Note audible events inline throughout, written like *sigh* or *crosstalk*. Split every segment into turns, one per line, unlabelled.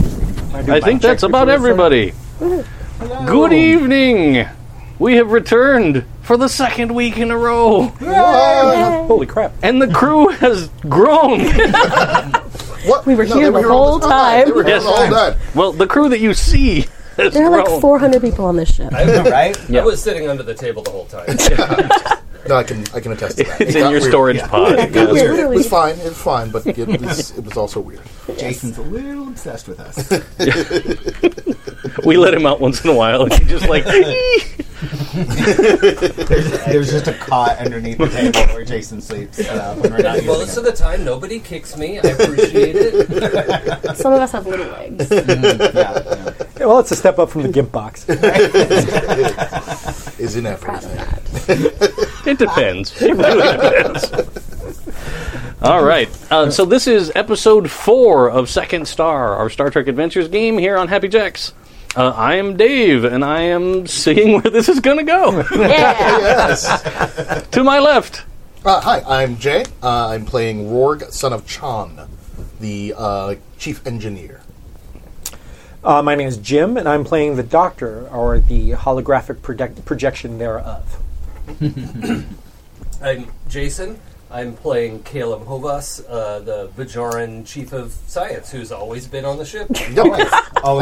do
I
my
think that's
check
about
before I start.
everybody. Good evening. We have returned for the second week in a row,
Uh,
Holy crap!
and the crew *laughs* has grown. *laughs*
What? We
were here the whole time.
They were here
Yes.
the whole time.
well, the crew that you see has
There are
grown.
like 400 people on this ship.
*laughs* right?
Yeah.
I was sitting under the table the whole *laughs* time.
No, I can I can attest to
*laughs*
that.
It's
It got
in your
weird.
storage
Yeah.
pod.
*laughs* It got
It's
weird. It
really-
was fine. It was fine, but it
*laughs*
was, it was also weird.
Jason's a little obsessed with us.
*laughs*
We let him out once in a while, and he just like
*laughs*
There's just a cot underneath the table where Jason sleeps uh, when we're not using
Most
it.
of the time, nobody kicks me. I appreciate
*laughs*
it.
Some of us have little legs.
Yeah, yeah.
Yeah, well, it's a step up from the gimp
*laughs*
box.
Is in everything.
it depends. It really depends. All right. Uh, so this is episode four of Second Star, our Star Trek Adventures game here on Happy Jacks. Uh, I am Dave, and I am seeing where this is going to go.
Yeah.
Yes.
*laughs* to my left,
Uh, hi, I'm Jay. Uh, I'm playing Rorg, son of Chan, the uh, chief engineer.
Uh, my name is Jim, and I'm playing the Doctor, or the holographic project- projection thereof.
I'm Jason. I'm playing Caleb Hovas, uh, the Bajoran chief of science, who's always been on the ship.
Yep. whole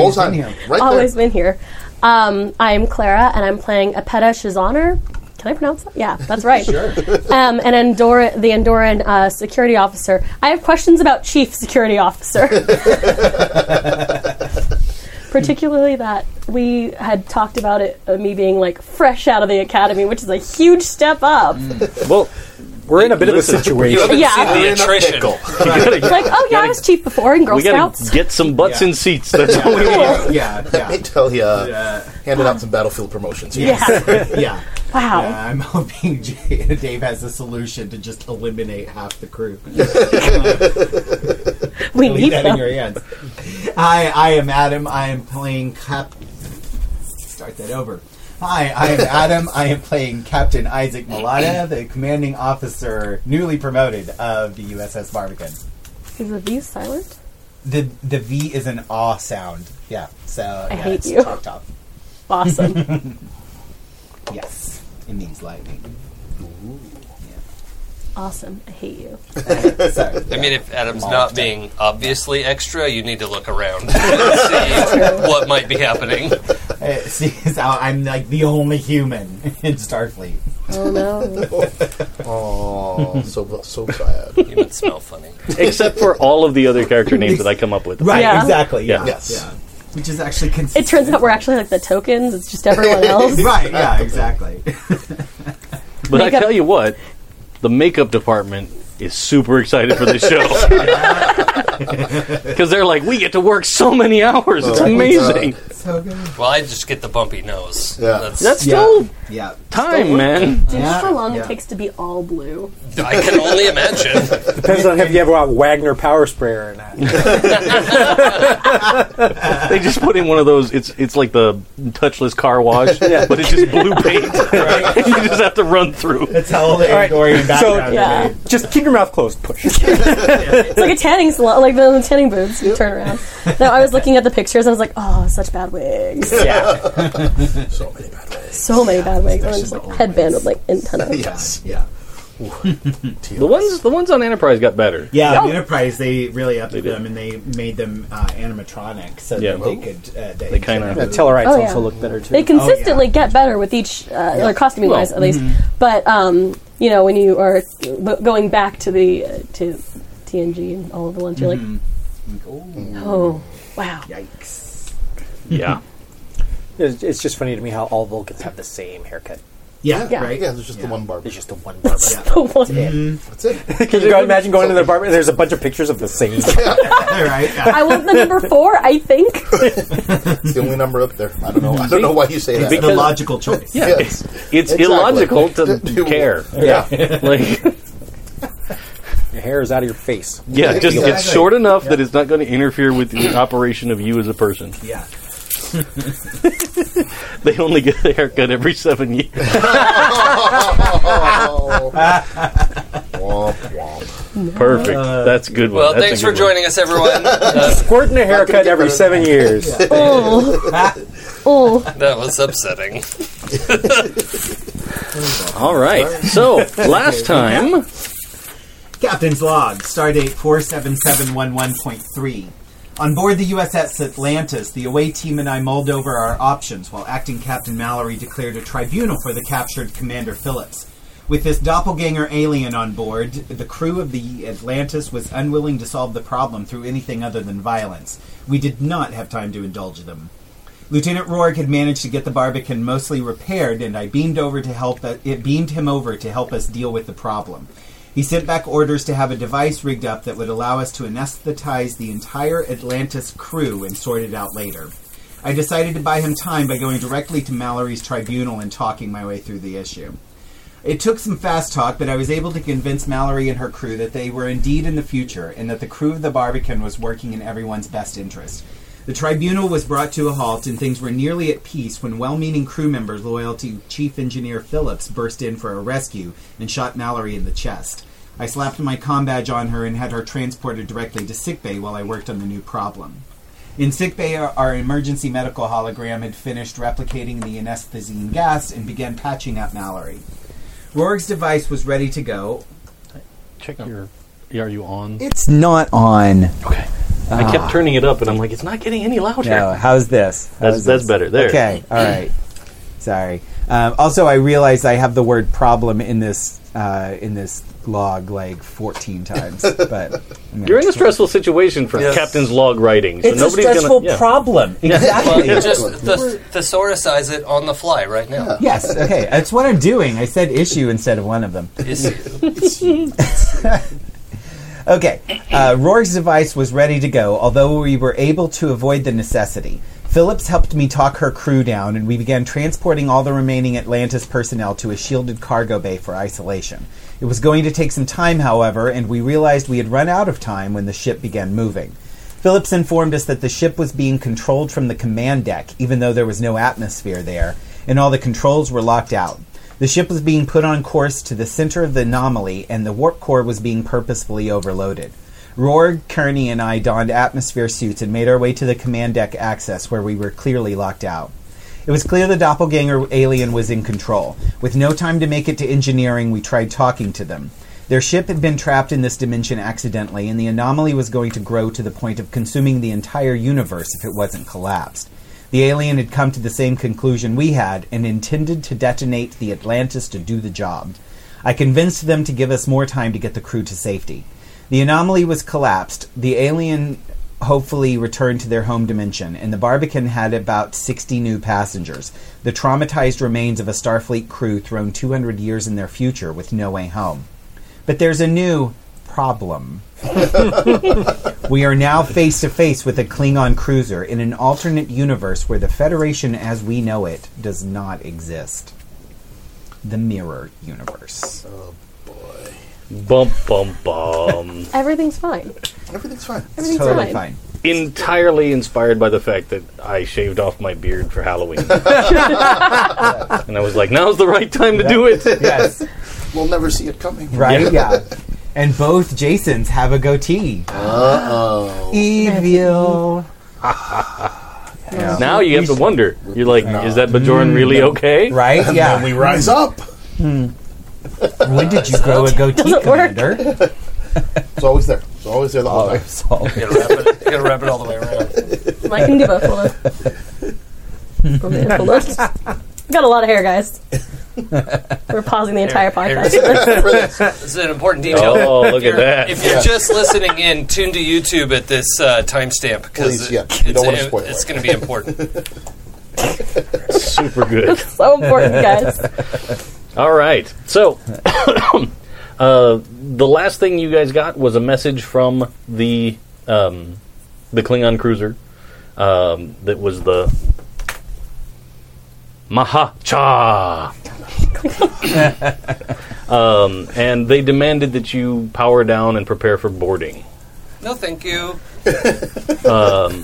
Always in
time.
here.
Right
*laughs* Always
there.
been here. Um, I'm Clara, and I'm playing Apeta Shazana. Can I pronounce that? Yeah, that's right. sure. *laughs* Um, and Andor- the Andoran uh, security officer. I have questions about Chief Security Officer. Particularly that we had talked about it, uh, me being like fresh out of the academy, which is a huge step up.
well,
We're in a bit of a
Listen.
situation.
Yeah.
We're
the
in a
attrition.
pickle.
It's like, oh yeah, I was chief before in Girl
we got
Scouts.
to get some butts in seats. That's all we need.
Yeah, yeah,
*laughs* *laughs* Let me
yeah.
tell you,
Yeah.
handing out some battlefield promotions. here.
*laughs* yeah.
yeah.
Wow.
Yeah, I'm *laughs* hoping J- Dave has a solution to just eliminate half the
*laughs*
crew. *laughs*
We
Leave
need
that in
them.
your hands. Hi, I am Adam. I am playing Cap. Start that over. Hi, I am Adam. I am playing Captain Isaac Malata, the commanding officer, newly promoted of the USS Barbican.
Is the V silent?
The the V is an aw sound. Yeah. So yeah,
hate
it's
you.
Top top.
Awesome. *laughs*
Yes. It means lightning.
awesome. I hate you.
Sorry. *laughs*
I mean, if Adam's
Small
not
step.
being obviously extra, you need to look
*laughs*
around and see what might be happening.
Uh, see, so I'm like the only human in Starfleet.
Oh no. *laughs*
Oh, so so sad.
You would smell funny.
Except for all of the other character names that I come up with.
Right,
Yeah.
exactly. Yeah.
Yeah.
Yes.
Yeah. Which is
*laughs*
actually
It
consistent.
turns out we're actually like the tokens. It's just
*laughs*
everyone else.
Right, yeah, exactly.
But I
Makeup-
tell you what, the makeup department is super excited for this show. *laughs* Because they're like, we get to work so many hours. It's
Oh, my
amazing.
so good.
Well, I just get the bumpy nose.
Yeah.
That's
Yeah.
still
Yeah.
time, *laughs* man.
Dude,
Yeah,
how long
yeah.
it takes to be all blue?
I can only
*laughs*
imagine.
Depends on if you ever want Wagner power sprayer or not.
They just put in one of those. It's it's like the touchless car *laughs* wash, but it's just blue *laughs* paint. you just have to run through.
That's how all the
right,
Andorian background
so-
Yeah.
is.
Just keep your mouth closed. Push.
It's like a tanning salon, like the tanning booths. You turn
*laughs*
around. No, I was looking at the pictures. and I was like, oh, such bad
*laughs*
wigs.
*laughs* yeah.
so many bad ways.
So many bad wigs. And
especially
just
the
like
old
headband with like antenna.
Yes.
*laughs* Yeah.
The ones the ones on Enterprise got better.
Yeah, the Enterprise they really upped
did.
them and they made them uh, animatronic so
Yeah.
that they could. Uh, they
kinda-
yeah
of.
Tellarites
Oh, yeah.
also look better too.
They consistently get better with each, uh, or costuming wise at least.
mm-hmm.
But um, you know, when you are b- going back to the uh, to TNG and all of the ones, you're
Mm-hmm.
like, oh, wow.
Yikes.
Yeah,
It's, it's just funny to me how all Vulcans have the same haircut.
Yeah,
Yeah.
right?
Yeah, there's just the one barber.
There's just the *laughs* one barber.
Yeah.
The one-
That's it.
Can you go, imagine going to the barber? There's a bunch of pictures of the *laughs* same.
All right. Yeah.
I want the number four, I think.
*laughs*
It's the only number up there. I don't know. I
*laughs*
don't know why you say that.
the logical choice. Yeah. *laughs*
Yes.
it's
Exactly.
illogical
Do- do-
*laughs* to care.
Yeah. *laughs*
Like,
Your hair is out of your face.
yeah, just it's
Exactly.
short enough that it's not going to interfere with the operation of you as a person.
Yeah.
They only get *laughs* a haircut every seven years.
Oh. Womp womp.
Perfect. That's a good one.
Well,
That's a
thanks
good
for
one.
joining us,
*laughs*
everyone. Uh,
Squirting a haircut
get rid
every
of
seven years.
Oh, *laughs* oh,
that was upsetting.
All right. *laughs* So last time,
Captain's log, stardate 47711.3. On board the USS Atlantis, the away team and I mulled over our options while acting Captain Mallory declared a tribunal for the captured Commander Phillips. With this doppelganger alien on board, the crew of the Atlantis was unwilling to solve the problem through anything other than violence. We did not have time to indulge them. Lieutenant Rourke had managed to get the Barbican mostly repaired, and I beamed over to help. uh, It beamed him over to help us deal with the problem. He sent back orders to have a device rigged up that would allow us to anesthetize the entire Atlantis crew and sort it out later. I decided to buy him time by going directly to Mallory's tribunal and talking my way through the issue. It took some fast talk, but I was able to convince Mallory and her crew that they were indeed in the future and that the crew of the Barbican was working in everyone's best interest. The tribunal was brought to a halt and things were nearly at peace when well meaning crew members loyal to Chief Engineer Phillips burst in for a rescue and shot Mallory in the chest. I slapped my com badge on her and had her transported directly to sickbay while I worked on the new problem. In sickbay, our, our emergency medical hologram had finished replicating the anesthetizing gas and began patching up Mallory. Rorg's device was ready to go.
check your. Are you on?
It's not on.
Okay. I kept turning it up, and I'm like, it's not getting any louder.
No, how's this?
That's-
How's
that's
this?
better. There.
Okay,
*clears throat*
all right. Sorry. Um, also, I realize I have the word problem in this uh, in this log like 14 times, but I'm gonna
You're in a
try-
stressful situation for
Yes.
captain's log writing. So
It's a
nobody's
stressful
gonna, *laughs* yeah.
problem.
Oh,
Well,
*laughs*
Exactly.
just th- thesaurisize it on the fly right now.
Yes, okay. That's what I'm doing. I said issue instead of one of them.
Is-
Okay. Uh, Rourke's device was ready to go, although we were able to avoid the necessity. Phillips helped me talk her crew down, and we began transporting all the remaining Atlantis personnel to a shielded cargo bay for isolation. It was going to take some time, however, and we realized we had run out of time when the ship began moving. Phillips informed us that the ship was being controlled from the command deck, even though there was no atmosphere there, and all the controls were locked out. The ship was being put on course to the center of the anomaly, and the warp core was being purposefully overloaded. Rorg, Kearney, and I donned atmosphere suits and made our way to the command deck access, where we were clearly locked out. It was clear the doppelganger alien was in control. With no time to make it to engineering, we tried talking to them. Their ship had been trapped in this dimension accidentally, and the anomaly was going to grow to the point of consuming the entire universe if it wasn't collapsed. The alien had come to the same conclusion we had and intended to detonate the Atlantis to do the job. I convinced them to give us more time to get the crew to safety. The anomaly was collapsed. The alien hopefully returned to their home dimension, and the Barbican had about 60 new passengers, the traumatized remains of a Starfleet crew thrown 200 years in their future with no way home. But there's a new problem. *laughs* We are now face to face with a Klingon cruiser in an alternate universe where the Federation as we know it does not exist. The Mirror Universe.
Bum bum bum. *laughs*
everything's fine.
Everything's fine.
Everything's
totally
fine. *laughs*
fine.
Entirely inspired by the fact that I shaved off my beard for
*laughs*
Halloween, *laughs* and I was like, now's the right time to do it.
Yes.
We'll never see it coming.
Right? Yeah. And both Jasons have a goatee. Uh oh. Evil.
Now you have to wonder. You're like, is that Bajoran really okay?
Right?
And
Yeah.
we rise up.
When did you grow a goatee,
Doesn't work.
Commander?
It's always there. It's always there the whole time.
So-
you gotta wrap it. You gotta wrap it all the way around.
I can do both. Hold on.
*laughs*
Hold on, hold on. Got a lot of hair, guys. We're pausing the entire *laughs* podcast.
This is an important detail.
Oh,
If
look at
you're-
that.
If you're just listening in, tune to YouTube at this uh, timestamp because
Please, yeah.
it's,
You don't wanna spoil it.
it's going to be
*laughs*
important.
Super
*laughs*
good.
so important,
*laughs*
guys.
All right. So, *coughs* uh, the last thing you guys got was a message from the um, the Klingon cruiser um, that was the Maha Cha. *laughs* um, and they demanded that you power down and prepare for boarding.
No, thank you.
We're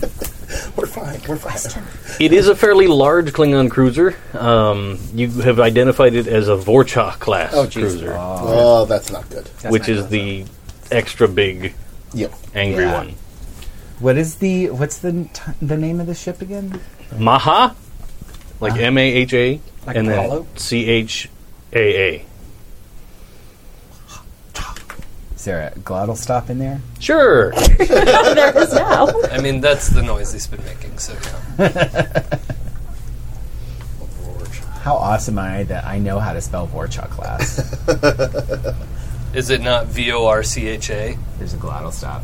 fine. We're fine.
It is a fairly large Klingon cruiser. Um, you have identified it as a Vorcha class
Oh, jeez.
cruiser.
Oh, that's not good.
which is the extra big,
Yep.
angry
Yeah.
one.
*laughs* What is the what's the n- t- the name of the ship again?
Maha, like M A H A,
Like
and then
Apollo?
C H A A.
Is there a glottal stop in there?
Sure.
there is now.
I mean, that's the noise he's been making. So yeah,
How awesome am I that I know how to spell Vorchok class?
is it not V O R C H A
There's a glottal stop.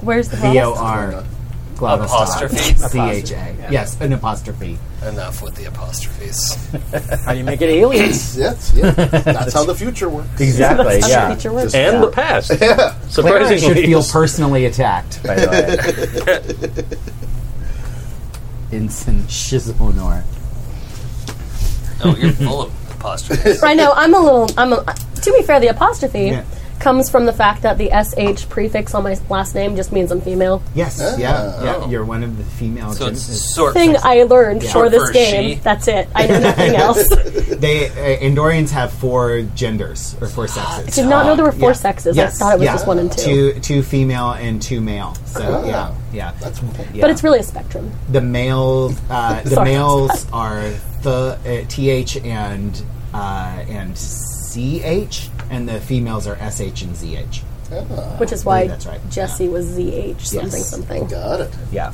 Where's the
V O
boss?
R glottal
Apostrophe.
stop. C H A. Yes, an apostrophe.
enough with the apostrophes?
How do you make it aliens?
Yes, yeah.
*laughs*
That's how the future works.
Exactly.
That's
yeah.
the future words.
and the past.
Clara should
Surprisingly,
feel personally attacked. By the
*laughs*
way. Incent Shizuonor.
Oh, you're full of apostrophes.
I know. I'm a little. I'm a, to be fair, the apostrophe
Yeah.
comes from the fact that the sh prefix on my last name just means I'm female.
Yes. yeah. Yeah.
Oh.
You're one of the female.
*laughs*
So it's
gen-
sort.
Thing I learned for
Short
this
for
game.
she.
That's it. I know
*laughs*
nothing else.
They uh, Andorians have four genders or four sexes.
Did not know there were four
Yeah.
sexes. I
Yes,
thought it was
yeah.
just one and two.
two two female and two male. So
Ah.
yeah, yeah.
That's okay.
yeah.
But it's really a spectrum.
the males.
*laughs*
Uh, the
Sorry.
males are the uh, th and uh, and ch, and the females are sh and zh.
Which is why
believe that's right.
Jesse was ZH something
Yes.
something.
Got it.
Yeah.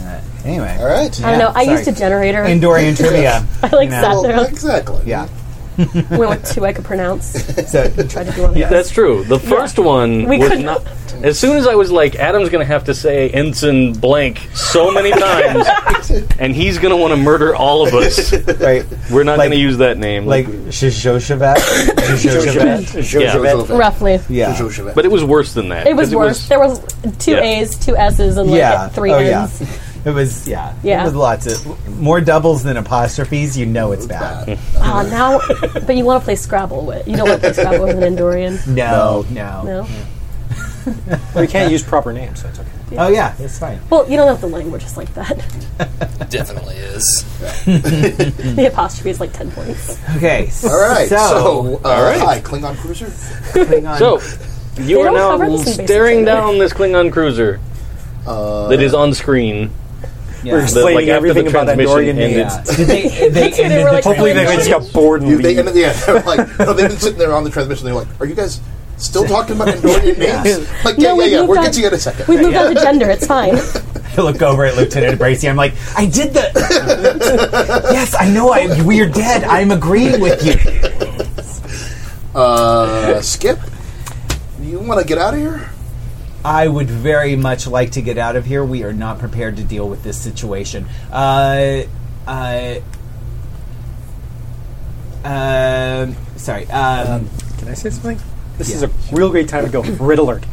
Uh, anyway,
All right.
I don't know. I
Yeah,
used a
sorry.
generator.
Andorian *laughs* trivia.
*laughs* I like
Yeah.
sat
Well,
there and
exactly.
Yeah.
went with two I could pronounce.
So
Tried to do
*laughs*
*laughs*
one.
that's true. The first one
We
was
couldn't-
not. As soon as I was like, Adam's going to have to say ensign blank so many times, and he's going to want to murder all of us.
right,
We're not
Like-
going to use that name.
like Shishoshavat. Shishoshavat.
Jojo Vet.
Roughly.
Yeah.
Jojo Vet.
but it was worse than that.
It
'cause
was worse. there was two
Yeah.
A's, two S's, and like
Yeah.
three
oh, yeah.
N's.
It was yeah.
Yeah.
It was lots of more doubles than apostrophes. You know it's bad.
Ah, now, but you want to play Scrabble with. You don't want to play Scrabble with an Andorian.
No, no.
No.
we can't use proper names, so it's okay.
Oh yeah, it's fine.
Well, you don't have the language just like that.
Hmm.
It definitely is.
the apostrophe is like ten points.
Okay.
All right.
So,
So, uh, hi, Klingon Cruiser.
Klingon-
So, you
They
are
don't cover
now
this in basic
staring
training.
down this Klingon cruiser that is on screen.
yeah.
The-
Explaining
like, after
everything
the
about
transmission
Andorian
ended.
names.
*laughs* Yeah. Did
*laughs*
they, they
That's what
ended
they were
the
like,
Hopefully they
Andorian.
just got bored and
You, they
leave.
ended, yeah, *laughs* they're like, no, they've been sitting there on the transmission. They're like, are you guys still
*laughs*
talking about Andorian names? Like, yeah,
No,
yeah,
we
yeah.
moved
We're
on.
getting it in a second.
We moved on to gender. It's fine.
I look over at Lieutenant Bracey. I'm like, I did the. *laughs* yes, I know. I, we're dead. I'm agreeing with you.
Uh, Skip, you want to get out of here?
I would very much like to get out of here. We are not prepared to deal with this situation. Uh, uh, um, sorry. Um,
Can I say something? This is a real great time to go. Red alert.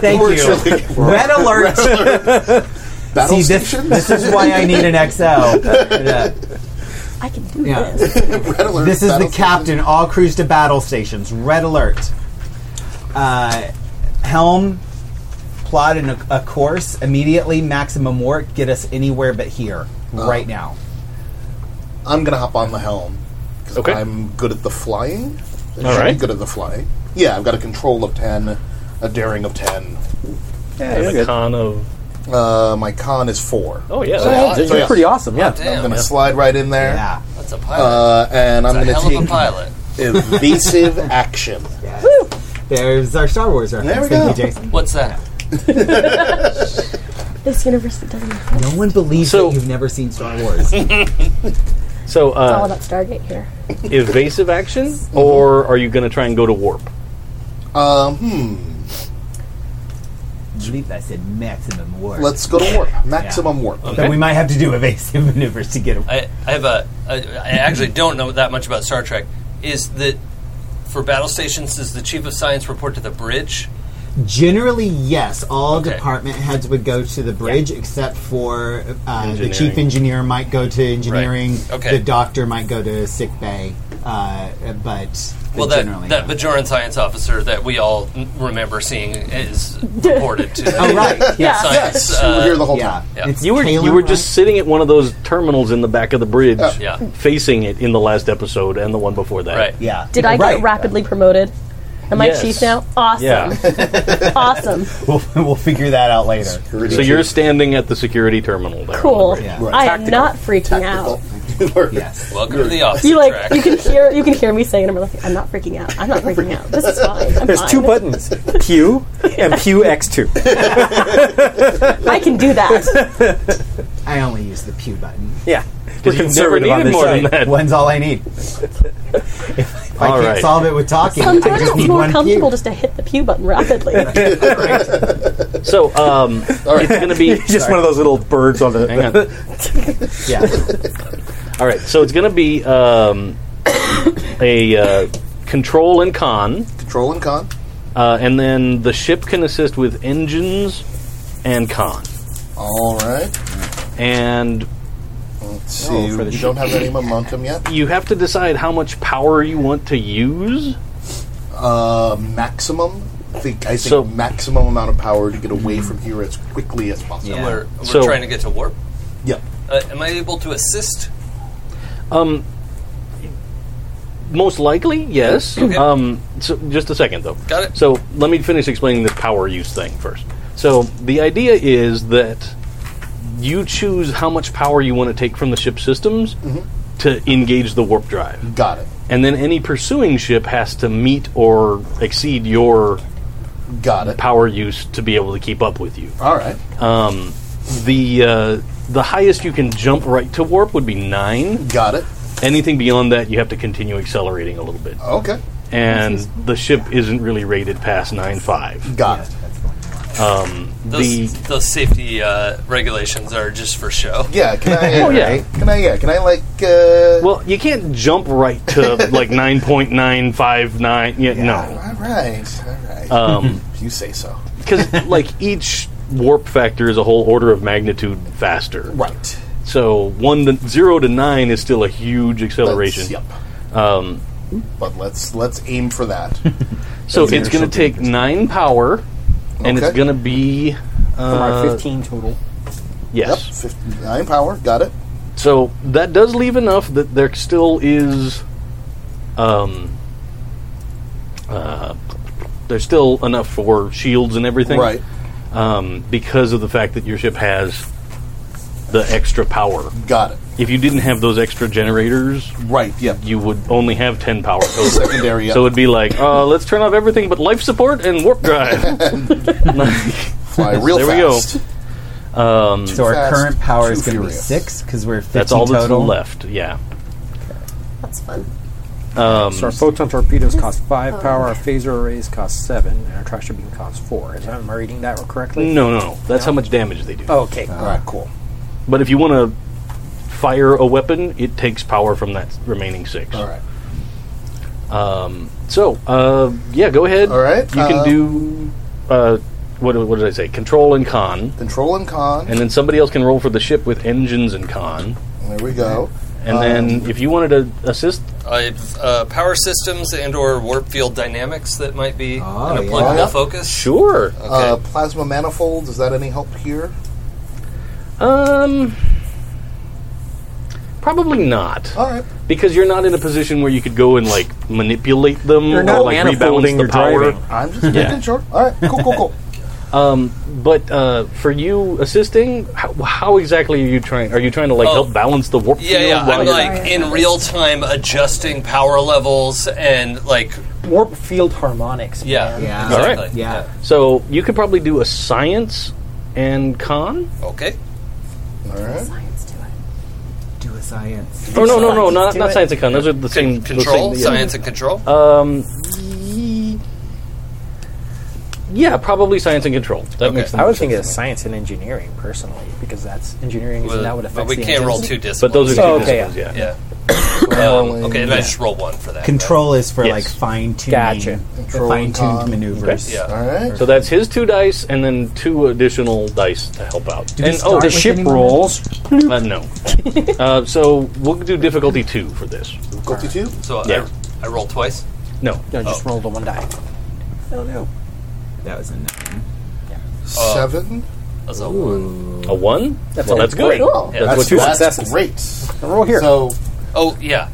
thank you. *laughs*
Virtually.
Red alert.
Battle
*laughs* See, this,
station?
this is why I need an *laughs* XO. Yeah.
I can do
Yeah.
this.
*laughs* Red alert,
This is
battle station.
the captain. All crews to battle stations. Red alert. Uh, helm, plot in a, a course. Immediately, maximum work. Get us anywhere but here, right now.
I'm going to hop on the helm. 'cause
Okay.
I'm good at the flying. I
All
should be
right.
good at the flying. Yeah, I've got a control of 10, a daring of 10.
and a con of.
Uh, my con is 4.
Oh, yeah.
Yeah.
You're
So, yeah.
pretty awesome, yeah.
I'm
Damn,
going to slide right in there.
Yeah.
that's a pilot.
Uh, and I'm
That's a
going to
hell of a
take
pilot.
evasive action.
There's our Star Wars reference.
There we
Thank
go.
you, Jason.
What's that?
This university doesn't. It's
No one believes
So-
that you've never seen Star
*laughs*
Wars.
So,
all
uh,
about Stargate here.
evasive action, or are you going to try and go to warp?
Um, hmm.
I said maximum work.
Let's go to warp. Maximum warp.
Then we might have to do *laughs* evasive maneuvers to get away.
I, I have a. I, I actually don't know that much about Star Trek. Is that for battle stations? Does the chief of science report to the bridge?
Generally, yes. All
Okay.
department heads would go to the bridge, except for uh, the
Engineering.
chief engineer might go to engineering.
Okay.
The doctor might go to sick bay. Uh, but
Well,
but
that
generally,
that
yeah.
Bajoran science officer that we all n- remember seeing is
*laughs*
reported to.
oh
*laughs*
right, yes,
Yeah.
Science,
Yes, you were here the whole
yeah.
time.
Yeah.
It's
You were you
Taylor
were
Ryan-
just sitting at one of those terminals in the back of the bridge,
yeah.
facing it in the last episode and the one before that.
Right.
yeah.
Did I get
Right.
rapidly promoted? Am
Yes.
I chief now? Awesome.
*laughs*
awesome.
We'll, we'll figure that out later.
So you're standing at the security terminal there.
Cool.
Yeah.
I am
Tactical.
not freaking out.
Tactical.
Yes.
Welcome to the office
You like
track.
you can hear you can hear me saying I'm like I'm not freaking out. I'm not freaking out. This is fine. I'm
There's
fine.
two buttons, Pew and Pew X2.
I can do that.
I only use the pew button.
Yeah.
Because you've never
conservative on
needed
this
more
side.
than that.
One's all I need. *laughs* if I
All
can't
right.
solve it with talking, I
Sometimes
just
it's
need
more
one
comfortable
pew.
just to hit the pew button rapidly.
So *laughs* um, it's going to be.
*laughs* Just one of those little birds on the.
Hang on.
Yeah.
All right, so it's going to be um, a uh, control and con,
Control and con.
uh, and then the ship can assist with engines and con.
All right.
And
Let's see.
for the
we don't have any momentum yet.
you have to decide how much power you want to use.
Uh, maximum. I think I think
So-
maximum amount of power to get away from here as quickly as possible.
Yeah.
We're, we're
So-
trying to get to warp.
Yep.
Uh, am I able to assist?
Most likely, yes.
Okay.
Um, so just a second, though.
Got it.
So let me finish explaining the power use thing first. So the idea is that you choose how much power you want to take from the ship systems
Mm-hmm.
to engage the warp drive.
Got it.
and then any pursuing ship has to meet or exceed your
Got it.
power use to be able to keep up with you.
All right.
The uh, the highest you can jump right to warp would be nine.
Got it.
Anything beyond that, you have to continue accelerating a little bit,
Okay.
and the ship isn't really rated past nine five.
Got it.
Those,
The
those safety uh, regulations are just for show.
Yeah. Can I?
Oh, yeah.
Can I? Yeah. Can I like? Uh,
well, you can't jump right to *laughs* like nine point nine five nine. Yeah, no,
all right. All right. Um, you say so.
because like each warp factor is a whole order of magnitude faster.
Right.
So one to, zero to nine is still a huge acceleration. Um,
Let's- Yep. but let's let's aim for that.
So it's going to take nine power, and it's
Okay.
going to be
*laughs* From our 15 total.
yep.
yes.
59 power. Got it.
So that does leave enough that there still is, um, uh, there's still enough for shields and everything,
Right.
Um, because of the fact that your ship has the extra power.
Got it.
If you didn't have those extra generators,
Right. Yep.
you would only have ten power total.
*laughs* Secondary. Yep.
So it'd be like, uh, let's turn off everything but life support and warp drive. *laughs*
fly real
there we go.
fast.
So our
fast,
current power
too
is going to be
furious.
six because we're 15
That's all that's
total.
left. Yeah.
That's fun.
So our photon torpedoes cost 5 power, our phaser arrays cost 7, and our trash beam costs 4. Is that, am I reading that correctly?
No, no, no. That's how much damage they do.
Okay.
All right. Cool.
But if you want to fire a weapon, it takes power from that remaining six. Um,
All right.
So, uh, yeah, go ahead.
All right,
You can
uh,
do. Uh, what, what did I say? Control and con,
Control and con.
and then somebody else can roll for the ship with engines and con,
there we go.
and then if you wanted to assist,
I've uh, power systems and or warp field dynamics that might be
Oh,
Ah,
an
yeah.
applicable
Yeah.
focus.
sure.
Uh,
Okay.
plasma manifold. Is that any help here?
Um, probably not.
All right.
Because you're not in a position where you could go and like manipulate them
You're
or
not
like
manifolding,
rebalance the
you're
power.
driving.
I'm just
Yeah.
making sure. All right. Cool. Cool. *laughs* Cool.
But uh, for you assisting, how, how exactly are you trying? Are you trying to like
Oh.
help balance the warp
Yeah,
field?
yeah.
while
I'm
you're-
like in real time adjusting power levels and like
Warp field harmonics.
yeah,
Yeah.
exactly.
Alright.
Yeah.
so you could probably do a science and con.
Okay.
All right.
Science to it.
Do a science.
Oh no, no, no,
Science,
not
do
not
it.
science and con. Those are the same.
Control,
the same, yeah.
science, and control.
Um, ye- yeah, probably science and control. That makes sense.
I would think it's science and engineering personally, because that's engineering
Well,
isn't that what
but
affects
we
the
can't roll
engines?
two disciplines.
But those are two
Oh, okay,
disciplines, yeah.
yeah. Um, okay, and I
Yeah.
just roll one for that.
Control is for
Yes.
like fine tuning,
Gotcha.
Control and
fine tuned
con.
maneuvers.
Okay. Yeah.
All right.
So that's his two dice, and then two additional dice to help out.
we
And
start
oh,
The
with
ship
anyone
rolls.
uh, no. *laughs* uh, so we'll do difficulty two for this.
Difficulty two.
right? So
Yeah.
I, I roll twice.
No,
No, just roll the one die. Oh no.
That was a nine.
Uh,
Seven.
That's a one.
a one. That's well,
a
that's good.
Cool.
Yeah,
That's
that's
what
two
you want.
That's
successes.
great.
Roll here.
So
Oh yeah.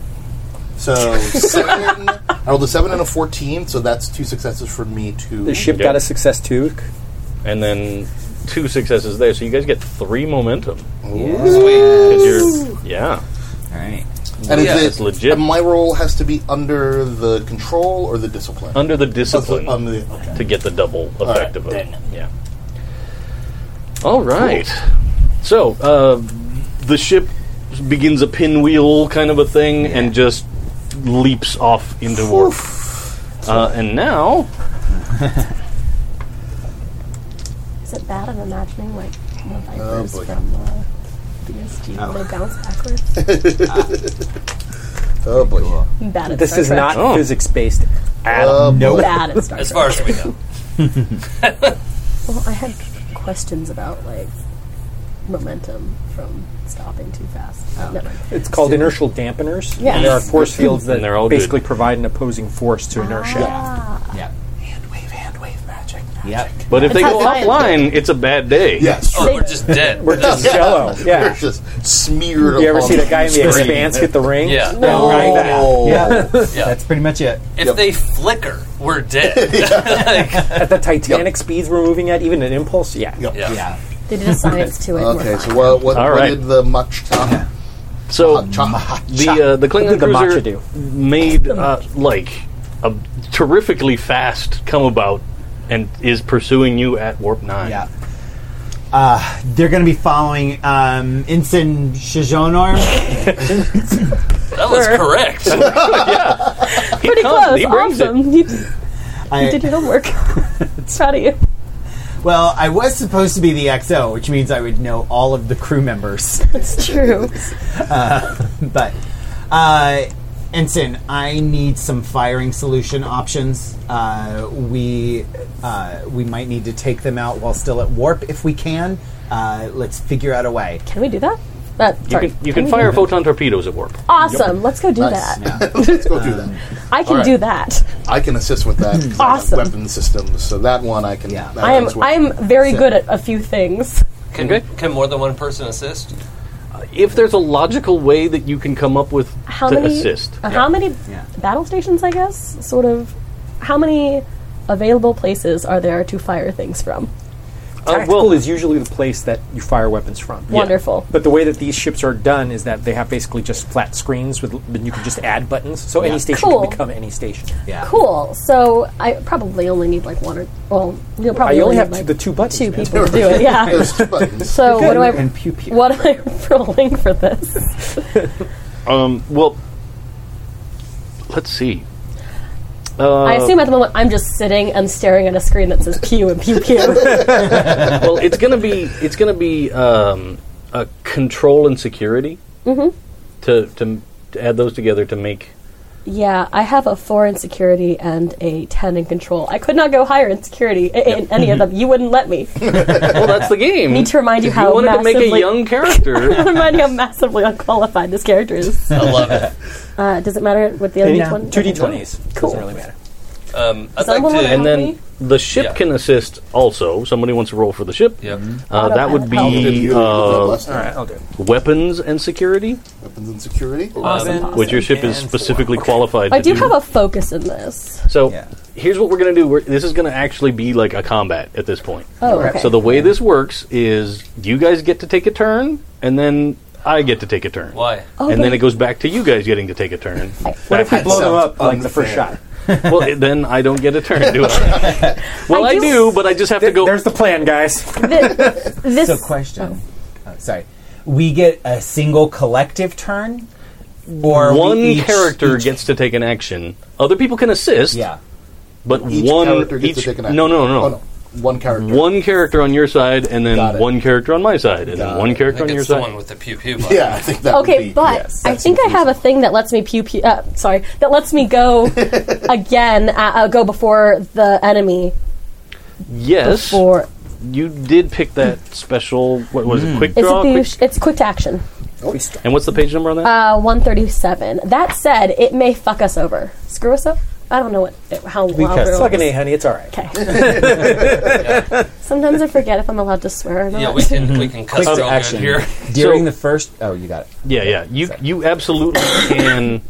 so seven I rolled a seven and a fourteen, so that's two successes for me too.
The ship
Yep.
got a success too.
and then two successes there. So you guys get three momentum.
Sweet.
'Cause you're- yeah.
All right.
and
yeah,
it's legit.
And my role has to be under the control or the discipline.
Under the
Of the-
discipline
um, the- okay.
to get the double effect
Alright,
of it.
then.
Yeah. All right. So uh, the ship begins a pinwheel kind of a thing and just leaps off into warp. Uh, and now
Is it bad I'm imagining like the vipers
boy.
from uh, BSG?
Oh.
They bounce backwards.
Oh boy.
I'm bad at
This
Star
is
Trek.
not
Oh.
physics based.
Um,
Oh,
Nope.
bad at Star
As
Trek.
far as we know.
Well, I had questions about like momentum from stopping too fast. Never mind.
It's called inertial dampeners.
Yeah.
And there are
*laughs*
force fields that
And they're all
basically provide an opposing force to inertia.
Ah.
Yeah.
Wave, hand wave, magic.
Yep.
but if they
It's
go
not
offline, it's a bad day.
Yes.
Oh, we're just dead.
*laughs*
*laughs*
We're just jello.
We're
Yeah.
just smeared.
You ever
upon
see that guy in the
screen.
expanse get the ring?
Yeah.
Oh,
Right now.
yeah.
Yeah.
*laughs*
That's pretty much it.
If they flicker, we're dead.
At the Titanic speeds we're moving at, even an impulse, yeah.
Yep.
Yeah.
Yeah.
They did a science to it. and
*laughs* Okay,
we're
so
fine.
what, what,
All
what
right.
did the much cha-
So
cha-
the uh, the Klingon
What did the
cruiser
matcha do?
made uh, like a terrifically fast come about and is pursuing you at warp nine.
Yeah. Uh, they're going to be following um, Ensign Shijonor.
That was correct.
He
Pretty
comes,
close.
Oh, He brings it.
awesome. You, you did
I,
*laughs*
your homework. it's proud of you.
well, I was supposed to be the XO, which means I would know all of the crew members. *laughs*
It's true.
but, uh, Ensign, I need some firing solution options. Uh, we uh, we might need to take them out while still at warp if we can. Uh, let's figure out a way.
Can we do that? Uh,
You
sorry.
can, you can fire photon torpedoes at warp.
Awesome. Let's go do that.
Let's go do that.
I can
All right.
do that.
I can assist with that. 'cause I got
Mm. Awesome.
Weapon systems. So that one I can.
Yeah.
that
I am.
one's
I
with-
am very good at a few things.
Can,
Okay.
can more than one person assist?
If there's a logical way that you can come up with
How
to
many?
assist,
uh, How many
Yeah.
battle stations? I guess. Sort of. How many available places are there to fire things from?
Uh,
Tactical
well,
is usually the place that you fire weapons from.
Wonderful.
But the way that these ships are done is that they have basically just flat screens with, and you can just add buttons. So any station
Cool.
can become any station.
Yeah.
Cool. So I probably only need like one or well, you'll probably
I only have
need, like
the two buttons.
two
man.
people to do it. Yeah.
Those buttons.
So what do I?
And pew pew.
What am I rolling for this?
um, well, let's see.
I assume at the moment I'm just sitting and staring at a screen that says pew and pew pew.
well, it's gonna be it's gonna be um, a control and security
Mm-hmm.
to, to to add those together to make
yeah, I have a four in security and a ten in control. I could not go higher in security i- in any of them. You wouldn't let me.
well, that's the game.
Need to remind you
If
how
wanted to make a
massively-
young
*laughs*
character.
Remind you how massively unqualified this character is.
I love it.
Uh, does it matter what the other
Any-
d20?
Two D20s.
Cool.
Doesn't really matter.
Um, I'd
Someone
like
wanna-
to.
and
Okay.
then the ship
Yeah.
can assist also. Somebody wants to roll for the ship.
Yep.
Uh, that would be
You-
uh,
bless them.
All right, I'll do it.
weapons and security,
Weapons and security.
which your ship is specifically qualified
I
to
do
do.
have a focus in this.
so
Yeah.
here's what we're going to do. We're, this is going to actually be like a combat at this point.
Oh, okay.
So the way this works is you guys get to take a turn, and then I get to take a turn.
Why?
Oh,
and
but-
then it goes back to you guys getting to take a turn.
What if we
Back-
blow them
sounds
up like the first
unfair.
shot?
well, it- then I don't get a turn, do I? well,
*laughs* I
I do,
do-
but I just have to go.
There's the plan, guys.
Thi- this
So, question. Oh, sorry. We get a single collective turn, or we
one
each-
character
each-
gets to take an action. Other people can assist,
Yeah.
but
Each
one
character gets
each,
to take an action.
No, no, no.
Oh, One character.
One character on your side, and
Got
then
it.
one character on my side, and then
Got
one
it.
I
character
think
on your
it's the one
side.
with the pew pew button.
Yeah, I think that. would
Okay,
be,
but
yes,
I
that's
think I
confusing.
have a thing that lets me pew pew. Uh, sorry, that lets me go again. Uh, uh, go before the enemy
Yes,
for
you did pick that special. What was it? Quick
is
draw.
it the
quick,
it's quick to action.
and what's the page number on that?
Uh, one thirty seven. That said, it may fuck us over. Screw us up. I don't know what it, how loud
cuss.
we're
It's like an A, honey. It's all right.
Okay.
*laughs*
*laughs* Sometimes I forget if I'm allowed to swear or not.
Yeah, we can we can cuss real good
action
here.
during
So-
the first. Oh, you got it.
yeah, yeah. You you absolutely can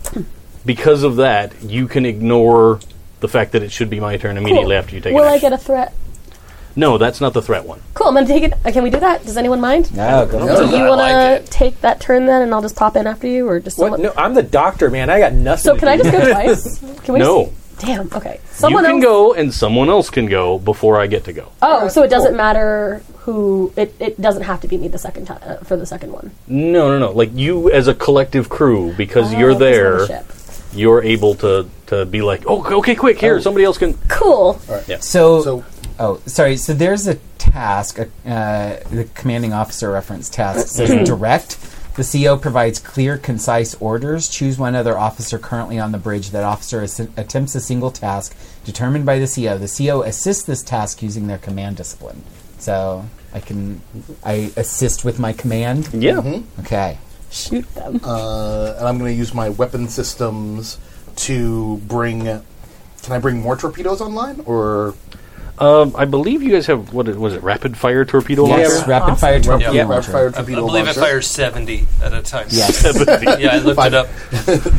because of that, you can ignore the fact that it should be my turn immediately after you take
Will
an
I
action.
get a threat?
no, that's not the threat one.
Cool, I'm gonna take it. uh, Can we do that? Does anyone mind?
No,
Oh,
go
Do
on.
you
I
want
like
to
it.
take that turn then, and I'll just pop in after you, or just
What?
someone?
No, I'm the doctor, man. I got nothing.
So
to
can I
do.
just
*laughs*
*laughs*
go twice? Can we?
No.
Just, damn. Okay. Someone
you can
else.
go and someone else can go before I get to go.
Oh, so it doesn't matter who. It, it doesn't have to be me the second time uh, for the second one.
No, no, no. Like you as a collective crew, because
Oh,
you're
it's another
there,
ship.
you're able to to be like, oh, okay, quick, here, somebody else can.
Cool.
So,
So-
oh, sorry. So there's a task. Uh, the commanding officer reference task says direct. The CO provides clear, concise orders. Choose one other officer currently on the bridge. That officer ass- attempts a single task determined by the CO. The CO assists this task using their command discipline. So I can, I assist with my command.
Yeah,
Okay.
Shoot them.
Uh, and I'm going to use my weapon systems to bring. Can I bring more torpedoes online, or
um, I believe you guys have what it- was it? Rapid fire torpedo
Yes,
launcher.
rapid fire
Awesome.
torpedo
Yeah.
rapid
launcher.
fire
I, I
torpedo
believe it
launcher?
fires 70 at a time.
Yes.
*laughs*
*laughs* yeah, I looked
Five.
it up.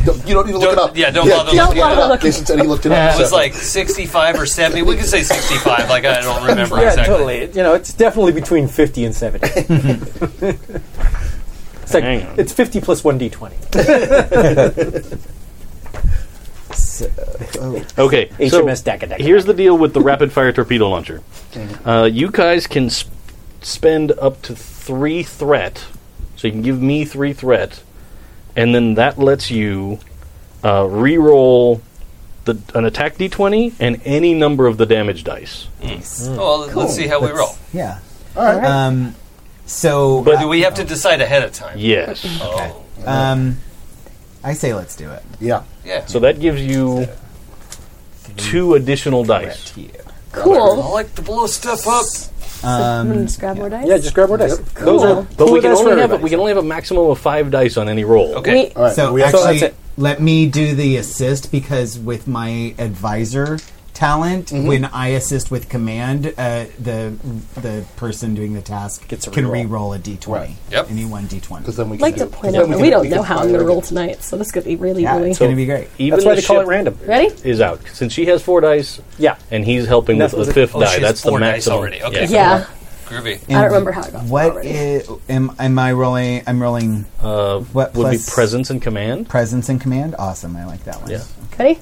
Don't- you don't need to look
Don't-
it up.
yeah, don't bother
Don't
looking it
bother
up.
looking.
Jason said he looked it
Yeah.
up.
It was
so-
like 65 or 70. We could say 65. Like, I don't remember
Yeah,
exactly.
totally. It- You know, it's definitely between fifty and
*laughs*
seventy. it's like
Hang on.
it's fifty plus one d twenty.
Okay, so
HMS Daka Daka.
Here's the deal with the rapid fire torpedo launcher. Uh, you guys can sp- spend up to three threat, so you can give me three threat, and then that lets you uh, reroll the, an attack d20 and any number of the damage dice.
Oh, well, let's see how we roll.
Yeah. All right. Um, so,
But do we have to decide ahead of time?
Yes.
Oh,
um, I say let's do it.
yeah.
yeah.
So that gives you two additional dice.
Right.
I
Cool.
like to blow stuff up.
I'm gonna just grab more dice.
Um, Yeah, just grab more dice. Those are
But
two
we
of
can,
those for
only have,
everybody.
we can only have a maximum of five dice on any roll.
Okay.
We-
All right.
So
we actually,
actually,
that's it.
let me do the assist because with my advisor talent, when I assist with command, uh, the the person doing the task
Gets a
can
reroll.
roll a d twenty.
Right.
Yep.
Any one d
because
twenty.
then we
I'd like
can
to
do-
point
then
out that
can-
we don't
can
know how I'm
fire
gonna roll
again.
tonight, so this could be really,
Yeah,
really.
it's gonna be great.
Even
That's why
the
they call
ship-
it random.
Ready?
is out since she has four dice.
Yeah.
and he's helping with
That's-
the fifth
Oh,
die.
she has
That's the
four dice
maximum.
already. Okay.
Yeah.
Groovy.
I don't remember how I got
What
already.
i- am am I rolling? I'm rolling
Uh,
What
would be
plus-
presence and command.
presence and command. Awesome, I like that one.
Yeah.
Ready?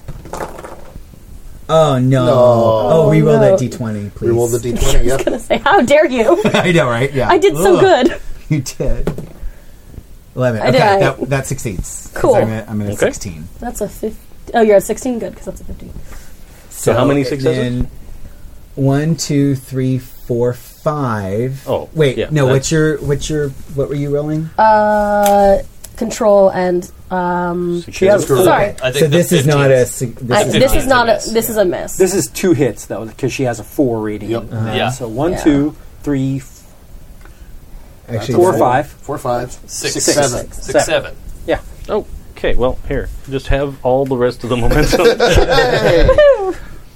Oh no! Oh,
no.
reroll that d twenty, please.
We roll the d20.
*laughs*
Yeah.
Say, how dare you?
*laughs* I know, right? Yeah,
I did so
Ugh.
good.
*laughs* You did. Eleven.
I
okay,
did.
That, that succeeds. 'Cause
Cool.
I'm at, I'm at a
Okay.
sixteen.
That's a 15. Oh, you're at 16? Good, because that's a 15.
So how many successes?
Then one, two, three, four, five.
Oh,
wait,
yeah,
no.
that's-
What's your what's your what were you rolling?
Uh, control and. Um,
She has
Screw it.
sorry.
I think
so this
the
is not
15th.
a. sig- This
I,
is
this
not,
is not a.
miss.
This is a miss.
This is two hits though, because she has a four rating.
Yep.
Yeah.
So one,
Yeah.
two, three, f-
actually
four,
no.
five.
Four, five,
Six,
six,
seven.
seven.
Six,
Seven.
seven.
Yeah.
Oh, okay. Well, here, just have all the rest of the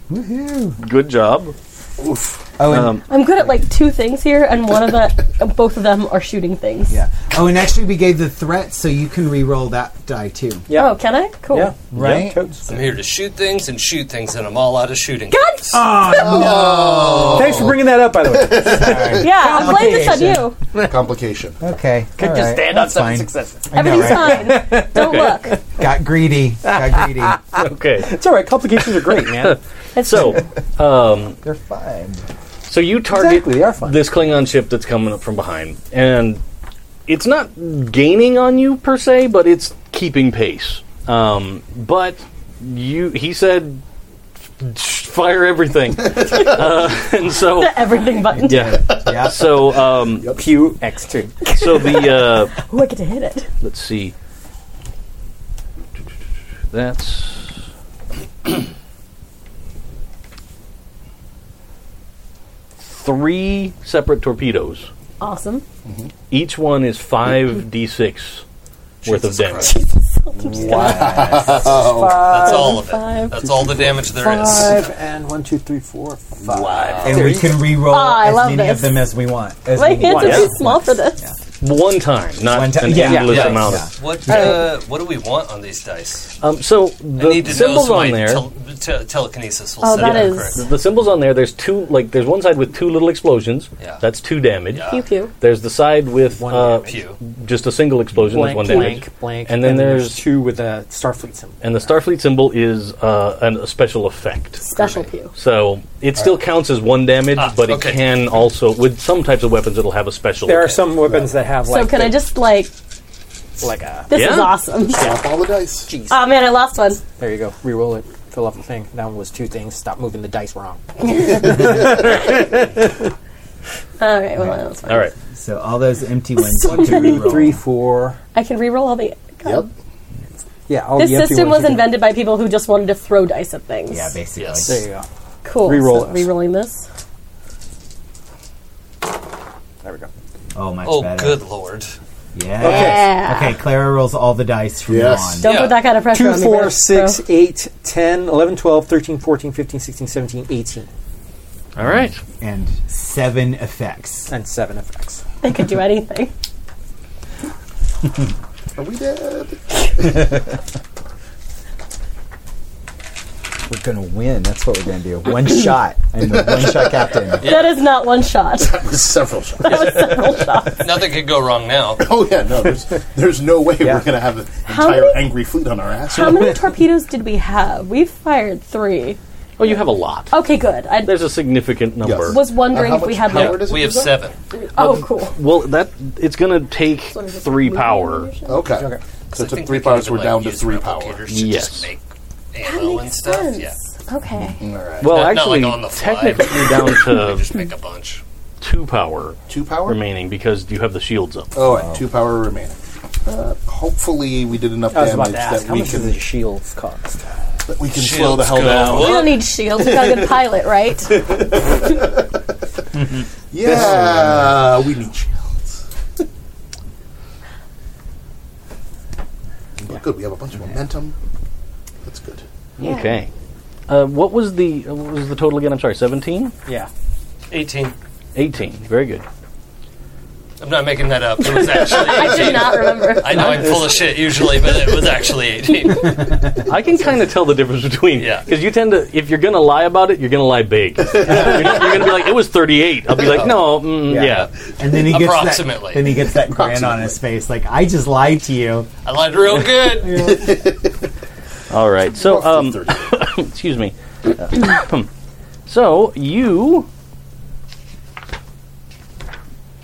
*laughs* momentum. *laughs* Good job.
Oh, and,
Um,
I'm good at like two things here, and one of the. *laughs* both of them are shooting things.
yeah. Oh, and actually, we gave the threat, so you can re-roll that die too.
Yeah.
Oh, can I? Cool.
Yeah.
Right?
Yeah, totes.
I'm here to shoot things and shoot things, and I'm all out of shooting.
God!
Thanks for bringing that up, by the way.
yeah, I'm blaming this on
Complication.
you.
Complication.
Okay. All right. That's fine.
successes.
I know,
Everything's
right?
fine. Don't look.
Got greedy. Got *laughs* greedy.
Okay.
It's all right. Complications are great, man.
*laughs*
It's
*laughs*
So, um,
They're fine.
so you target
Exactly, they are fun.
this Klingon ship that's coming up from behind, and it's not gaining on you per se, but it's keeping pace. Um, but you, he said, fire
*laughs*
everything, uh, and so
the everything button. *laughs*
yeah.
Yeah.
So um,
Pew X two.
so the uh,
Ooh, Oh, I get to hit it.
let's see. That's three separate torpedoes.
Awesome.
Each one is five d six worth of damage.
Jesus Christ. That's all of
five,
it. That's all the damage there is.
Five and one, two, three, four, five.
And we can re-roll
Ah, I
as
love
many
this.
of them as we want. As
My
we
hands
want.
are too small for this.
Yeah.
One time, not
One time-
an
yeah,
endless
yeah,
amount. of-
yeah.
What uh, what do we want on these dice?
Um, so
I need
the
to know
symbols
so my
on there.
tel- te- telekinesis will
Oh,
set
that
it up
is-
correctly.
the symbols on there. There's two. Like there's one side with two little explosions.
Yeah.
That's two damage.
Yeah.
Pew pew.
There's the side with
One
uh,
damage.
Pew.
just a single explosion.
Blank,
that's one damage.
blank, blank.
And then there's
two with a Starfleet symbol.
And the Starfleet symbol is uh, an, a special effect.
Special pew.
So it still counts as one damage,
Ah,
but it
okay.
can also, with some types of weapons, it'll have a special.
There are
effect.
some weapons that have like
so can I
the-
just like
like a
this
Yeah.
is awesome.
Drop all the dice.
*laughs* oh man, I lost one.
there you go reroll it fill up the thing that one was two things stop moving the dice wrong
All right, well that's fine.
All right.
So all those empty ones.
one two three four
I can re-roll all the.
Yep.
yeah all
This
the empty
system was
ones you can-
invented by people who just wanted to throw dice at things.
Yeah, basically.
Yes.
there you go
cool.
Re-roll
so
it.
re-rolling this.
there we go
Oh, much
Oh,
better.
good lord.
Yes.
Okay.
Okay, Clara rolls all the dice from
Yes.
now on.
Don't
Yeah.
put that kind of pressure
Two,
on me.
four,
bro.
six, eight, 10, 11, 12, 13, 14, 15, 16, 17, 18,
All right.
And seven effects.
and 7 effects.
They could do
*laughs*
anything.
Are we dead? *laughs*
We're gonna win. That's what we're gonna do. One *laughs* shot. I'm the one shot captain.
That is not one
*laughs*
shot.
That was several shots.
Nothing could go
*laughs*
wrong now.
oh yeah, no. There's, there's no way we're gonna have an entire
many-
angry fleet on our ass.
How many torpedoes did we have? We fired three.
Oh, you have a lot.
Okay, good. I
There's a significant number.
was wondering
Uh, how
if we
much
had
power
like.
does it
we have
use up?
seven.
Oh, cool.
Well, that it's going to take
So does it
three
move
power.
ammunition?
Okay.
Okay.
So
I
it took
think
three
we can
powers.
even,
We're
like,
down to
use
three
replicators
power.
To
Yes.
Just make
That
ammo and
makes
stuff. Yeah.
sense. Okay.
All right.
Well,
Not- not
actually,
like on the fly.
technically
*laughs*
you're down
I
to
just make a bunch.
two power
Two power.
remaining because you have the shields up.
Oh, right. two power remaining. Uh, hopefully, we did enough
I was
damage
about to ask,
that
how
we,
much does the
can,
shields cost?
that we can slow
Shields
the hell
go
down.
up.
We don't need shields. We
*laughs*
got a good pilot, right?
Yeah, we need *laughs* shields. But Good, we have a bunch of momentum. That's good.
Yeah.
Okay. Uh, what was the what was the total again? I'm sorry, 17,
Yeah. *laughs*
18.
18. Very good.
I'm not making that up. It was
*laughs*
actually.
I do not remember.
I know I'm full of shit usually, but it was actually 18.
I can kind of tell the difference between
Yeah.
because you tend to if you're going to lie about it, you're going to lie big. you're going to be like it was 38. I'll be like no, mm, yeah.
And then he gets that.
Approximately.
Then he gets that grin on his face, like I just lied to you.
I lied real good.
All right. So
Roughly
um,
30.
excuse me. *coughs* so you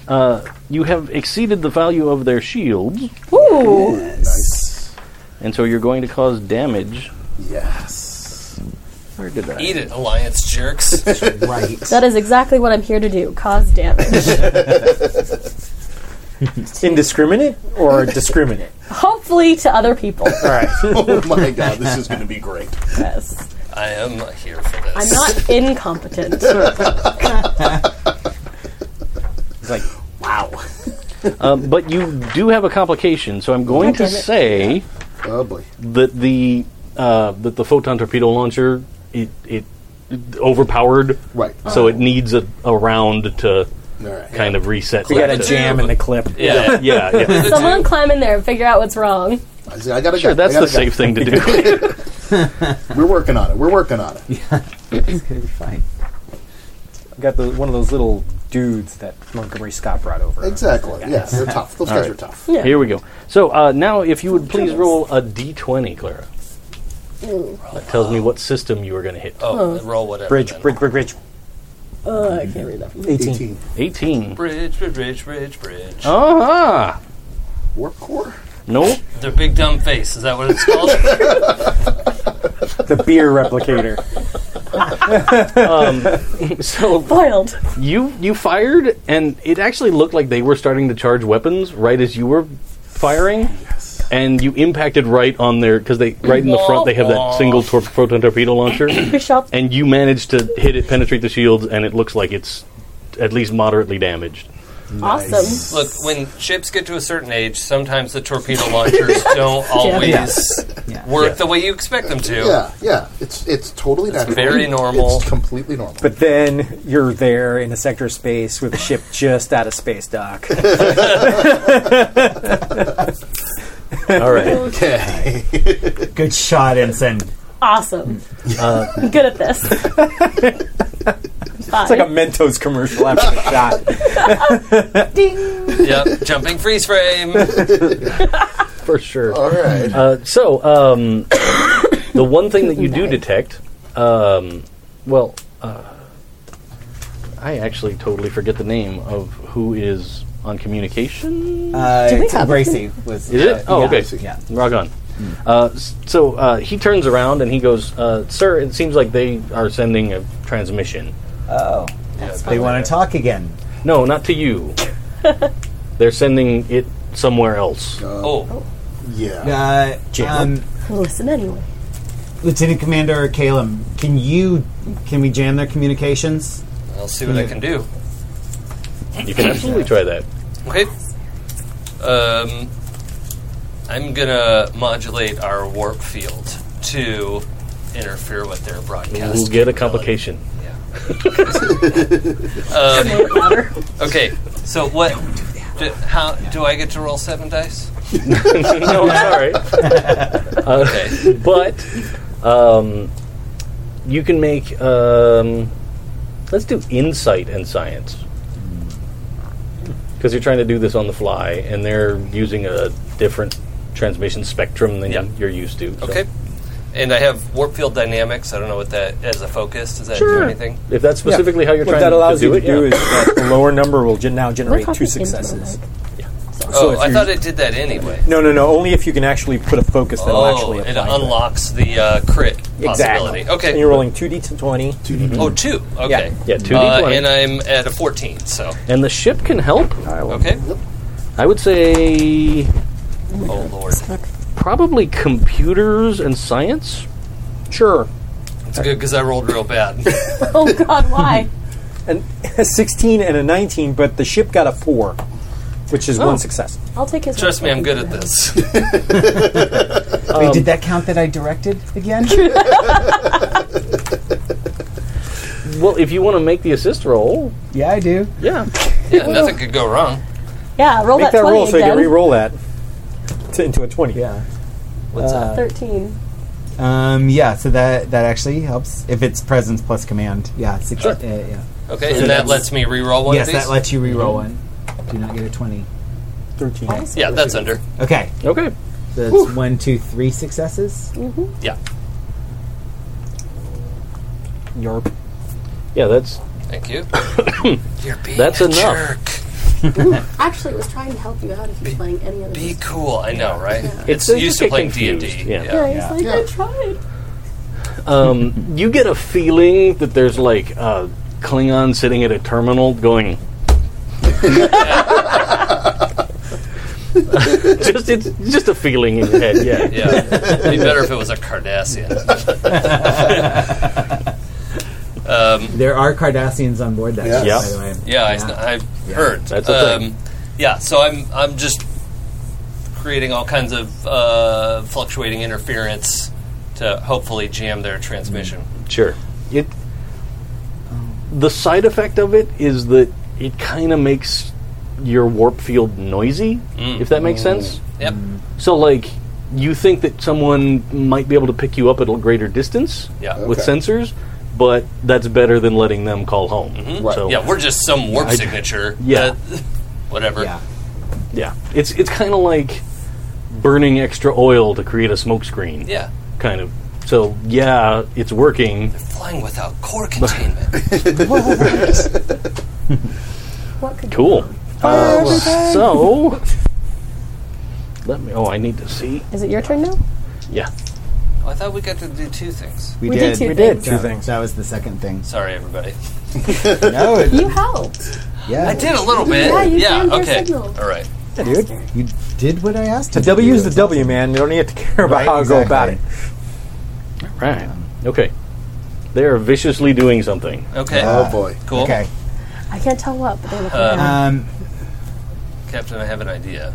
uh, you have exceeded the value of their shields,
Ooh.
nice.
and so you're going to cause damage.
Yes.
Where did I?
Eat it, Alliance jerks.
Right.
That is exactly what I'm here to do cause damage. *laughs*
Indiscriminate *laughs* or discriminate?
Hopefully to other people.
All right.
*laughs* Oh my god, this is going to be great.
Yes.
I am here for this.
I'm not
*laughs*
incompetent.
It's like,
Wow.
Um, but you do have a complication, so I'm going
God
to
damn it.
say.
Oh boy.
that the uh, that the photon torpedo launcher it it, it overpowered,
Right.
so it needs a, a round to
All right.
kind of reset.
we got a
that to-
jam in the clip.
yeah.
*laughs* Yeah, yeah.
Someone climb in there and figure out what's wrong.
I see, I got to
sure, that's the safe thing to *laughs* do.
We're working on it. We're working on it.
It's gonna be fine.
We got the, one of those little dudes that Montgomery Scott brought over.
Exactly. Yeah, they're tough. Those guys
right.
are tough.
Yeah.
Here we go. So uh, now, if you would please roll a d20, Clara. That tells me what system you are going to hit.
Oh, roll whatever.
Bridge,
then.
bridge, bridge, bridge.
Uh, I can't read that. From
18.
18.
18.
Bridge, bridge, bridge, bridge, bridge.
Uh-huh.
Warp core.
No,
The big dumb face. Is that what it's called?
The beer replicator.
*laughs* so
Foiled.
You you fired, and it actually looked like they were starting to charge weapons right as you were firing. And you impacted right on their because they right in the front they have that single tor- proton torpedo launcher,
We shot.
and you managed to hit it, penetrate the shields, and it looks like it's at least moderately *laughs* damaged.
Awesome.
Look, when ships get to a certain age, sometimes the torpedo launchers don't always
Yeah.
work
Yeah.
the way you expect them to.
Yeah, yeah. It's it's totally natural.
very normal.
It's completely normal.
But then you're there in a sector of space with a ship just out of space dock.
All right.
okay. *laughs*
Good shot, Ensign.
Awesome. I'm good at this. it's
Uh, *laughs* It's like a Mentos commercial after the shot.
ding.
*laughs* Yep. Jumping freeze frame.
For sure.
All right.
Uh, so, um, *coughs* the one thing that you do detect, um, well, uh, I actually totally forget the name of who is on communication.
Uh,
we
it's
have-
Gracie was.
Is it?
uh,
Oh,
yeah,
okay.
Yeah.
Rock on. Uh, s- so uh, he turns around and he goes, uh, "Sir, it seems like they are sending a transmission.
Oh, they want to talk again.
No, not to
*laughs*
you. They're sending it somewhere else.
Oh,
Yeah.
Uh, um,
Listen anyway.
Lieutenant Commander Calum, can you can we jam their communications?
I'll see what I can do.
You can absolutely try that.
Okay. Um, I'm gonna modulate our warp field to interfere with their broadcast.
We'll get a complication.
Louder.
Okay. So what? Do, how do I get to roll seven dice?
*laughs* no, sorry.
Okay.
but um, you can make. Um, let's do insight and science because you're trying to do this on the fly, and they're using a different transmission spectrum than
Yeah.
you're used to. so-
Okay. And I have warp field dynamics. I don't know what that as a focus. Does that do anything?
If that's *laughs* specifically how you're
What
trying
that
to-
allows
to do
you
it,
to do
yeah.
is that the lower number will gen- now
We're
generate
talking
two
into the
successes.
mic.
So
oh,
if
I
you-
thought it did that anyway.
No, no, no. Only if you can actually put a focus that'll
Oh,
actually
it
apply. to
unlocks the uh, crit
Exactly.
possibility.
And
Okay.
you're rolling 2d to 20.
Oh, two. Okay.
Yeah, two
Uh,
D20.
and I'm at a 14, so.
and the ship can help.
Okay.
I would say
Oh, Lord.
probably computers and science.
Sure.
It's good because I rolled real bad.
*laughs*
Oh God, why?
An, *laughs* a 16 and a 19, but the ship got a 4, which is
Oh.
one success.
I'll take his.
Trust me, I'm good at
*laughs*
this.
Wait, did that count that I directed *laughs* again?
Well, if you want to make the assist roll,
yeah, I do.
yeah.
Yeah, nothing could go wrong.
Yeah, roll that
Make that
twenty
roll so you
again.
can re-roll that to, into a 20.
Yeah.
Thirteen.
Um, yeah. So that that actually helps if it's presence plus command. Yeah. Six, uh, yeah.
Okay, and that lets me re-roll one
yes,
of these?
that lets you reroll one. Do not get a twenty.
13.
Oh.
yeah, that's under.
Okay.
Okay.
That's one, two, three successes.
Yeah.
Yarp.
Yeah, that's *coughs*
Thank you. You're being
That's
a
enough.
jerk.
Actually, it was trying to help you out if you're playing any other.
Be cool. I know, right? It's
It's- they just
used to
get
playing D&D.
confused, yeah.
Yeah, he's like, I tried.
Um, you get a feeling that there's like a Klingon sitting at a terminal going. *laughs* just it's just a feeling in your head, yeah.
Yeah. It'd be better if it was a Cardassian. um,
There are Cardassians on board that.
Yeah.
ship,
Yeah.
By the way.
yeah, I s- I've heard.
That's a thing.
Um, yeah, so I'm I'm just creating all kinds of uh, fluctuating interference to hopefully jam their transmission.
Sure. It the side effect of it is that it kind of makes your warp field noisy, if that makes sense.
Yep.
So, like, you think that someone might be able to pick you up at a greater distance
Yeah.
with
Okay.
sensors, but that's better than letting them call home.
Right.
So,
Mm-hmm. Yeah, we're just some warp
I-
signature.
Yeah.
that- *laughs* whatever.
Yeah.
yeah. It's it's kind of like burning extra oil to create a smokescreen,
Yeah.
kind of. So, yeah, it's working.
Flying without core containment.
What could
Cool. Uh, so, let me. Oh, I need to see.
Is it your turn now?
Yeah.
Oh, I thought we got to do two things.
We did two We did things.
two
That-
things.
That was the
*laughs*
second thing.
Sorry, everybody.
No, it-
You helped.
yeah,
I did a little bit.
Yeah, you jammed your
okay.
signal.
All right.
dude, you did what I asked.
The
you to
W is
do.
the W, man. You don't need to care about
Right,
how I go about it.
exactly.
Right. Okay. They are viciously doing something.
Okay.
Oh boy.
cool.
Okay.
I can't tell what, but they look
Uh,
like
Um,
Captain, I have an idea.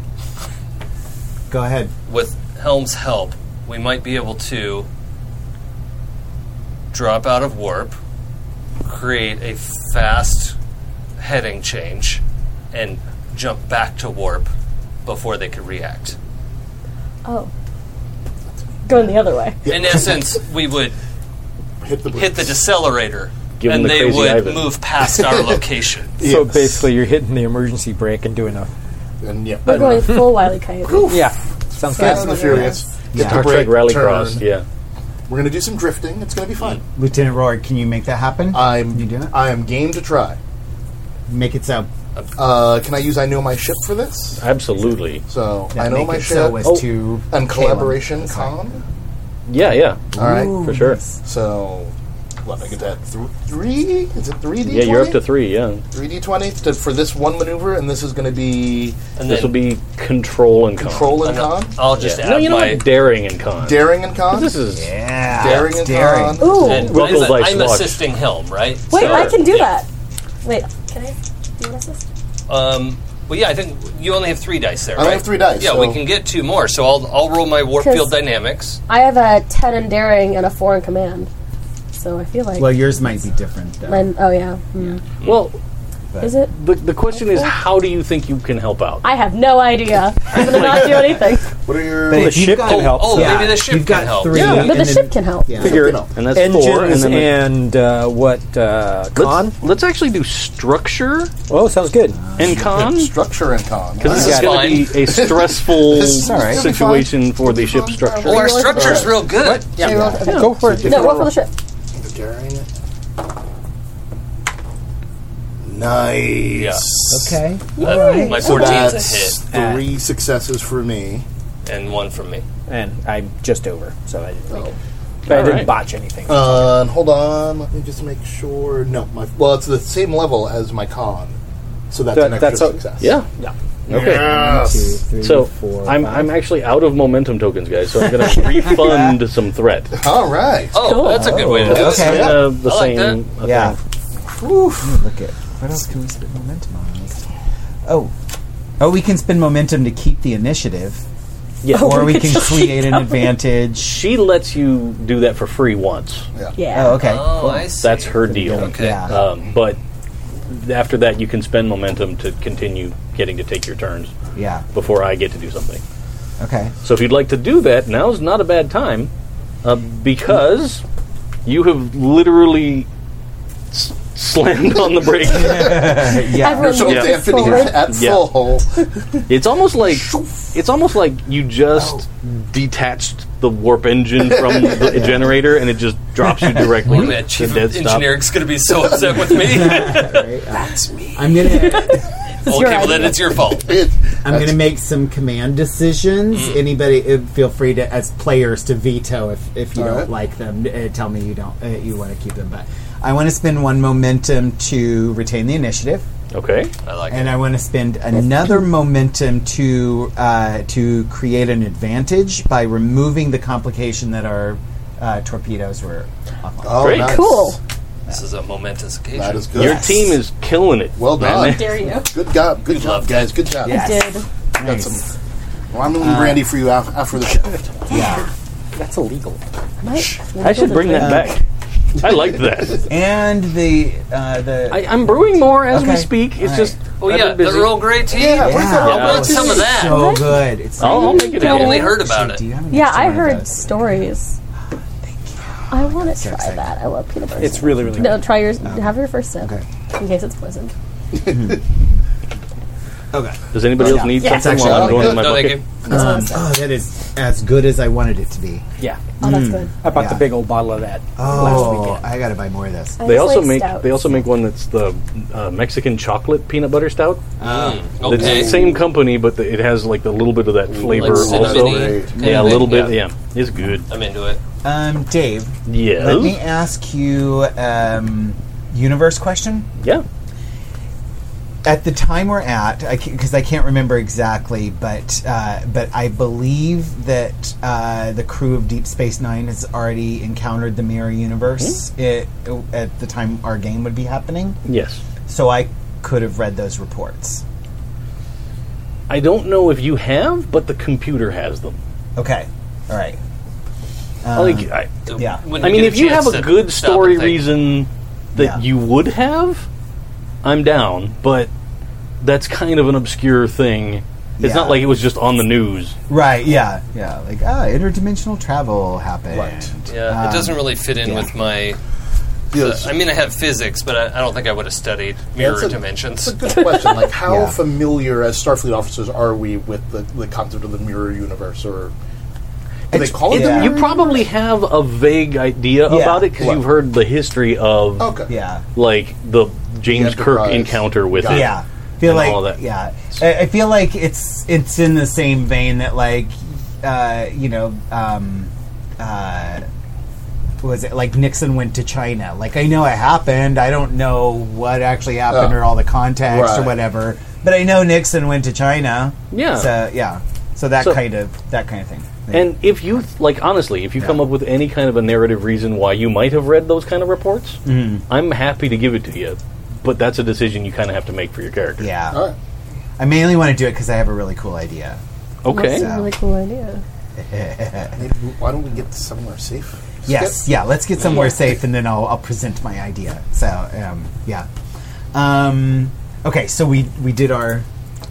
go ahead.
With Helm's help, we might be able to drop out of warp, create a fast heading change, and jump back to warp before they could react.
Oh. Going the other way.
In essence, we would
Hit the
hit the decelerator,
Give 'em
and
the
they
crazy
would
Ivan.
move past
*laughs*
our location.
So basically, you're hitting the emergency brake and doing a
and yeah,
We're going full Wily Coyote.
yeah. Sounds
Fast and
good.
the Furious. Hit the
Star
brake,
Trek Rally
turn.
Cross. Yeah.
We're gonna do some drifting. It's gonna be fun.
Lieutenant Roy, can you make that happen?
I'm
you do it.
I am game to try.
make it so.
Uh, can I use I know my ship for this?
Absolutely.
So
Yeah,
I know
make
my
it
ship
so as
Oh.
to
and collaboration
Caleb.
com.
Yeah. Yeah.
All right.
For sure.
So what I get that th- three? Is it three D?
Yeah. You're up to three. Yeah.
three D twenty to for this one maneuver, and this is going to be
And
This will
then
be control and con.
control and
and I'll-
con,
I'll just
Yeah.
add
No, you know
my.
what? Daring and con.
daring and con,
This is.
Yeah,
daring and
it's daring.
con.
Ooh.
and
Wait,
Well,
I'm,
those lights
I'm
locked.
assisting Helm, right?
I can do that. Wait.
Can I? Do you want to assist?
Um, well, yeah, I think you only have three dice there.
I only
right?
have three dice,
Yeah,
so-
we can get two more. So I'll I'll roll my warp
'Cause-
field dynamics.
I have a 10 in daring and a 4 in command. So I feel like.
Well, yours might be different though.
mine, oh, yeah. Hmm.
Well,
Is it?
the, the question is, how do you think you can help out?
I have no idea. I'm going to not do anything.
What are your?
But
The
if you've
ship
got-
can help.
Oh,
Yeah,
maybe the ship
you've got
can help.
three,
Yeah.
But
and
the
then-
ship can help.
Yeah.
Figure
Something else.
And that's four. And
engines
then
and,
the-
uh, what uh, con?
Let's, let's actually do structure
Oh, sounds good.
and con.
structure and con.
Because this is
Got it.
going to be a stressful
This is alright.
situation for the ship
Fine.
structure.
Oh, our
Or-
structure's real good.
They rolled- okay.
Go for it.
No, roll for the ship.
Daring. Nice.
Yeah.
Okay.
Uh, my
So
14's
that's
a
three successes for me.
hit, and one from me.
And I'm just over, so I didn't make it. But I
All
didn't
right.
botch anything.
Uh, hold on, let me just make sure. No, my well, it's the same level as my con, so that's
That-
an extra
that's a-
success.
Yeah.
Yeah.
Okay.
Yes.
so i I'm I'm actually out of momentum tokens, guys. So I'm going to refund some threat.
All right.
Oh, that's a good way to do it.
Okay.
Kinda the
I like
same. I
Yeah.
think.
Hmm, Look at what else can we spend momentum on? Let's- Oh,
Oh, we can spend momentum to keep the initiative.
Yeah.
or
we
we
could
can
just
create an advantage.
She lets you do that for free once.
Yeah.
Oh, okay.
Oh, I see.
That's her deal.
Okay.
Yeah.
Um, but after that, you can spend momentum to continue getting to take your turns
yeah.
before I get to do something.
Okay.
So if you'd like to do that, now's not a bad time uh, because you have literally s- slammed on the brake.
Yeah.
Everyone
So
moves
they have to
forward.
*laughs* at
Yeah.
full hole.
It's almost like it's almost like you just detached the warp engine from the generator and it just drops you directly.
Wait a minute, Chief
to dead
of
stop.
Engineering's going to
*laughs*
be so upset with me. okay,
I'm gonna
This is your
well, then
idea.
it's your fault.
I'm gonna make some command decisions.
Mm.
Anybody, uh, feel free to as players to veto if if you
All
don't
right.
like them. Uh, tell me you don't uh, you want to keep them, but. I want to spend one momentum to retain the initiative,
Okay.
I like it.
and I want to spend another momentum to uh, to create an advantage by removing the complication that our uh, torpedoes were. Off on.
Oh,
Great.
nice.
Cool.
This is a momentous occasion.
That is good.
Your team is killing it.
Well done.
Dare you.
Good job. Good job, guys. Good job.
Yeah.
I
Yes.
did.
Got some Romulan
Uh,
brandy for you af- after the show.
Yeah,
That's illegal.
Might,
I should bring that back. I like that.
and the uh, the
I, I'm brewing more as we
Okay.
speak. It's
All right.
just
Oh,
I've
yeah,
been busy.
the Earl Grey tea?
Yeah,
Yeah.
where's the
I
Romulan
want some of
tea?
that.
so good. It's
I'll, I'll make it.
I
happen.
only heard about
Do
it.
you have an
Yeah,
extra
I
one of
heard
those?
stories. I want to try that. I love peanut butter.
It's really, really
No, try yours. Have your first sip. In case it's poisoned.
Mm.
Okay.
Does anybody else need
Yeah. It's
something
actually
while I'm going
not good.
in my
No, thank
bucket?
you.
That's what I'm saying.
Oh, that is as good as I wanted it to be.
Yeah.
Oh, that's good.
I bought
Yeah.
the big old bottle of that last
Oh,
weekend.
I gotta buy more of this.
I
They
just
also
like
make
stouts.
they also make one that's the uh, Mexican chocolate peanut butter stout.
Mm.
It's
Okay.
the same company, but the, it has like a little bit of that flavor
Like
also.
cinnamony kind
Yeah, a
of
little
thing.
bit. Yeah. it's good.
I'm into it.
Um, Dave,
Yes.
let me ask you um, universe question.
Yeah.
At the time we're at, because I, can't remember exactly, but uh, but I believe that uh, the crew of Deep Space Nine has already encountered the mirror universe it, at the time our game would be happening.
Yes.
So I could have read those reports.
I don't know if you have, but the computer has them.
Okay. All right. Uh.
like, I,
Yeah.
When
I
we
mean,
get
if you
chance
have a
to
good
stop and
story
think.
reason that
Yeah.
you would have, I'm down. But that's kind of an obscure thing. It's
Yeah.
not like it was just on the news.
Right, yeah, yeah. Like, ah, interdimensional travel happened. Right.
Yeah, it doesn't really fit in
Ah.
yeah.
with my.
Yes.
I mean, I have physics, but I, I don't think I would have studied mirror
That's a-
dimensions.
That's a good question. Like, how
Yeah.
familiar as Starfleet officers are we with the, the concept of the mirror universe, or do they call it?
it's-
the
You
mirror?
probably have a vague idea
Yeah. Oh.
about it because
What?
you've heard the history of
Okay.
Yeah.
like the James Kirk
Enterprise.
encounter with
Got
it.
it.
Yeah. Feel
And
like
all that.
yeah. I, I feel like it's it's in the same vein that like uh, you know um, uh, what was it like Nixon went to China? Like I know it happened. I don't know what actually happened
Oh.
or all the context or
Right.
whatever. But I know Nixon went to China.
Yeah.
So yeah. So that
So-
kind of that kind of thing.
And if you like, honestly, if you come up with any kind of a narrative reason why you might have read those kind of reports,
Mm-hmm.
I'm happy to give it to you. But that's a decision you kind of have to make for your character.
yeah.
All right.
I mainly want to do it because I have a really cool idea.
Okay.
That's a really cool idea.
Maybe, why don't we get somewhere safe?
Yes, yeah. Let's get somewhere safe, and then I'll, I'll present my idea. So, um, yeah. Um, okay, so we we did our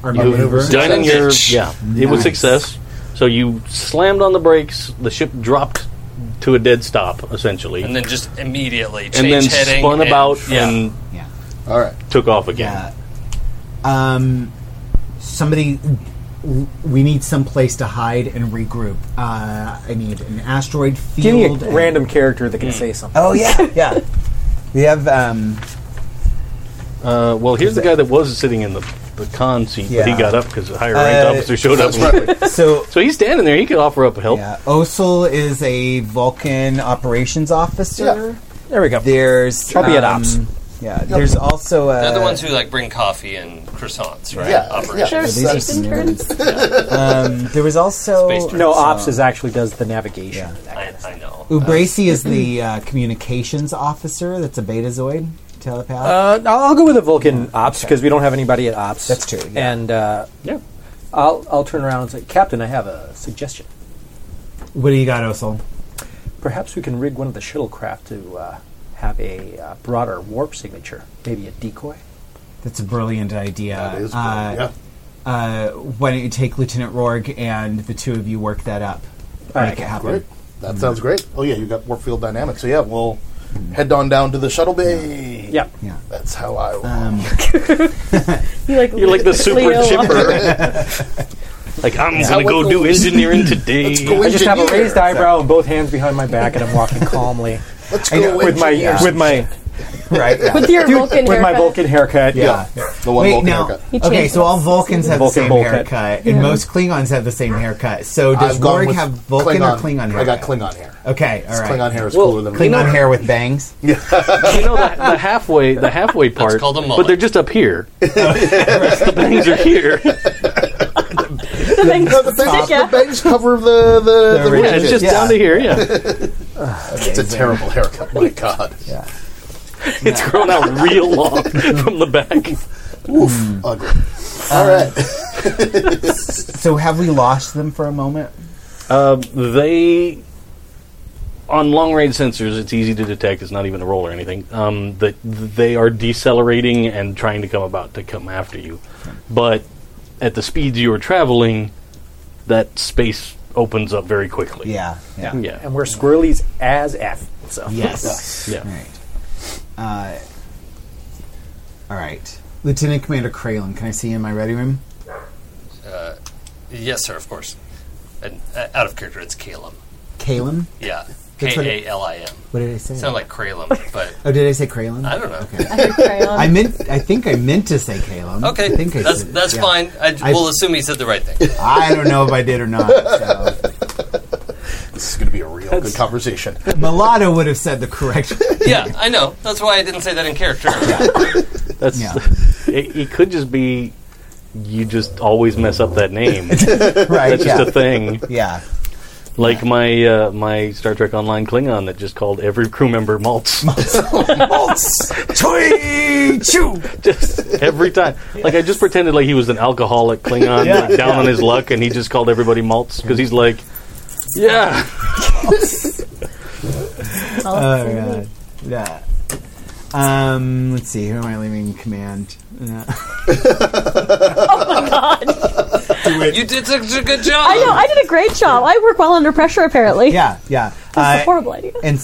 our
You
maneuver.
done in your
Success.
yeah. It was
Nice.
success. So you slammed on the brakes. The ship dropped to a dead stop, essentially,
and then just immediately change
and then
heading
spun
and-
about
yeah.
and
Yeah.
All right.
took off again.
Yeah. Um, somebody, w- we need some place to hide and regroup. Uh, I need an asteroid
Give me a
field. and-
random character that can say something.
Oh yeah, yeah. We have um,
Uh, well, here's the guy that was sitting in the, the con seat, but
Yeah.
he got up because a higher ranked
Uh,
officer showed up.
so
So he's standing there. He could offer up help.
yeah. Osel is a Vulcan operations officer.
Yeah.
There we go.
There's
I'll be at
um,
ops.
Yeah, there's also uh,
They're the ones who like bring coffee and croissants, right?
Yeah,
Operation.
oh,
yeah.
Sure,
these are
space interns.
um, there was
Space
also
Jam.
No, ops is actually does the navigation.
I, I know.
Ubracy is the uh, communications officer. That's a Betazoid telepath.
Uh, I'll I'll go with the Vulcan ops because we don't have anybody at ops.
That's true, yeah.
And uh,
Yeah.
I'll I'll turn around and say, Captain, I have a suggestion.
what do you got, Osel?
Perhaps we can rig one of the shuttlecraft to uh, have a uh, broader warp signature, maybe a decoy.
That's a brilliant idea.
That is
uh,
brilliant,
uh, why don't you take Lieutenant Rorg and the two of you work that up?
All
Make
right,
it happen.
Great. That
Mm-hmm.
sounds great. Oh yeah, you got warp field dynamics. So yeah, we'll head on down to the shuttle bay.
Yeah.
Yeah.
That's how I. will
Um,
You like,
You're *laughs* like the super
Leo
*laughs*
chipper. like I'm gonna go do engineering today.
Let's go
I just have a
engineer.
raised eyebrow and both hands behind my back, and I'm walking calmly
Let's
I know,
go
with my
engineer.
with my
right.
*laughs*
Yeah.
With your Vulcan
with my
haircut.
Vulcan haircut.
yeah.
the *laughs* one
Wait,
Vulcan
now-
haircut.
He
Okay,
changed
so all
us.
Vulcans have
Vulcan
the same
bowl cut.
haircut, and most Klingons have the same haircut. So does
I've gone
Rorg
with
have Vulcan or Klingon hair?
I got Klingon hair.
Okay, all right.
Klingon hair is cooler than
Klingon hair with bangs.
You know the, the halfway, the halfway part.
called a mullet.
But they're just up
*laughs*
here. the bangs are here.
*laughs* Thanks.
*laughs*
No, the, bangs,
Stick out.
the bangs cover the the, the,
ridges.
Yeah, it's just
Yeah.
down to here. Yeah,
It's a terrible haircut. My God.
it's grown out real long *laughs* from the back.
Oof. Ugly. All right.
So have we lost them for a moment?
They on long range sensors, it's easy to detect. It's not even a roll or anything. Um, that they are decelerating and trying to come about to come after you, but at the speeds you are traveling, that space opens up very quickly.
Yeah. Yeah.
yeah,
and we're squirrelies as f. So *laughs*
Yes.
Yeah.
All right. Uh, all right. Lieutenant Commander Kralin, can I see you in my ready room?
Yes, sir. Of course. And uh, out of character, it's Caleb.
Kalem?
Yeah,
That's what
K
it-
A L I M.
What did I say?
Sound like Kralum, but
oh, did I say Kralin?
I don't know.
I meant. I think I meant to say Kalem.
Okay,
I think I
that's
said-
that's
yeah.
fine. I,
I-
we'll assume he said the right
*laughs*
thing.
I don't know if I did or not.
*laughs*
So.
This is going to be a real good conversation.
Mulatto would have said the correct.
yeah, I know. That's why I didn't say that in character.
that's
Yeah.
*laughs* it, it. Could just be you just always mess up that name.
right.
That's
*laughs* yeah.
just a thing.
yeah.
Like my uh, my Star Trek Online Klingon that just called every crew member Maltz. just every time. Like I just pretended like he was an alcoholic Klingon, like, down on his luck, and he just called everybody Maltz because he's like, yeah,
It's all
Oh
the same.
god. Yeah. Um, let's see. Who am I leaving command? Uh,
You did such a good job.
I know. I did a great job. I work well under pressure, apparently.
yeah, yeah.
That's a
Uh,
horrible idea.
and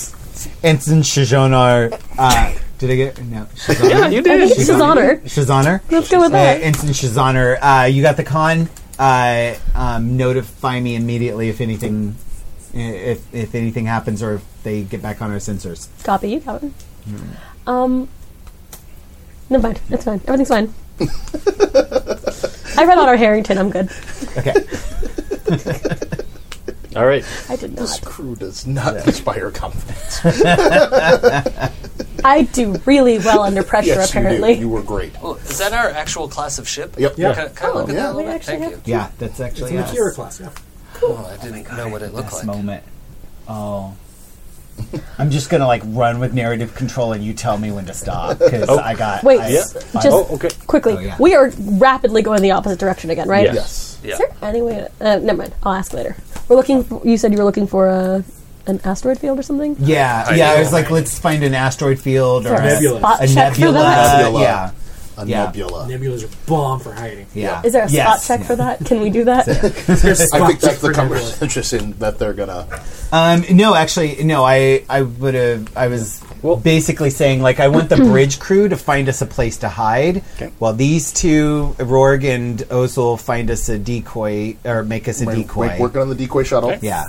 Ensign Shizonar. Uh, did I get no?
*laughs*
Shizonar.
Yeah, you did.
She's honored.
Shizonar.
*laughs* Let's go with
Uh,
that.
Ensign Shizonar. Uh, you got the con. Uh, um, notify me immediately if anything, if if anything happens or if they get back on our sensors.
Copy. You got it. Um, never mind. It's fine. Everything's fine. I read Otter Harrington. I'm good.
Okay.
All right.
I did
This
not.
crew does not inspire confidence.
I do really well under pressure,
yes,
apparently.
you do. You were great.
Oh, is that our actual class of ship?
Yep. Yeah.
Can, can I look
Yeah.
at that a little
We
bit?
actually
Thank
have-
you.
Yeah, that's actually
It's
us.
Akira class, yeah.
Oh, I didn't know what it looked
This
like.
moment. Oh. *laughs* I'm just gonna like run with narrative control, and you tell me when to stop because
Oh.
I got
Wait,
I-
s-
I-
just
Oh, okay.
quickly.
Oh, yeah.
We are rapidly going the opposite direction again, right?
Yes.
Yes.
Yeah.
Is there any way? To, uh, never mind. I'll ask later. We're looking. For, you said you were looking for a, an asteroid field or something.
yeah,
I
yeah. I
know,
was like,
right?
let's find an asteroid field or
Is there
a,
nebula.
spot
a
check
nebula.
for that?
Nebula.
Yeah,
A
Yeah.
nebula.
Nebulas are bomb for hiding.
yeah.
Is there a
Yes.
spot check for that? Can we do that?
I think that's the conversation that they're gonna.
Um, no, actually, no. I I would have. I was basically saying like I
*clears throat*
want the bridge crew to find us a place to hide, while these two, Rorg and Ozil, find us a decoy or make us a
We're-
decoy.
we're working on the decoy shuttle.
Yeah,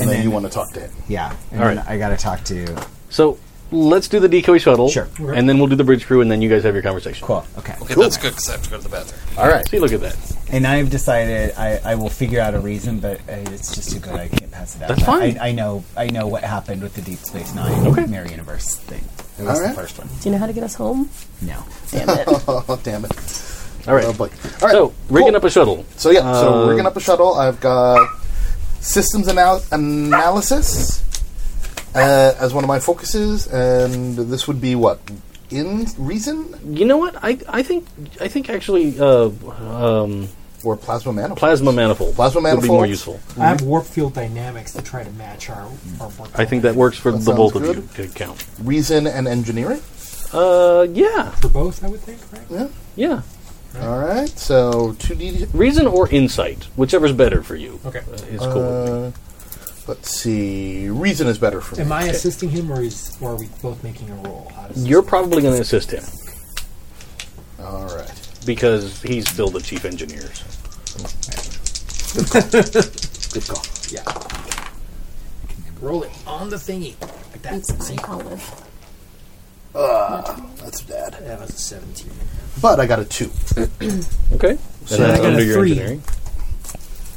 And, then, you want to talk to him.
Yeah. And
All
then
right.
I got to talk to.
So let's do the decoy shuttle.
Sure.
And then we'll do the bridge crew, and then you guys have your conversation.
Cool. Okay.
Okay, that's good because I have to go to the bathroom.
All right. See, look at that.
And I've decided I, I will figure out a reason, but uh, it's just too good. I can't pass it up.
That's fine.
I, I know. I know what happened with the Deep Space Nine
Okay.
Mirror Universe thing. It was
All right.
the first one.
do you know how to get us home?
No.
Damn it.
*laughs* Oh damn it!
All right.
Oh, boy. All right.
So rigging
cool.
up a shuttle.
So yeah, so
Uh,
rigging up a shuttle. I've got systems anal- analysis uh, as one of my focuses, and this would be what in reason
You know what? I I think I think actually uh, um,
or plasma manifold.
plasma manifold.
Plasma
would be more
manifold.
useful.
I have warp field dynamics to try to match our, our work.
I think that works for
That
the both
sounds
of you to count.
reason and engineering.
Uh, yeah,
for both, I would think, right?
Yeah.
yeah.
All right. So two D.
Reason or insight, whichever's better for you.
Okay.
Uh, is cool. with me.
Uh, let's see. Reason is better for me.
Am I assisting him, or is or are we both making a roll? How does this
You're
work?
probably going to assist him
All right.
because he's still the chief engineers.
Good call.
rolling on the thingy like that. See,
I'll live.
That's bad.
that was a seventeen.
But I got a two.
Okay.
So
And
I
that's
got a
under your
three.
engineering.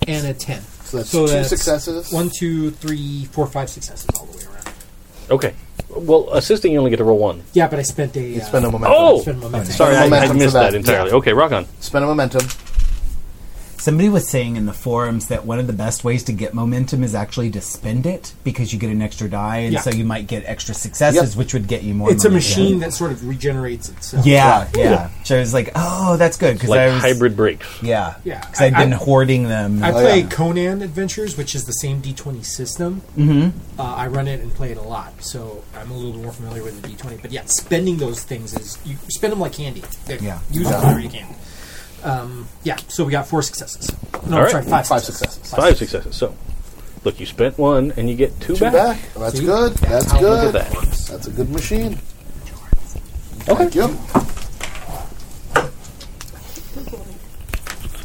and a ten.
So that's two successes.
One, two, three, four, five successes all the way around.
Okay. Well, assisting you only get to roll one.
Yeah, but I spent a. Uh,
Spend a momentum.
Oh,
spend momentum.
sorry, I, I
Momentum for
missed
that.
that entirely. Okay, rock on.
Spend a momentum.
Somebody was saying in the forums that one of the best ways to get momentum is actually to spend it because you get an extra die, and
Yeah.
so you might get extra successes,
Yep.
which would get you more.
It's a
momentum.
machine that sort of regenerates itself.
Yeah, yeah. So I was like, oh, that's good because I
Like
was
hybrid brakes.
Yeah,
Yeah,
Because I'd
I-
been
I-
hoarding them. Oh,
I play
yeah.
Conan Adventures, which is the same D20 system. Mm-hmm. Uh, I run it and play it a lot, so I'm a little bit more familiar with the D20. But yeah, spending those things is you spend them like candy. They're-
Yeah.
use them whenever you can. Um, yeah, so we got four successes. No,
All right.
sorry, five,
Five
successes.
successes.
Five successes. So, look, you spent one and you get two,
Two back. That's
See?
good. That's
how
good.
good that
That's a good machine. Thank you.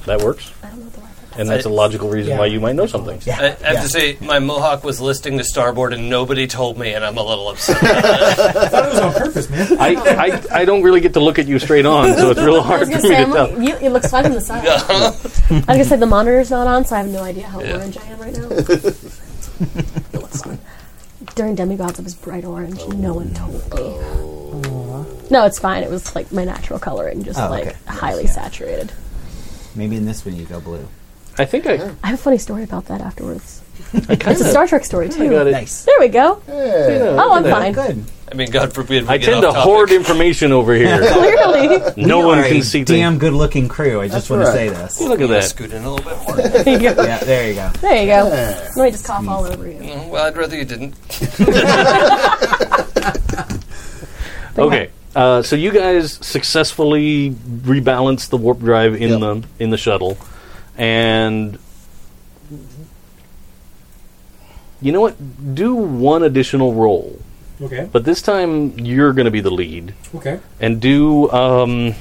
That works.
I don't know the Wi-Fi.
And that's a logical reason
Yeah.
why you might know something.
I, I have to say, my mohawk was listing to starboard, and nobody told me, and I'm a little upset.
I thought it was on purpose, man.
I, I, I don't really get to look at you straight on, so it's real
*laughs* I
hard
was
for me
gonna say
to
I'm,
tell.
you, it looks fine on the side. I was gonna say the monitor's not on, so I have no idea how orange I am right now. it looks fine. During Demigods, it was bright orange. No one told me. No, it's fine. It was like my natural color and just
Oh,
like
okay.
highly saturated.
Maybe in this one you go blue.
I think I,
I have a funny story about that afterwards.
I kind
It's a
of
Star Trek story too.
got it.
Nice.
There we go.
Yeah,
Oh, I'm
look at that.
fine.
Good.
I mean, God forbid. We
I
get
tend to
off topic.
hoard information over
*laughs*
here. *laughs*
*laughs* Clearly.
no one
You're a
can see
Damn
things.
good looking crew. I just
That's
want
right.
to say this.
Look at
Yeah,
that.
Scoot in a little bit more.
There you go.
Yeah, there you go.
There you go. Let me just cough all over you.
Mm, well, I'd rather you didn't.
Okay. Uh, so you guys successfully rebalance the warp drive in the in the shuttle, and you know what? Do one additional roll,
Okay.
but this time you're going to be the lead,
Okay.
and do um,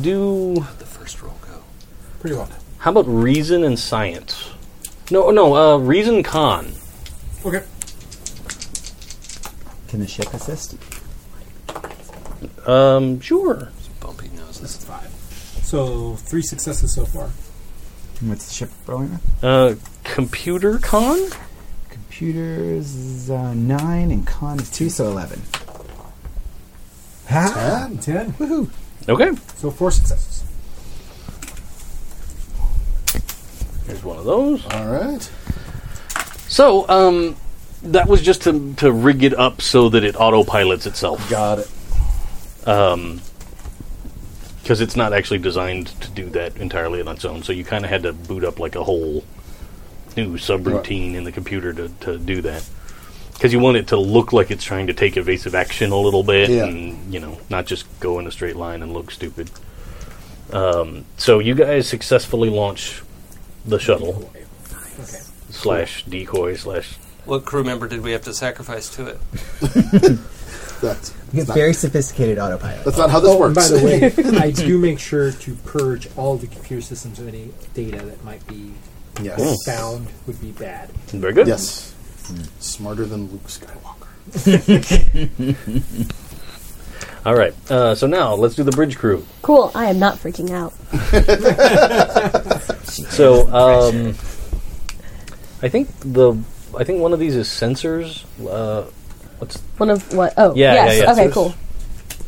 do
The first roll go.
Pretty well.
how about reason and science? No, no, uh, reason con.
Okay.
Can the ship assist?
Um, sure.
Bumpy noses.
Five. So three successes so far.
What's the ship rolling with?
Uh, computer con.
Computers is, uh, nine and con is two, so eleven. Ha!
Ten.
Okay.
So four successes.
Here's one of those.
All right.
So, um, that was just to, to rig it up so that it autopilots itself.
Got it.
Because it's not actually designed to do that entirely on its own. So you kind of had to boot up like a whole new subroutine in the computer to, to do that. Because you want it to look like it's trying to take evasive action a little bit
Yeah.
and, you know, not just go in a straight line and look stupid. Um, so you guys successfully launch the shuttle
Okay.
slash decoy slash
What crew member did we have to sacrifice to it?
That's,
We got very sophisticated autopilot.
that's not how this
oh, and
works.
by the
*laughs*
way, I do make sure to purge all the computer systems of any data that might be
yes.
found would be bad.
very good.
Yes. Smarter than Luke Skywalker.
All right. Uh, so now let's do the bridge crew.
Cool. I am not freaking out.
*laughs*
So um, I think the I think one of these is sensors. Uh, what's
One of what? Oh,
Yeah, yeah,
yes.
yeah.
Okay, cool.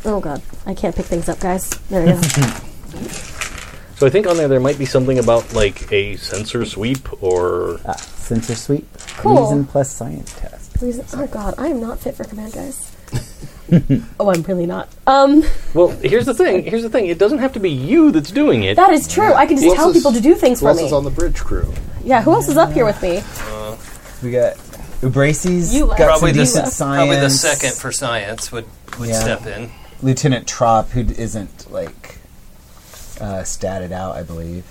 Oh god, I can't pick things up, guys. There we go.
so I think on there there might be something about like a sensor sweep or
Ah, sensor sweep.
Cool.
Reason plus science test.
Reason- oh god, I am not fit for command, guys. oh, I'm really not. Um,
well here's the thing here's the thing it doesn't have to be you that's doing it
that is true. I can just
Who
tell
else is-
people to do things
Who
for
else
me.
is on the bridge crew?
yeah, who else is up here with me?
We got Ubraces.
You
got
left.
some
Probably the,
decent
s-
science.
probably the second for science would, would
Yeah.
step in.
Lieutenant Trop, who isn't like uh, statted out, I believe.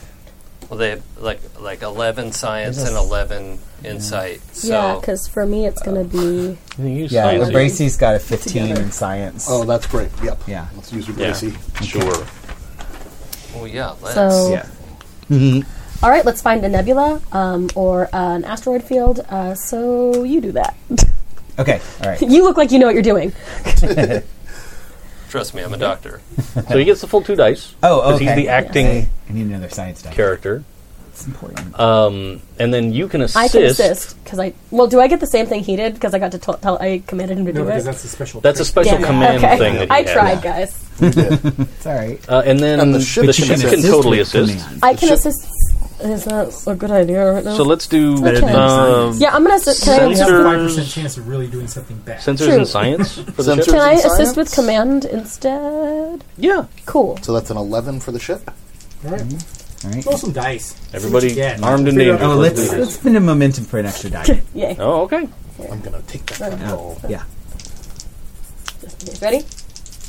Well, they have like like eleven science
There's a
and
s-
eleven insight. So
yeah, because for me it's gonna be.
I think you
Yeah,
science it.
Ubraces got a fifteen
Together.
in science.
Oh, that's great. Yep.
Yeah.
Let's use your
Yeah.
Gracie.
sure
well, yeah, let's.
So,
yeah.
all right, let's find a nebula um, or uh, an asteroid field. Uh, so you do that.
Okay.
*laughs*
All right.
you look like you know what you're doing.
Trust me, I'm a doctor.
so he gets the full two dice
Oh,
'cause he's
okay.
the acting
I need another science die.
character
It's important.
um, and then you can assist
I can assist because I. Well, do I get the same thing he did? Because I got to tell. tell I commanded him to
No,
do it.
because that's a special.
that's a
trick.
special
Damn it.
command
okay.
thing that he
I
has.
tried, guys.
it's all right.
Uh, and then
And the ship
the
can
ship can
assist
totally
with
assist.
command.
I can
ship-
assist. Is that a good idea right now?
So let's do
Okay.
um,
yeah, I'm gonna. Assi- can I,
You
Sensor-
have a
assist,
five percent chance of really doing something bad.
sensors
True.
and science for the
Sensors.
ship.
can I
and
assist
science?
with command instead?
Yeah,
Cool.
So that's an 11 for the ship.
All right.
All right.
Roll some dice.
everybody
Yeah.
armed and
Figure
dangerous.
out-
Oh,
Let's
let's
do this.
let's spend a momentum for an extra die.
Yay.
Oh, okay.
I'm going to take that.
Oh, yeah.
Ready?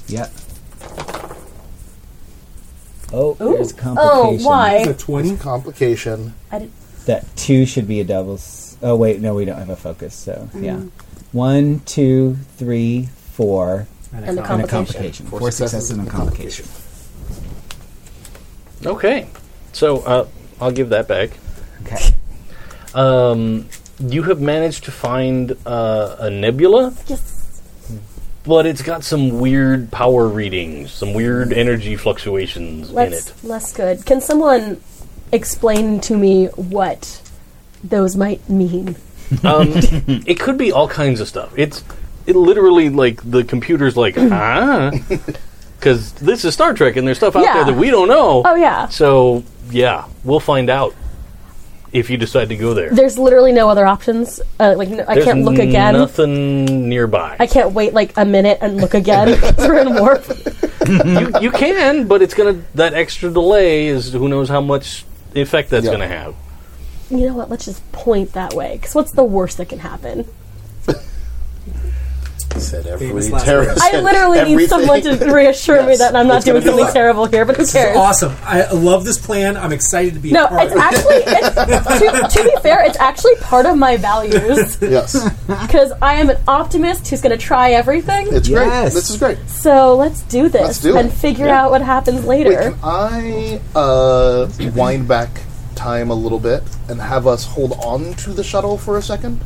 Yeah. Oh, there's a complication.
Oh, why?
It's a twenty.
Complication.
I did.
That two should be a double. S- oh wait, no, we don't have a focus. So yeah, one, two, three, four,
And the
and a
Complication.
complication. Four, successes and a complication.
Okay. So uh, I'll give that back.
Okay.
Um, you have managed to find uh, a nebula,
Yes.
but it's got some weird power readings, some weird energy fluctuations in it.
Less less good. Can someone explain to me what those might mean?
Um, it could be all kinds of stuff. It's it literally like the computer's like ah, because this is Star Trek and there's stuff out
Oh, Yeah.
there that we don't know.
Oh yeah.
So yeah, we'll find out. if you decide to go there.
There's literally no other options. Uh, like no, I
There's
can't look again.
Nothing nearby.
I can't wait like a minute and look again.
*laughs*
We're in warp.
you, you can, but it's gonna that extra delay is who knows how much effect that's
Yeah.
gonna have.
You know what? Let's just point that way. Because what's the worst that can happen?
Said every
Famous last
terrorist. *laughs*
I literally need someone to reassure me that I'm not
It's gonna
doing
be
something
fun.
terrible here. But who cares?
Awesome. I love this plan. I'm excited to be
No,
a part
it's
of it.
actually it's, to, to be fair, it's actually part of my
*laughs*
values
*laughs*
Yes,
because I am an optimist who's going to try everything.
it's
Yes.
great. This is great.
So let's do this
Let's do
and
it.
figure out what happens later.
Wait, can I uh, wind back time a little bit and have us hold on to the shuttle for a second?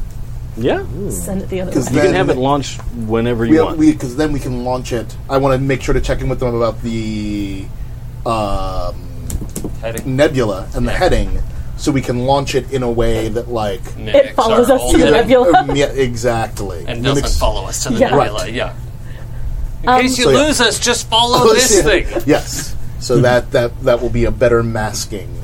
Yeah,
Send it the other
'Cause
way.
you can
then-
have it launched whenever you
We
want.
because then we can launch it. I want to make sure to check in with them about the um,
Heading.
nebula and the heading, so we can launch it in a way that like.
*laughs*
mimics
It follows
our
us
own
to the
heading
nebula.
*laughs* Um, yeah, exactly.
And doesn't
Mimics- *laughs*
follow us to the
Yeah.
nebula.
Right.
Yeah. In
Um,
case you
So, yeah.
lose us, just follow
*laughs*
this thing.
Oh, Yes. So
Hmm.
that that that will be a better masking.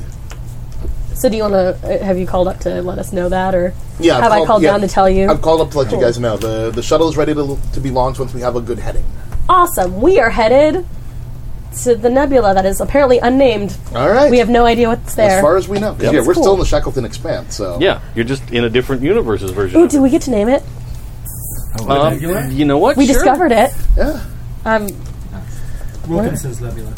So do you want to? Have you called up to let us know that, or
Yeah. I've
have I called
yeah,
down to tell you?
I've called up to let you guys know the the shuttle is ready to to be launched once we have a good heading.
awesome. We are headed to the nebula that is apparently unnamed.
All right.
We have no idea what's there.
As far as we know, 'Cause, yeah,
That's
we're
cool.
still in the Shackleton Expanse, so *laughs*
yeah, you're just in a different universe's version.
Ooh,
of it.
do we get to name it?
Um, you know what?
We
Sure.
discovered it.
yeah,
Um,
Wilkinson's Nebula.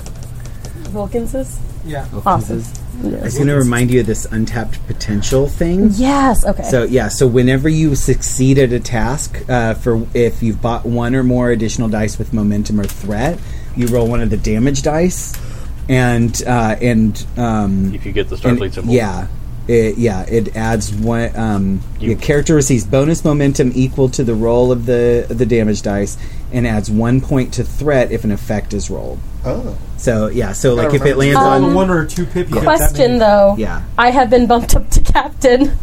Wilkins's.
Yeah.
Awesome.
I was going to remind you of this untapped potential thing.
Yes. Okay.
So yeah, so whenever you succeed at a task, uh, for if you've bought one or more additional dice with momentum or threat, you roll one of the damage dice, and uh, and um,
If you get the
and-
Starfleet symbol,
yeah, it, yeah, it adds one. Um,
You-
your character receives bonus momentum equal to the roll of the the damage dice, and adds one point to threat if an effect is rolled.
oh,
So yeah, so like if
remember
it lands
Well,
on
a one or a two pip. you get that
Question
many.
though.
yeah.
I have been bumped up to captain.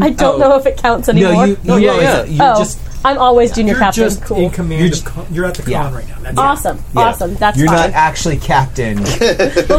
I don't
Oh.
know if it counts anymore.
No, you, you
yeah,
realize
yeah.
that you
oh,
just
I'm always junior
You're
captain.
just
cool.
in command.
You're
You're,
just-
con- you're at the con
Yeah.
right now. That's
Awesome.
Yeah.
Awesome. That's
you're
fine.
not
*laughs*
actually captain.
we'll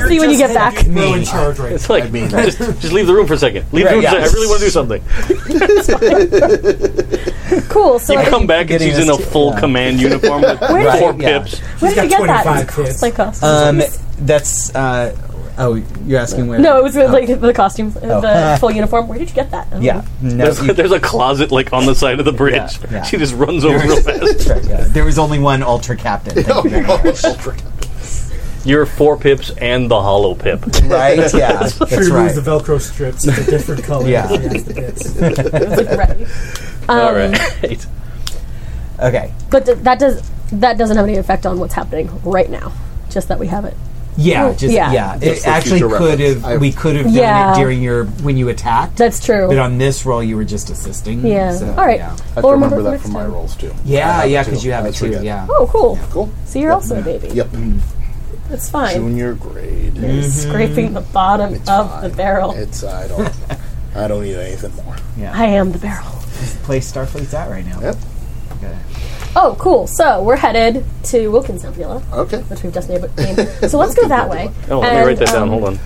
see when you get
Just
back.
head to Monroe in charge right
It's like *laughs* just, just leave the room for a second. Leave
Right,
the room.
yeah.
For a second. I really want to do something.
Cool. So
You
I-
come back and
Getting
she's in a
us to-
full
yeah.
command uniform with
Right,
four
yeah.
pips.
where did you
got
get that?
25
It was
kids.
cosplay costumes. *laughs*
Um, that's uh, oh, you're asking where?
no, it was uh, like the costume, uh, the
Oh.
full uniform. Where did you get that? I don't
yeah,
know.
no.
There's,
*laughs* you-
*laughs* there's a closet like on the side of the bridge.
yeah.
She just runs over real fast.
right, yeah. There was only one ultra captain. Thank you very much.
*laughs* You're four pips and the hollow pip.
Right? Yeah,
Sure,
that's
you lose
right.
the Velcro strips. It's
*laughs*
a different color.
Yeah.
if you ask the kids.
Right.
All right.
Okay.
Um, But th- that does that doesn't have any effect on what's happening right now. Just that we have it.
Yeah, just
Yeah.
yeah.
Just
It
for
actually
future
could
reference.
have.
I-
we could have done
Yeah.
it during your when you attacked.
That's true.
But on this roll, you were just assisting.
yeah.
so,
All right.
Yeah.
I have to
We'll
remember that
next
from my
time.
roles too. I
Yeah,
have
yeah,
it
because
too.
you have
I
it too.
forget.
Yeah.
Oh, cool.
Cool.
So you're also a baby.
Yep.
It's fine.
Junior grade.
You're Scraping the bottom of the barrel.
It's I don't I don't need anything more.
I am the barrel.
Place Starfleet's at right now.
Yep.
Oh, cool. So we're headed to Wilkins Nebula,
Okay.
which we've just named. named. So let's go that way.
Oh, let me
And,
write that down.
um,
Hold on.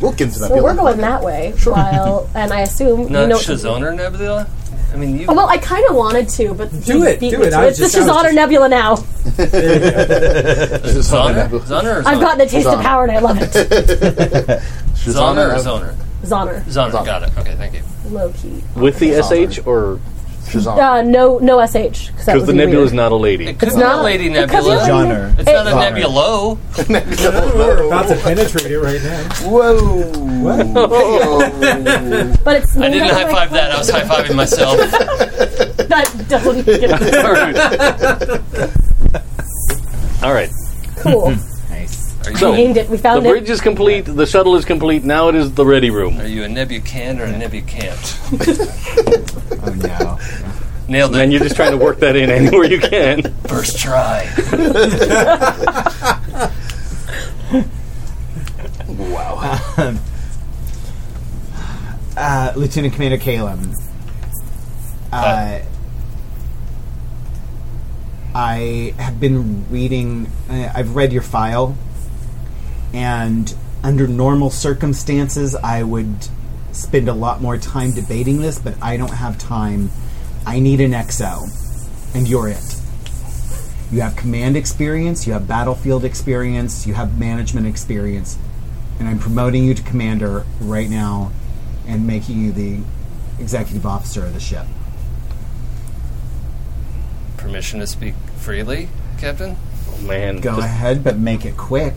Wilkins
So we're going that way. While, and I assume
No,
you know.
Shazoner Nebula? I mean, you.
Oh, well, I kind of wanted to, but
Do
you
it,
beat
do
me
it.
to
I was
It's
just- I
the
was
Shazoner
just-
Nebula now.
Zoner? Zoner or
I've
Zoner?
gotten a taste of
Zoner.
power and I love it.
Zoner or Zoner?
Zoner,
Zoner, got it. Okay, thank you.
low key.
With the SH or
Uh, no, no sh
because
because
the nebula is not a lady. *laughs*
It could be
not-
a Lady
it could be
Nebula.
a lady-
Genre.
It's not a nebula.
We're about to penetrate it right now.
Whoa.
But it's
I didn't high five that. I was high
*laughs*
fiving myself.
That doesn't get it.
All right. All right.
cool.
Nice.
Are
We
you,
named it. We
The
found
bridge
it.
is complete. The shuttle is complete. Now it is the ready room.
a, are you a Nebucan or a Nebucant?
Oh no.
Nailed
And
it.
you're just trying to work that in *laughs* anywhere you can.
First try.
uh, Lieutenant Commander Kalem. Uh, I have been reading. Uh, I've read your file, and under normal circumstances, I would spend a lot more time debating this, but I don't have time. I need an XO, and you're it. You have command experience, you have battlefield experience, you have management experience, and I'm promoting you to commander right now and making you the executive officer of the ship.
Permission to speak freely, Captain?
Oh, man.
Go
Just-
ahead, but make it quick.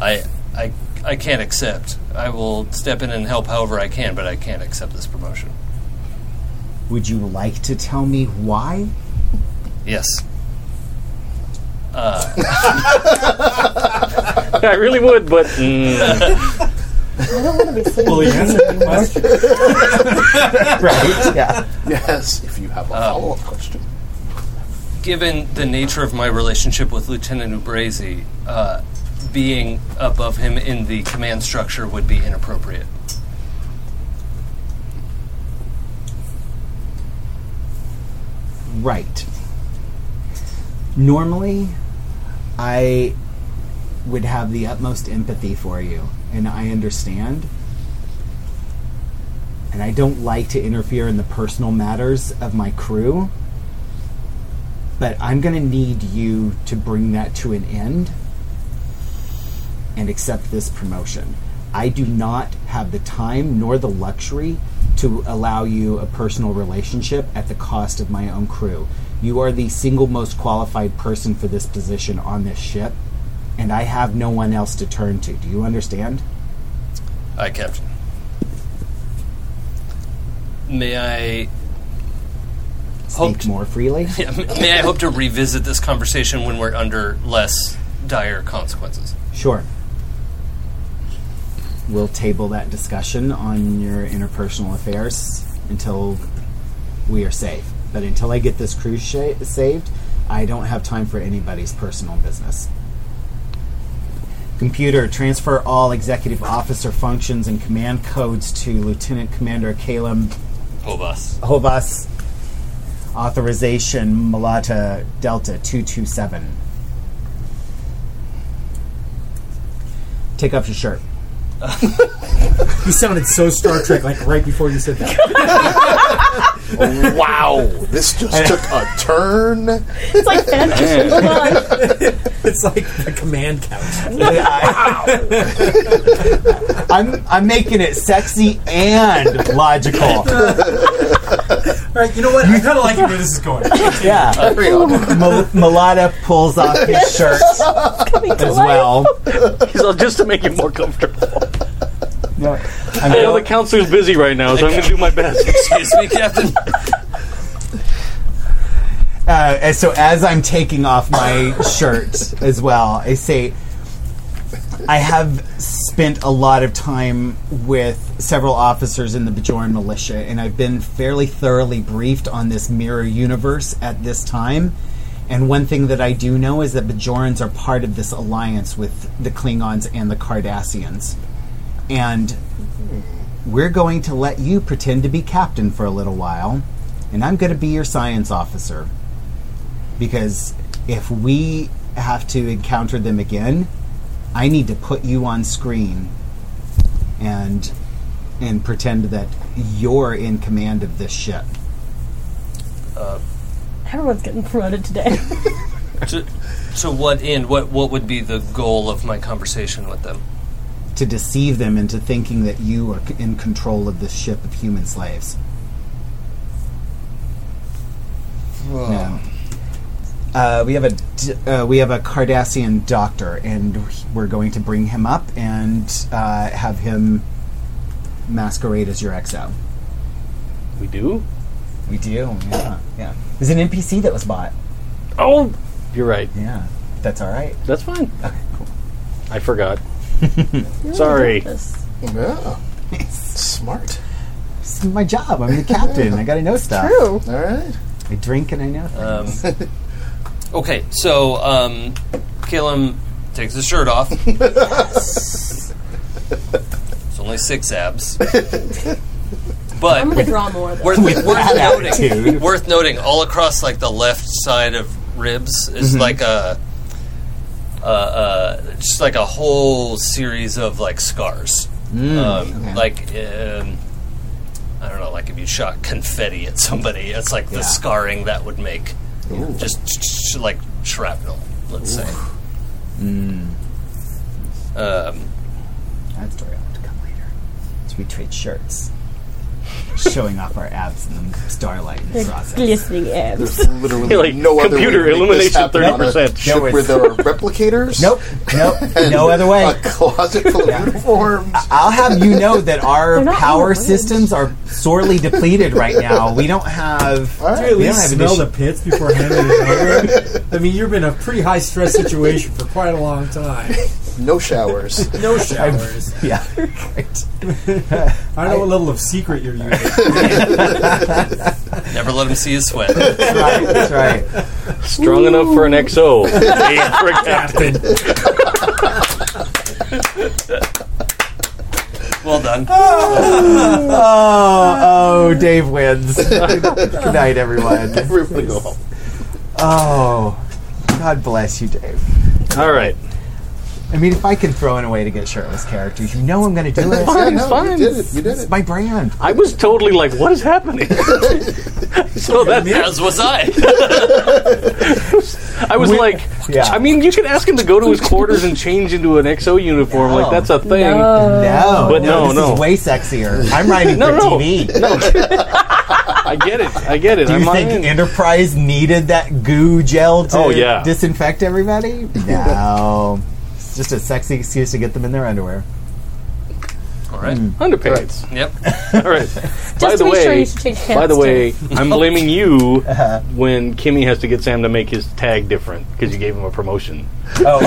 I, I, I can't accept. I will step in and help however I can, but I can't accept this promotion.
Would you like to tell me why?
Yes.
*laughs* I really would, but mm,
Well, he answered the question.
Right? yeah.
Yes, if you have a
Oh.
follow up question.
Given the nature of my relationship with Lieutenant Ubrezi, uh, being above him in the command structure would be inappropriate.
Right. Normally, I would have the utmost empathy for you, and I understand. And I don't like to interfere in the personal matters of my crew, but I'm going to need you to bring that to an end and accept this promotion. I do not have the time nor the luxury to allow you a personal relationship at the cost of my own crew. You are the single most qualified person for this position on this ship, and I have no one else to turn to. Do you understand?
Aye, Captain. May I *laughs* hope
Speak more freely.
Yeah, m- may I hope to revisit this conversation when we're under less dire consequences?
Sure. We'll table that discussion on your interpersonal affairs until we are safe. But until I get this cruise sha- saved, I don't have time for anybody's personal business. Computer, transfer all executive officer functions and command codes to Lieutenant Commander Caleb
Hobas.
Hovas. Authorization Malata Delta 227. Take off your
*laughs*
shirt.
He sounded so Star Trek, like right before you said that.
*laughs*
wow.
This
*laughs*
just took a turn.
It's like fantastic. Hold on.
It's like the
*laughs*
command couch.
I'm, I'm making it sexy and
*laughs*
logical.
All right, you know what? I kind of like where this is *laughs* going.
Yeah.
Carry on.
Mal- Malata pulls off his shirt
Coming to
as
life.
well.
*laughs* So just to make it more comfortable.
I
I
mean,
know the counselor's busy right now, so I'm going to do my best.
Excuse me, Captain. *laughs*
uh, and so as I'm taking off my shirt as well, I say, I have spent a lot of time with several officers in the Bajoran militia, and I've been fairly thoroughly briefed on this mirror universe at this time. And one thing that I do know is that Bajorans are part of this alliance with the Klingons and the Cardassians. And we're going to let you pretend to be captain for a little while, and I'm going to be your science officer. Because if we have to encounter them again, I need to put you on screen and and pretend that you're in command of this ship.
Everyone's getting promoted today.
to, to what end? What what would be the goal of my conversation with them?
To deceive them into thinking that you are c- in control of this ship of human slaves.
Oh.
No. Uh, we have a d- uh, we have a Cardassian doctor, and we're going to bring him up and uh, have him masquerade as your exo.
*laughs* We do?
We do, yeah, yeah. It's an NPC that was bought.
Oh, you're right.
Yeah, that's all right.
That's fine.
Okay, cool.
I *laughs* forgot. *laughs*
You're
Sorry.
really good at this.
Yeah. Smart.
This is my job. I'm the captain. I gotta know stuff.
True.
All right.
I drink and I know
Um,
things.
okay, so um, Calum takes his shirt off. It's only six abs,
I'm
but
going to draw more of this.
worth, worth noting.
attitude. *laughs*
Worth noting, all across like the left side of ribs is
Mm-hmm.
like a, a, a just like a whole series of like scars. um,
Mm, okay.
Like, um, I don't know, like if you shot confetti at somebody, it's like
Yeah.
the scarring that would make. Just sh- sh- like shrapnel, let's say.
Mm.
Um,
That story will have to come later. So we trade shirts, showing off our abs in the starlight in the process.
Glistening abs.
There's literally
You're *laughs* like,
no other
computer
way to make this
illumination
happen on a
30%.
ship
No,
where
it's-
there are replicators.
*laughs* Nope,
*laughs*
nope,
and
no other way.
A closet full of uniforms.
I'll have you know that
*laughs*
our
They're not all
power
orange.
systems are sorely depleted right now. We don't have.
All right.
We
We
don't have
smell the
addition-
pits before handing it over. I mean, you're in a pretty high stress situation for quite a long time.
No showers.
No showers.
Yeah. *laughs* Right.
*laughs* I don't know what level of secret you're using.
never let him see you sweat.
*laughs* Right, That's right.
Strong enough for an *laughs* XO. Made for a captain.
Well done.
Oh,
*laughs*
oh, Dave wins. Good night,
*laughs*
everyone.
Everybody go home.
Oh, God bless you, Dave.
All right.
I mean, if I can throw in a way to get shirtless characters, you know I'm going to do it.
Yeah,
it's
no,
*laughs* fine.
You did it. You did
It's
it.
my brand.
I was totally like, what is happening? so that
As was I.
Mm.
I was like,
Yeah.
I mean, you could ask him to go to his quarters and change into an XO uniform. Like
No.
that's a thing.
Uh,
No.
No,
But no,
this
no.
is way sexier. I'm writing
*laughs* No,
for
no.
TV.
I get it. I get it.
Do you
I'm
think
on.
Enterprise needed that goo gel to
Oh, yeah.
disinfect
*laughs*
everybody? No, it's just a sexy excuse to get them in their underwear.
All right.
underpants.
Yep.
All right. by
Just
the
to make sure
way,
you should change hands.
by the
too.
way, I'm blaming you when Kimmy has to get Sam to make his tag different because you gave him a promotion. *laughs*
Oh,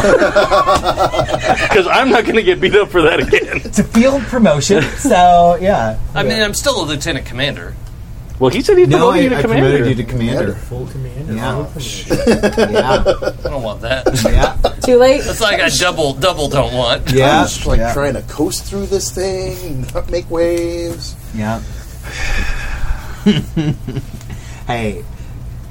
Because I'm not going to get beat up for that again.
it's a field promotion, *laughs* so yeah.
I mean, I'm still a lieutenant commander.
Well, he said he promoted you to commander.
to commander.
Full commander.
Yeah. *laughs*
full commander.
Yeah,
I don't want
*laughs*
that.
yeah,
Too late.
It's like I double, double don't want.
yeah.
I'm just like
yeah.
trying to coast through this thing, not make waves.
Yeah. hey,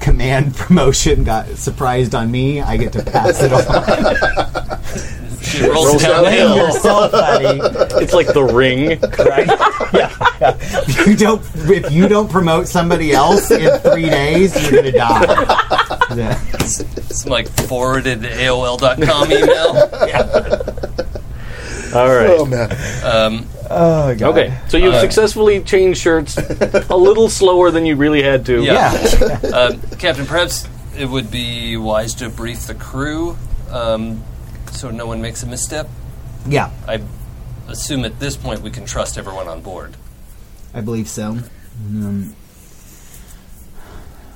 command promotion got surprised on me. I get to pass it on.
She rolls,
rolls
downhill.
Blame yourself, buddy.
It's like the ring.
Right? If you don't. If you don't promote somebody else in three days, you're gonna die. Yeah.
It's like forwarded AOL.com *laughs* email.
All right.
Oh man,
Um,
Oh god.
Okay. So you've
Uh,
successfully changed shirts a little slower than you really had to.
Yeah.
Yeah.
um, Captain, perhaps it would be wise to brief the crew um, so no one makes a misstep.
Yeah.
I assume at this point we can trust everyone on board.
I believe so. Um,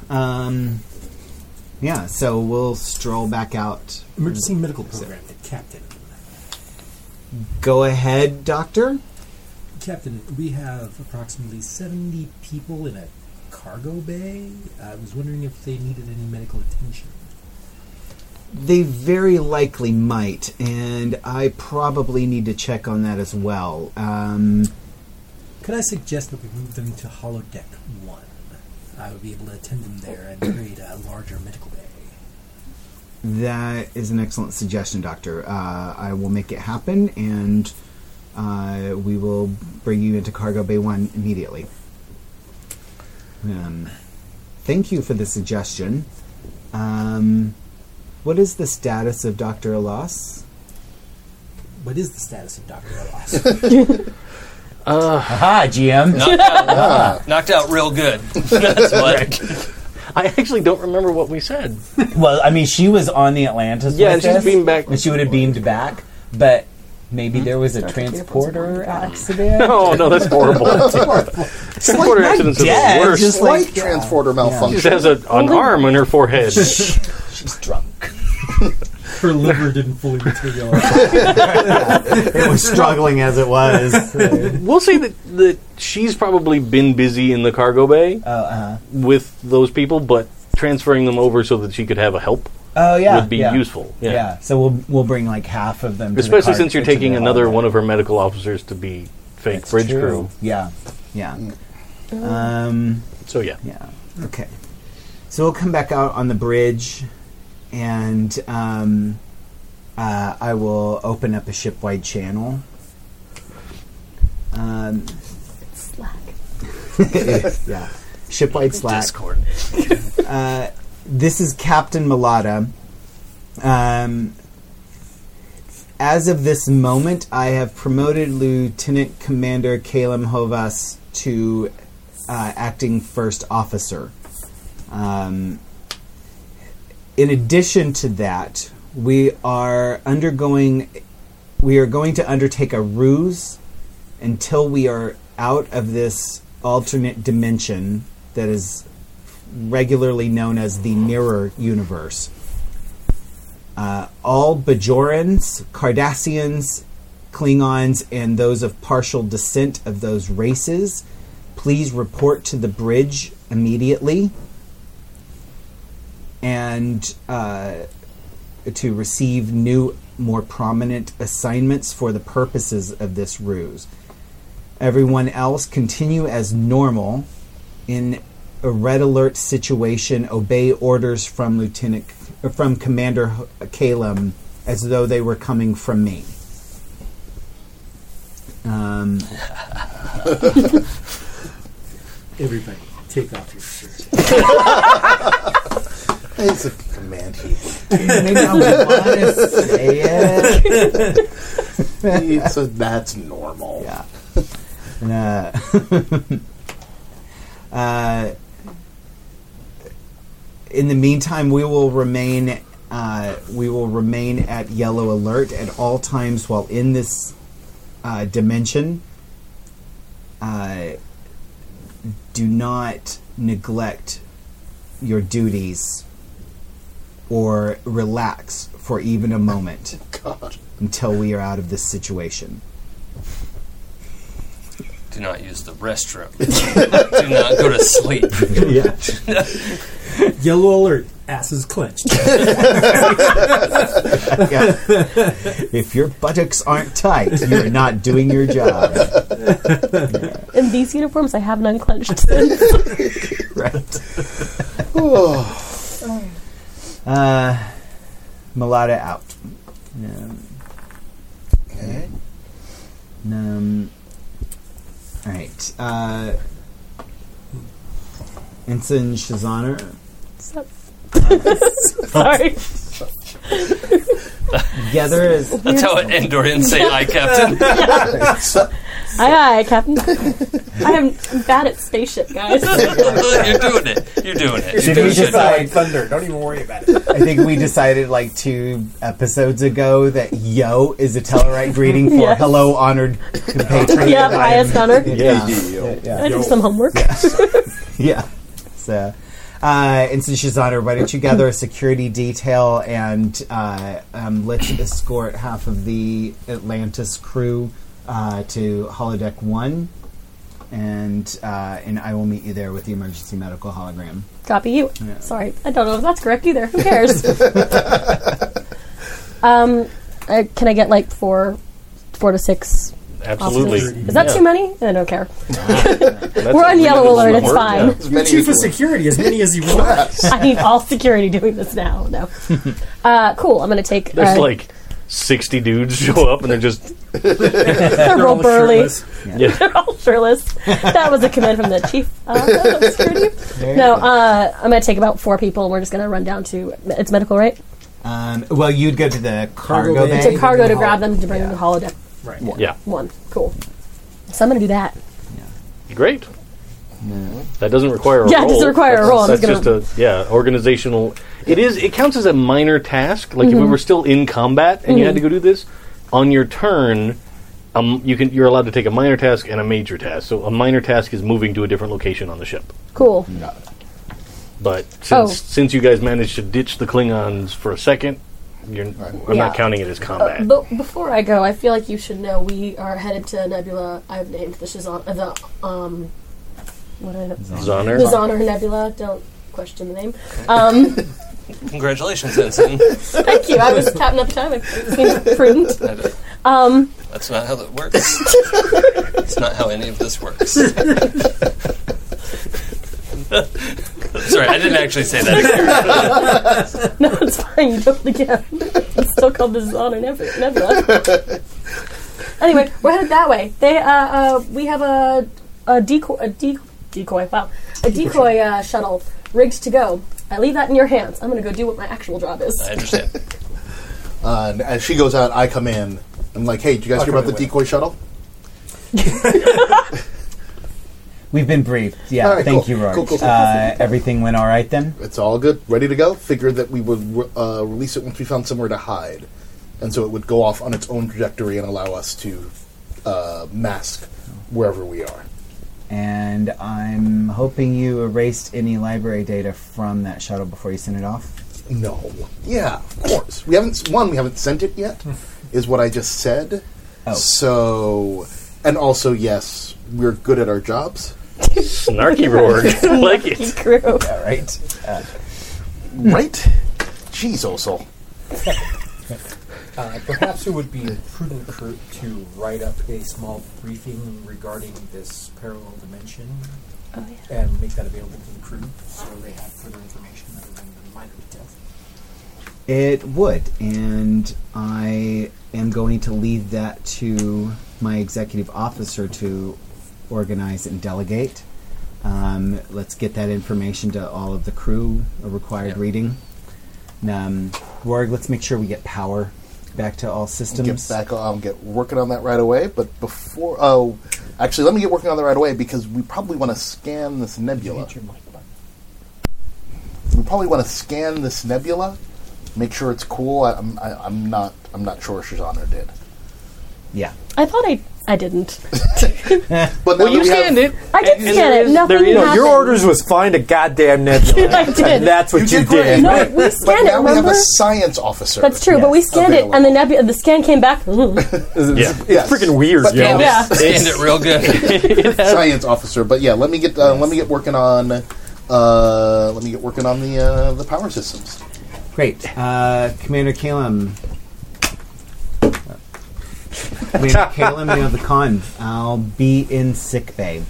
um. Yeah. So we'll stroll back out.
Emergency medical program. Captain.
Go ahead, doctor.
Captain, we have approximately 70 people in a cargo bay. I was wondering if they needed any medical attention.
They very likely might, and I probably need to check on that as well. Um,
Could I suggest that we move them to holodeck 1? I would be able to attend them there and create a larger medical bay.
that is an excellent suggestion, Doctor. Uh, I will make it happen, and uh, we will bring you into Cargo Bay 1 immediately. Um, thank you for the suggestion. Um, what is the status of Dr. Alas?
What is the status of Dr. Ross?
Aha, GM!
Knocked out, knocked out real good. *laughs* That's what.
I actually don't remember what we said.
Well, I mean, she was on the Atlantis.
Yeah,
with
and she's
us,
beamed back.
and she would have beamed back, but maybe there was a transporter
*laughs*
accident.
No, no, that's
*laughs*
horrible. Transporter accidents are the
dad
worst.
just
She
like
light transporter
just
malfunction.
has a, an arm on her
*laughs*
forehead.
she's drunk.
Her liver didn't fully materialize.
It was struggling as it was.
we'll say that, that she's probably been busy in the cargo bay
Oh, uh-huh.
with those people, but transferring them over so that she could have a help
oh yeah,
would be
yeah.
useful. Yeah.
Yeah. so we'll we'll bring like half of them, to the
Especially
cart-
since you're
to the
taking
hall.
another one of her medical officers to be fake
That's
bridge
true.
crew.
Yeah, yeah. Um,
So yeah.
Yeah. Okay. So we'll come back out on the bridge, and um, uh, I will open up a shipwide channel. Um,
Slack.
*laughs* yeah.
*laughs*
Shipwide Slack.
Discord.
Uh, this is Captain Mulata. Um, as of this moment, I have promoted Lieutenant Commander Caleb Hovas to uh, acting first officer. Um, in addition to that, we are undergoing, we are going to undertake a ruse until we are out of this alternate dimension that is regularly known as the mirror universe. Uh, all Bajorans, Cardassians, Klingons, and those of partial descent of those races, please report to the bridge immediately and uh, to receive new, more prominent assignments for the purposes of this ruse. Everyone else continue as normal in a red alert situation. Obey orders from Lieutenant uh, from Commander H- Kalem as though they were coming from me. Um,
Everybody, take off your shirt.
*laughs* It's a command heap.
*laughs* maybe I want to say it.
It's a- that's normal.
Yeah. And, uh, uh, in the meantime, we will remain uh, we will remain at yellow alert at all times while in this uh, dimension. Uh, do not neglect your duties or relax for even a moment
God.
until we are out of this situation.
Do not use the restroom. *laughs* Do not go to sleep.
yeah.
Yellow alert. Asses clenched.
Yeah. if your buttocks aren't tight, you're not doing your job.
In these uniforms, I haven't unclenched since.
Right. uh, Mulata out. Um,
Okay.
um, all right. Uh, Ensign Shazaner.
*laughs* So-
Sorry.
Gather
*laughs*
is
That's how an Endorian say "I, Captain." *laughs*
aye, aye, Captain. I am I'm bad at spaceship,
*laughs*
guys.
You're doing it. You're doing it. You're
Did
doing
we
it.
decide?
Thunder. Don't even worry about it.
I think we decided like two episodes ago that "yo" is a Tellurite greeting for
*laughs*
Yes.
"hello, honored compatriot."
yep,
I am-
highest honor.
Yeah.
I did some homework.
*laughs* Yeah. So, uh, and since she's on her, why don't you gather a security detail and uh, um, let's escort half of the Atlantis crew uh, to holodeck one, and uh, and I will meet you there with the emergency medical hologram.
Copy you. Sorry, I don't know if that's correct either.
*laughs*
Who cares? um, I, can I get like four, four to six?
Absolutely.
officers? Is that
Yeah.
too many? I don't care.
That's
We're
a
on yellow
limited
alert, it's
number,
fine.
yeah.
As many
Chief of
people-
security, as many as you want.
*laughs* I need all security doing this now.
*laughs*
No. Uh, cool. I'm gonna take.
There's
*laughs* uh,
like 60 dudes *laughs* show up and they're just.
they're real
all
burly. *laughs*
shirtless.
They're all shirtless. That was a command from the chief uh, of security. No, uh, I'm gonna take about four people, and we're just gonna run down to it's medical, right?
Um, well, you'd go to the cargo,
Cargo bay.
bay.
Hey,
To cargo to grab them to bring them to holodeck
Right.
Yeah.
one. Cool. So I'm gonna do that.
Great. That doesn't require a
Yeah, it
roll.
doesn't require a
That's-
roll. I'm
That's just
just gonna-
a yeah organizational. It is. It counts as a minor task. Like
Mm-hmm.
if we were still in combat and you had to go do this on your turn, um, you can you're allowed to take a minor task and a major task. So a minor task is moving to a different location on the ship.
Cool.
But since
Oh.
since you guys managed to ditch the Klingons for a second, you're, I'm
Yeah. Uh,
not counting it as combat.
Uh, But before I go, I feel like you should know we are headed to Nebula. I've named the Shazam, uh, the um, what I
Zoner.
the Zonar Nebula. Don't question the name. Um,
Congratulations, Ensign.
thank you. I was counting up time. It seems prudent. *laughs*
Um,
That's not how that works. That's not how any of this works. Sorry, I didn't actually say that.
no, it's fine. You don't again. It's still called the Zonar Nebula.
Anyway, we're headed that way. They uh, uh we have a a decoy a de- decoy wow a decoy uh, shuttle rigged to go. I leave that in your hands. I'm gonna go do what my actual job is.
I understand.
Uh, and as she goes out, I come in. I'm like, hey, did you guys hear about the decoy shuttle?
We've been briefed. Yeah,
All right,
thank
cool.
you, Rory.
Cool, cool, cool.
Uh, everything went all right then.
It's all good, ready to go. Figured that we would re- uh, release it once we found somewhere to hide, and so it would go off on its own trajectory and allow us to uh, mask wherever we are.
And I'm hoping you erased any library data from that shuttle before you sent it off.
No, yeah, of course. We haven't one. We haven't sent it yet. is what I just said.
Oh.
So, and also, yes, we're good at our jobs.
Snarky roar.
*laughs*
like it.
Crew.
All right.
right? Jeez, Osel.
Uh, perhaps it would be prudent for, to write up a small briefing regarding this parallel dimension
Oh, yeah.
and make that available to the crew so they have further information other than the minor details.
It would, and I am going to leave that to my executive officer to organize and delegate. Um, let's get that information to all of the crew, a required reading. Um, Warg, let's make sure we get power back to all
Get
systems.
back. I'll get working on that right away. But before, oh, actually, let me get working on that right away because we probably want to scan this nebula. We probably want to scan this nebula, make sure it's cool. I, I'm, I, I'm not, I'm not sure Shazana did.
Yeah.
I thought I I
*laughs*
didn't.
But now
Well,
that
you
we have-
scanned it.
I did
And
scan
there
it.
is-
Nothing
there is-
No,
happened.
your orders was find a goddamn nebula.
*laughs*
I did.
And that's what
You
you,
did great.
did.
no, we
But
scanned it.
now we have
Remember?
a science officer.
That's true, but we scanned it, and the nebula, the scan came back. *laughs* Mm.
It's, it's
Yes.
freaking weird,
But
yo.
now-
yeah.
Scanned it real good. *laughs*
science officer. But yeah, let me get uh, let me get working on uh, let me get working on the uh, the power systems.
Great. Uh, Commander Kalem. Commander Kalem, you have the con. I'll be in sick bay.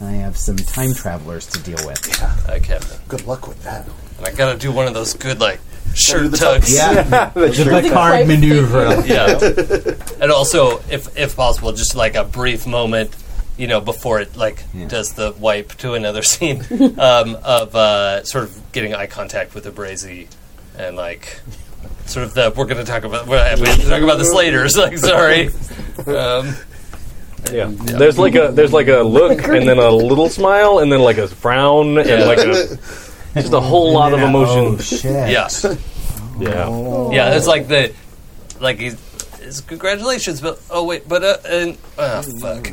I have some time travelers to deal with.
Hi, Captain.
Good luck with that.
And I gotta do one of those good, like,
do
shirt
the
tugs.
Yeah.
*laughs*
The shirt
the
cut.
card maneuver.
Yeah. and also, if if possible, just like a brief moment, you know, before it like
Yeah.
does the wipe to another *laughs* scene um, of uh, sort of getting eye contact with Abrazi and like sort of the we're going to talk about we have to talk about this later. It's *laughs* like sorry, um,
Yeah. There's like a there's like a look and then a little smile and then like a frown and
Yeah.
like a just a whole lot of
Oh,
emotion.
shit.
yeah,
Yeah.
yeah. It's like the like he's. it's Congratulations, but oh wait, but uh, and oh fuck,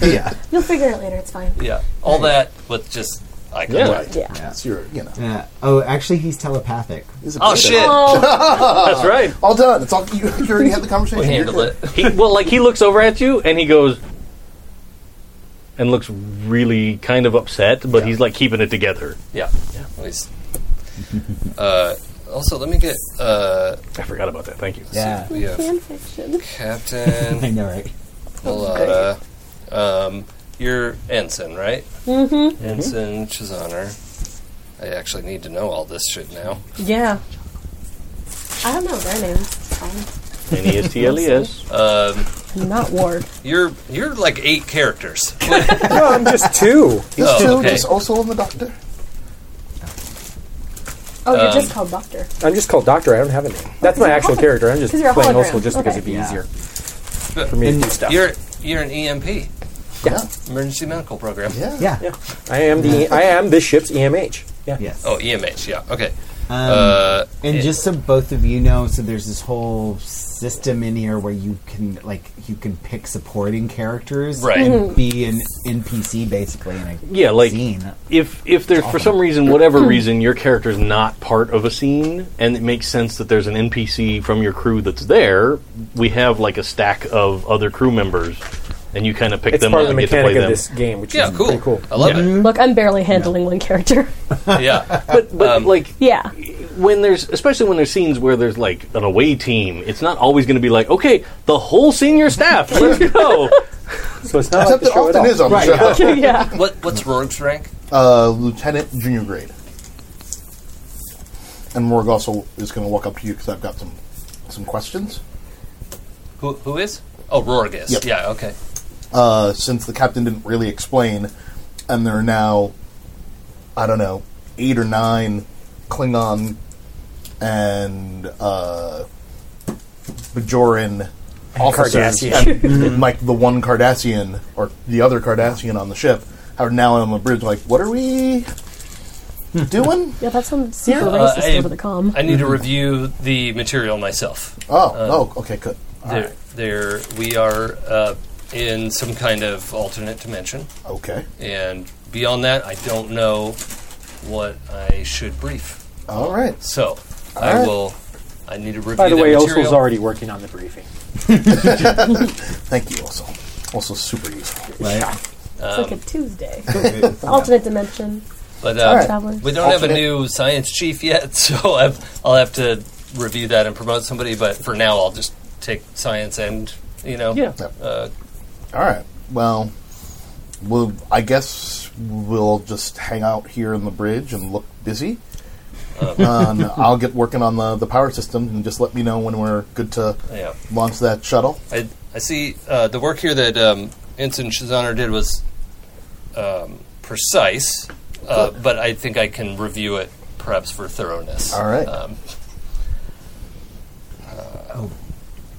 Yeah.
You'll figure it out later. It's fine.
yeah, all that with just eye
Yeah.
contact.
Yeah.
It's your, you know.
Yeah. Oh, actually, he's telepathic.
it's a
Oh
bit-
shit,
Oh,
*laughs* That's right.
All done. It's all you, you already had the conversation. You're
handle
good.
it.
He, well, like he looks over at you and he goes and looks really kind of upset, but he's like keeping it together.
Yeah. Yeah. Always. uh, also, let me get uh,
I forgot about that. Thank you.
Yeah.
we have
fanfiction.
I *laughs*
Captain
know, right?
Malata. Um, you're ensign, right? Mm-hmm. Ensign Chizoner. I actually need to know all this shit now.
Yeah.
I don't know their names. It's fine.
N E S T L E S.
Um,
Not Ward.
you're you're like eight characters.
No, I'm just two.
These
Oh,
two,
okay.
just also in the doctor.
Oh, you're just called Doctor.
I'm just called Doctor. I don't have a name. That's my actual character. I'm just
'Cause you're a
playing
hologram.
Osel just because
Okay.
it'd be
Yeah.
easier
But
for me to do stuff.
you're you're an EMP,
Yeah.
emergency medical program.
Yeah.
Yeah.
Yeah. I am the I am this ship's EMH. Yeah.
Yes.
Oh, EMH. Yeah. Okay.
Um,
Uh,
And
it-
just so both of you know, so there's this whole system in here where you can like you can pick supporting characters
Right.
and be an NPC basically in a
Yeah, like
scene.
if if there's for some reason, whatever reason, your character's not part of a scene, and it makes sense that there's an NPC from your crew that's there, we have like a stack of other crew members, and you kind of pick
It's
them
part
up
of
and
the
get to play
mechanic of
them.
this game, which
yeah.
is
Cool. Oh.
Mm, pretty cool.
I love
Look, I'm barely handling one character. *laughs*
it. Yeah.
But but
Um,
like
yeah.
when there's especially when there's scenes where there's like an away team, it's not always going to be like okay, the whole senior staff,
*laughs*
let's go.
So it's not like
Except
the
it
show at
often
all.
is on
*laughs*
the
*laughs*
show.
yeah.
What what's Rorg's rank?
Uh, Lieutenant junior grade. And Morg also is going to walk up to you because I've got some some questions.
Who who is? Oh, Rorgus.
Yep.
Yeah. Okay.
uh, since the captain didn't really explain, and there are now, I don't know, eight or nine Klingon and uh, Bajoran officers,
Cardassian.
and like the one Cardassian or the other Cardassian on the ship are now on the bridge. Like, what are we doing?
Yeah, that sounded super
Uh,
racist
I-
over the com.
I need to review the material myself.
Oh, oh, okay, good.
There, there, we are uh, in some kind of alternate dimension,
Okay.
and beyond that, I don't know what I should brief.
All right.
So I
Alright.
will. I need to review.
By the
that
way,
material.
Osel's already working on the briefing.
Thank you, also. Also, super useful.
It's like a
*laughs*
Tuesday.
Right.
Alternate dimension.
But um,
Alright.
Travelers.
we don't have a
Alternate.
new science chief yet, *laughs* so i I'll have to review that and promote somebody. But for now, I'll just take science and you know.
Yeah.
Uh,
All right. Well, we'll. I guess we'll just hang out here in the bridge and look busy. and I'll get working on the, the power system and just let me know when we're good to
yeah.
launch that shuttle.
I, I see uh, the work here that um, Ensign Shazaner did was um, precise, uh, but I think I can review it perhaps for thoroughness.
All right.
Um,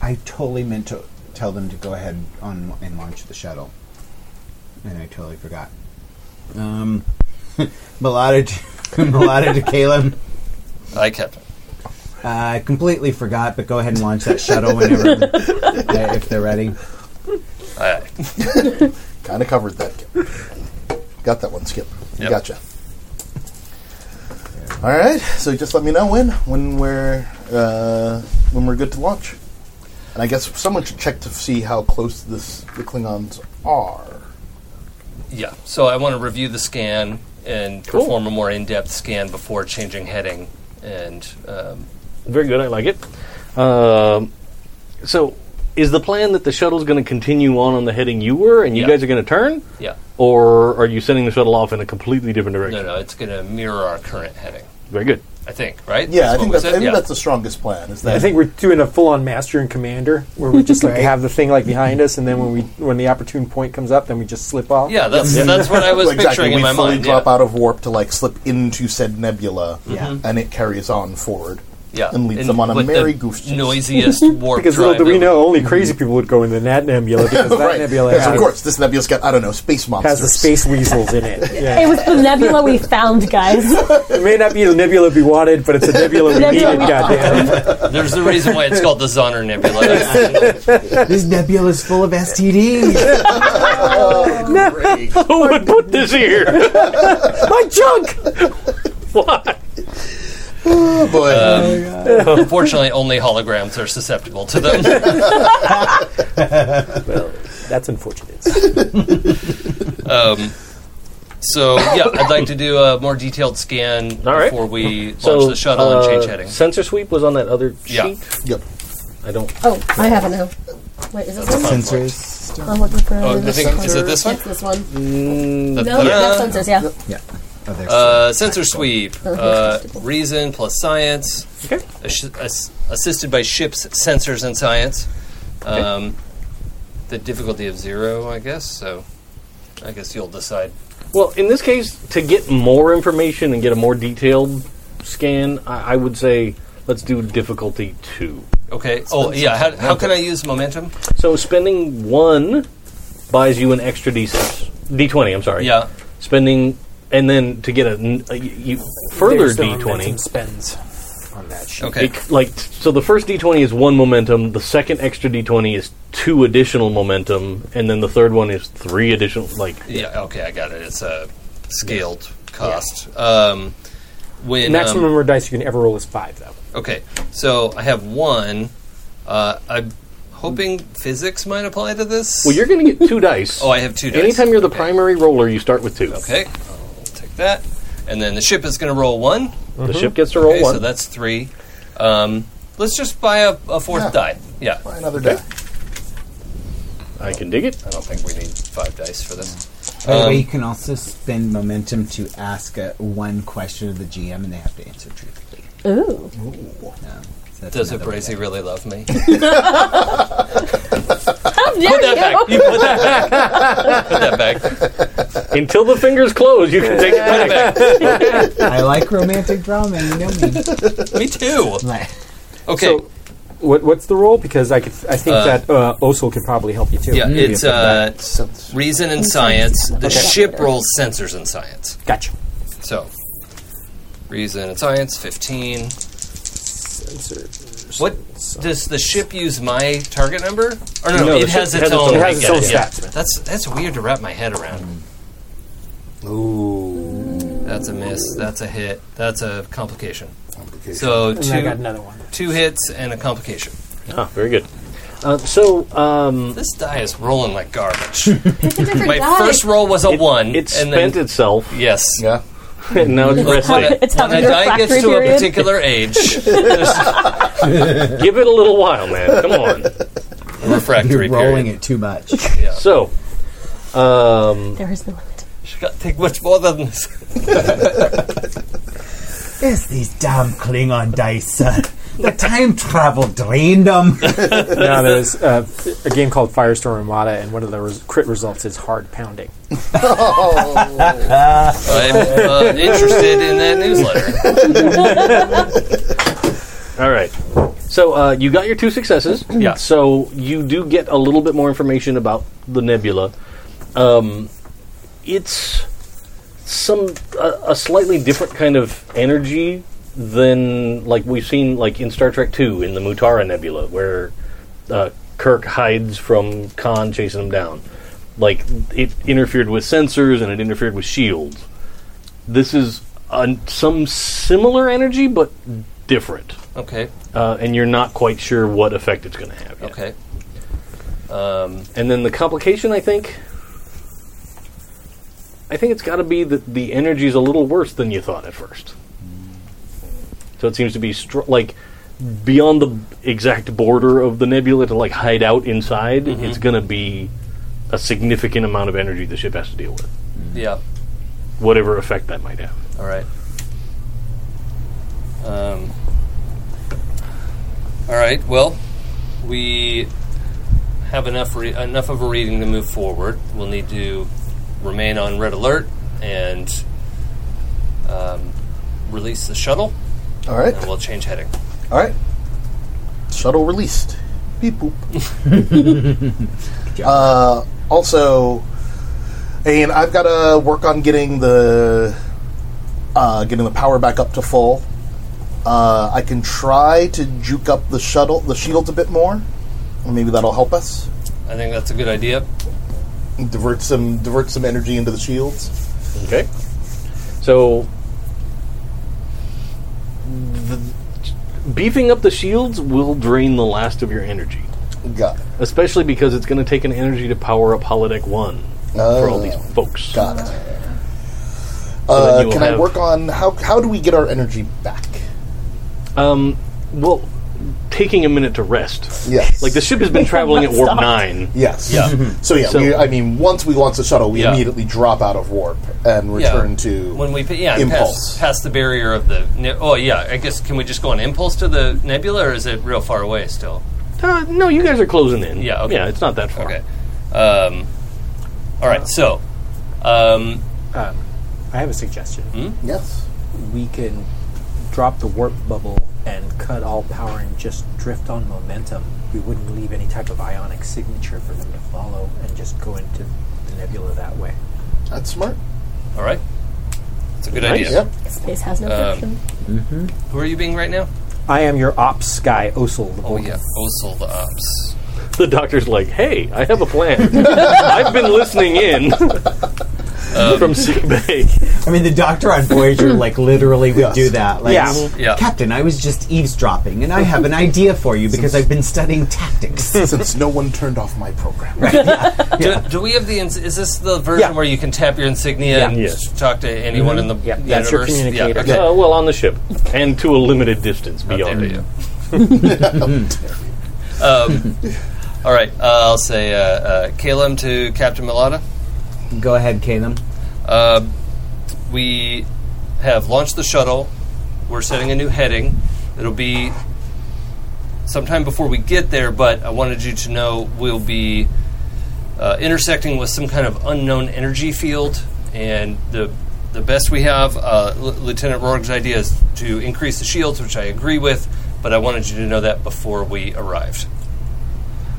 I totally meant to tell them to go ahead on and launch the shuttle, and I totally forgot. Um, *laughs* Melada, *laughs* to, Melada to Caleb.
I kept it.
I completely forgot, but go ahead and launch that shuttle
*laughs*
whenever uh, if they're ready.
All right.
Kind of covered that. Kip. Got that one, Skip.
Yep.
Gotcha. All right. So just let me know when when we're uh, when we're good to launch. And I guess someone should check to see how close this the Klingons are.
Yeah. So I want to review the scan and perform a more in-depth scan before changing heading. And um,
Very good. I like it. Um, so, is the plan that the shuttle's going to continue on on the heading you were, and you
Yeah.
guys are going to turn,
yeah,
or are you sending the shuttle off in a completely different
no,
direction?
no, it's going to mirror our current heading.
Very good.
I think, right?
Yeah, I think
what we
that's I
said?
think
Yeah.
that's the strongest plan. Is that
I think we're doing a full-on master and commander, where we just like have the thing like behind us, and then when we when the opportune point comes up, then we just slip off.
Yeah, that's that's what
*laughs*
I was picturing
we
in my
fully
mind.
drop
yeah.
out of warp to like slip into said nebula,
Yeah.
Mm-hmm.
and it carries on forward.
yeah,
and leads them on a
with the
merry goose chase.
noisiest
*laughs*
warp
Because
drive
little do we
ever.
know, only crazy people would go into that nebula because that
right.
nebula
Yes,
has,
of course, this nebula's got I don't know space monsters.
has the
*laughs*
space weasels in it. Yeah.
It was the nebula we found,
*laughs*
guys.
it may not be the nebula we wanted, but it's a nebula we
Nebula
needed.
we-
Goddamn.
There's the reason why it's called the Zonner Nebula. That's-
This nebula is full of STDs.
Who would put this
*laughs*
here?
My junk.
Why?
Oh, boy.
Unfortunately, only holograms are susceptible to them.
That's unfortunate.
Um, so yeah, I'd like to do a more detailed scan
All right. uh,
before we launch the shuttle and change heading.
Sensor sweep was on that other
Yeah.
sheet.
yep.
I don't.
Oh, I have it now. Wait, is this one?
Sensors.
I'm looking for.
Oh, I think is it this one?
That's this one. No,
Da- da- da.
that's sensors.
*laughs*
Yeah.
Oh, there's
Uh, sensor sweep,
Oh, here's
uh,
vegetable.
reason plus science,
Okay.
ass- ass- assisted by ships, sensors, and science. Um, The difficulty of zero, I guess. So, I guess you'll decide.
Well, in this case, to get more information and get a more detailed scan, I, I would say let's do difficulty two.
Okay. Oh yeah. How, how can I use momentum?
So spending one buys you an extra d6, d20. I'm sorry.
Yeah.
Spending and then to get a, n- a- you, further
There's the momentum
d20.
spends on that sheet.
Okay.
It, like so, the first d20 is one momentum. The second extra d20 is two additional momentum, and then the third one is three additional. Like
Yeah. Okay. I got it. It's a scaled cost. Um,
The
when
maximum
um,
number of dice you can ever roll is five, though.
Okay, so I have one. Uh, I'm hoping physics might apply to this.
Well, you're going to get two dice.
*laughs* Oh, I have two dice.
Anytime you're the
Okay.
primary roller, you start with two.
Okay, I'll take that. And then the ship is going to roll one.
The ship gets to roll
okay,
one.
so that's three. Um, let's just buy a, a fourth
Yeah.
die. Yeah,
Buy another die.
I can dig it.
I don't think we need five dice for this.
By the
Um,
way, you can also spend momentum to ask uh, one question of the GM, and they have to answer truthfully.
Ooh.
So that's
Does *laughs*
another way
Abrasi really love me?
dare
put that
you.
back. You put that back. put that back.
Until the fingers close, you can take it
Put it *laughs*
back.
back.
I like romantic drama. You know
*laughs*
me.
Me too.
Like,
Okay.
So, what, what's the role? Because I could, I think
Uh,
that uh, Osul could probably help you too.
yeah,
Maybe
it's
if-
uh,
Sense.
reason and science. The
Okay.
ship rolls sensors and science.
gotcha. *laughs*
So, reason and science, 15.
Sensors.
What does the ship use my target number? Or no,
No,
it
the ship
has its own.
it
I
has its
get
own
it, yeah.
stats.
That's that's weird to wrap my head around.
Ooh.
That's a miss. That's a hit. That's a complication.
Complication.
So
And I got
two
another one.
two hits and a complication.
Ah, very good. Uh, so um,
This die is rolling like
*laughs*
garbage.
Pick a different
my
die.
first roll was a one.
it
and
spent
then,
itself, *laughs*
Yes.
yeah.
and now it's
When
resting.
*laughs* a-
It's
when a
having a
die gets
refractory
to a
period.
particular age,
*laughs*
Give it a little while, man. Come on.
refractory
rolling
period.
it too much.
So, um,
There is no limit.
She got to take much more than this.
It's these damn Klingon dice. uh, the time travel drained them.
Now there's uh, a game called Firestorm Armada, and one of the res- crit results is hard pounding.
I'm uh, interested in that newsletter.
all right. So uh, you got your two successes.
Yeah.
So you do get a little bit more information about the nebula. Um, it's some a, a slightly different kind of energy than like we've seen like in Star Trek Two in the Mutara Nebula, where uh, Kirk hides from Khan chasing him down. Like it interfered with sensors and it interfered with shields. This is uh, some similar energy, but different
Okay.
uh, and you're not quite sure what effect it's going to have. Yet.
Okay. Um,
And then the complication, I think, I think it's got to be that the energy is a little worse than you thought at first. So it seems to be str- like beyond the exact border of the nebula to like hide out inside. It's going to be a significant amount of energy the ship has to deal with,
yeah.
whatever effect that might have.
All right. Um, all right. Well, we have enough re- enough of a reading to move forward. We'll need to remain on red alert and um, release the shuttle,
All right.
and we'll change heading.
All right. Shuttle released.
*laughs*
Beep boop. *laughs* uh, also, and I've got to work on getting the uh, getting the power back up to full. Uh, I can try to juke up the shuttle, the shields a bit more. Maybe that'll help us
I think that's a good idea.
divert some divert some energy into the shields.
Okay. So, the, beefing up the shields will drain the last of your energy,
Got it.
especially because it's going to take an energy to power up holodeck one for all these folks.
Uh, Got it.
So then you
Uh,
will
can I
have-
work on how how do we get our energy back?
Um, well, taking a minute to rest.
Yes.
Like the ship has
*laughs*
been traveling at warp nine.
Yes.
Mm-hmm.
So yeah,
So-
we, I mean, once we launch the shuttle, we
Yeah.
immediately drop out of warp and return to
when we yeah and
impulse.
pass, pass the barrier of the ne- oh yeah I guess can we just go on impulse to the nebula or is it real far away still
Uh, no, you guys are closing in.
Yeah, okay.
Yeah, it's not that far.
okay um, all right so um,
I have a suggestion.
yes.
We can drop the warp bubble and cut all power and just drift on momentum. We wouldn't leave any type of ionic signature for them to follow, and just go into the nebula that way.
That's smart.
all right it's a good
Nice.
idea
Yep.
Space has no
Um,
friction.
*laughs* who are you being right now
I am your ops guy, Osul. The
oh yeah Osel the ops
The doctor's like, "Hey, I have a
*laughs*
plan. I've been listening in
Um,
*laughs* from sick bay."
I mean, the doctor on Voyager, like, literally would
Yes.
do that. Like,
Yeah.
Yeah.
Captain, I was just eavesdropping, and I have an idea for you because I've been studying tactics.
*laughs* Since no one turned off my program,
do, do we have the ins- is this the version
Yeah.
where you can tap your insignia and
Yes.
talk to anyone in the
Yeah,
universe
that's your communicator.
yeah, okay.
Uh, well, on the ship and to a limited distance
How
beyond it.
dare Oh, you. *laughs* um, all right, uh, I'll say uh, uh, Caleb to Captain Milata.
Go ahead, Caleb.
Uh, we have launched the shuttle. We're setting a new heading. It'll be sometime before we get there, but I wanted you to know we'll be uh, intersecting with some kind of unknown energy field. And the the best we have, uh, L- Lieutenant Rorg's idea is to increase the shields, which I agree with. But I wanted you to know that before we arrived.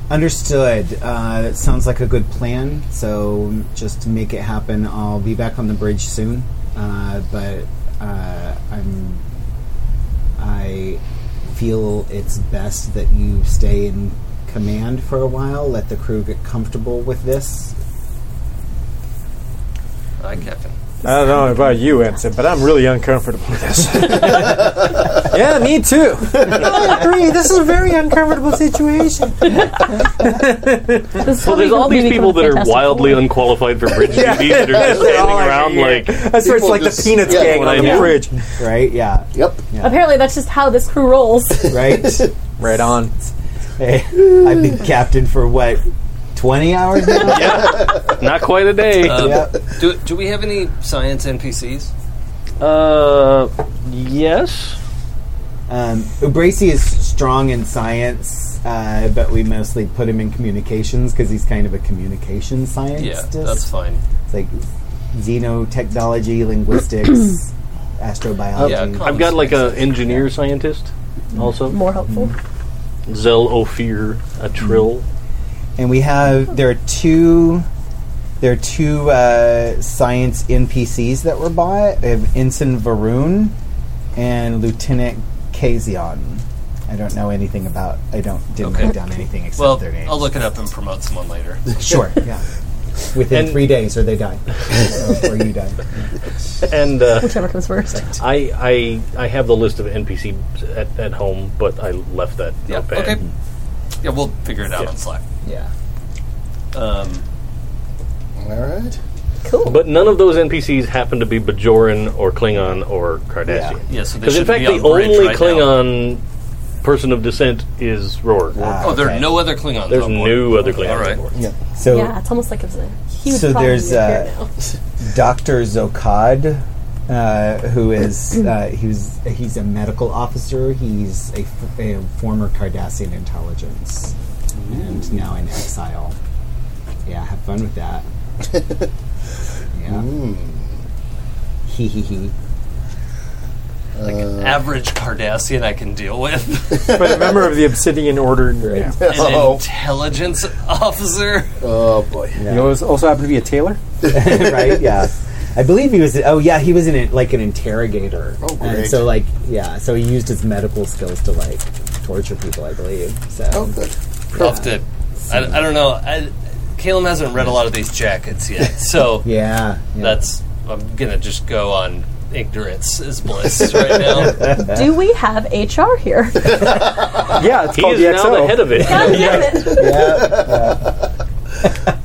Understood. Uh, that sounds like a good plan. So just to make it happen, I'll be back on the bridge soon. Uh, but uh, I'm. I feel it's best that you stay in command for a while. Let the crew get comfortable with this.
Hi, Captain.
I don't know about you, Ensign, but I'm really uncomfortable
*laughs*
with this. yeah, me too.
I agree. This is a very uncomfortable situation.
Well, there's all these people that are wildly unqualified for *laughs* bridge duty that are just
They're all
standing around
here.
like,
That's where it's
People
like
just-
the Peanuts
yeah,
gang
what I
on the
do.
bridge.
Right? Yeah.
Yep.
Apparently, that's just how this
*laughs*
crew rolls.
Right?
*laughs* Right on.
*laughs* hey, I've been captain for what? 20 hours now?
not quite a day.
Um,
Yep.
do, do we have any science NPCs?
Uh, yes.
Um, Ubrasi is strong in science, uh, but we mostly put him in communications because he's kind of a communication
Yeah,
scientist.
that's fine.
It's like
*clears throat*
xenotechnology, linguistics, astrobiology.
Yeah, com-
I've got like a engineer scientist also.
More helpful.
Zel Ophir, a trill.
and we have there are two there are two uh, science NPCs that were bought. We have Ensign Varun and Lieutenant Kazion. I don't know anything about. I don't didn't
Okay.
write down anything except
Well,
their names.
I'll look it up and promote
*laughs*
someone later.
Sure. Yeah. Within
And-
three days, or they die, or, or you die.
And
*laughs*
uh,
Whichever comes first.
I, I I have the list of NPCs at, at home, but I left that
Yeah,
notepad.
okay. Yeah, we'll figure it out on Slack.
Yeah.
Um,
All right.
But none of those NPCs happen to be Bajoran or Klingon or Cardassian.
yeah, so they
Because in
should
fact,
be
the
on bridge
only
right now.
Klingon person of descent is Rorg.
Ah,
Oh, there
okay.
are no other Klingons.
There's
on board.
no other Klingon.
All right.
Yeah.
So
yeah, it's almost like it's a huge
So
problem
there's,
you're here
uh,
now.
Dr. Zokad, uh, who is uh, he was, he's a medical officer. He's a, f- a former Cardassian intelligence, and now in exile. Yeah, have fun with that. yeah. Hee hee hee.
Uh,
Average Cardassian I can
*laughs*
deal with.
But a member of the Obsidian Order.
Right.
An
Oh.
intelligence officer.
Oh boy.
You know, who's also happened to be a tailor.
*laughs* right? Yeah. I believe he was. Oh, yeah, he was in like an interrogator.
Oh,
And
great.
so, like, yeah, so he used his medical skills to like torture people. I believe. So.
Oh, good.
Loved it. I, I don't know. I, Caleb hasn't read a lot of these jackets yet,
*laughs*
so
Yeah. yeah.
that's. I'm gonna just go on ignorance is bliss
*laughs*
right now.
uh,
Do we have HR here? God
Yeah, it's
He
called
is
the
now
XO.
the head of it.
damn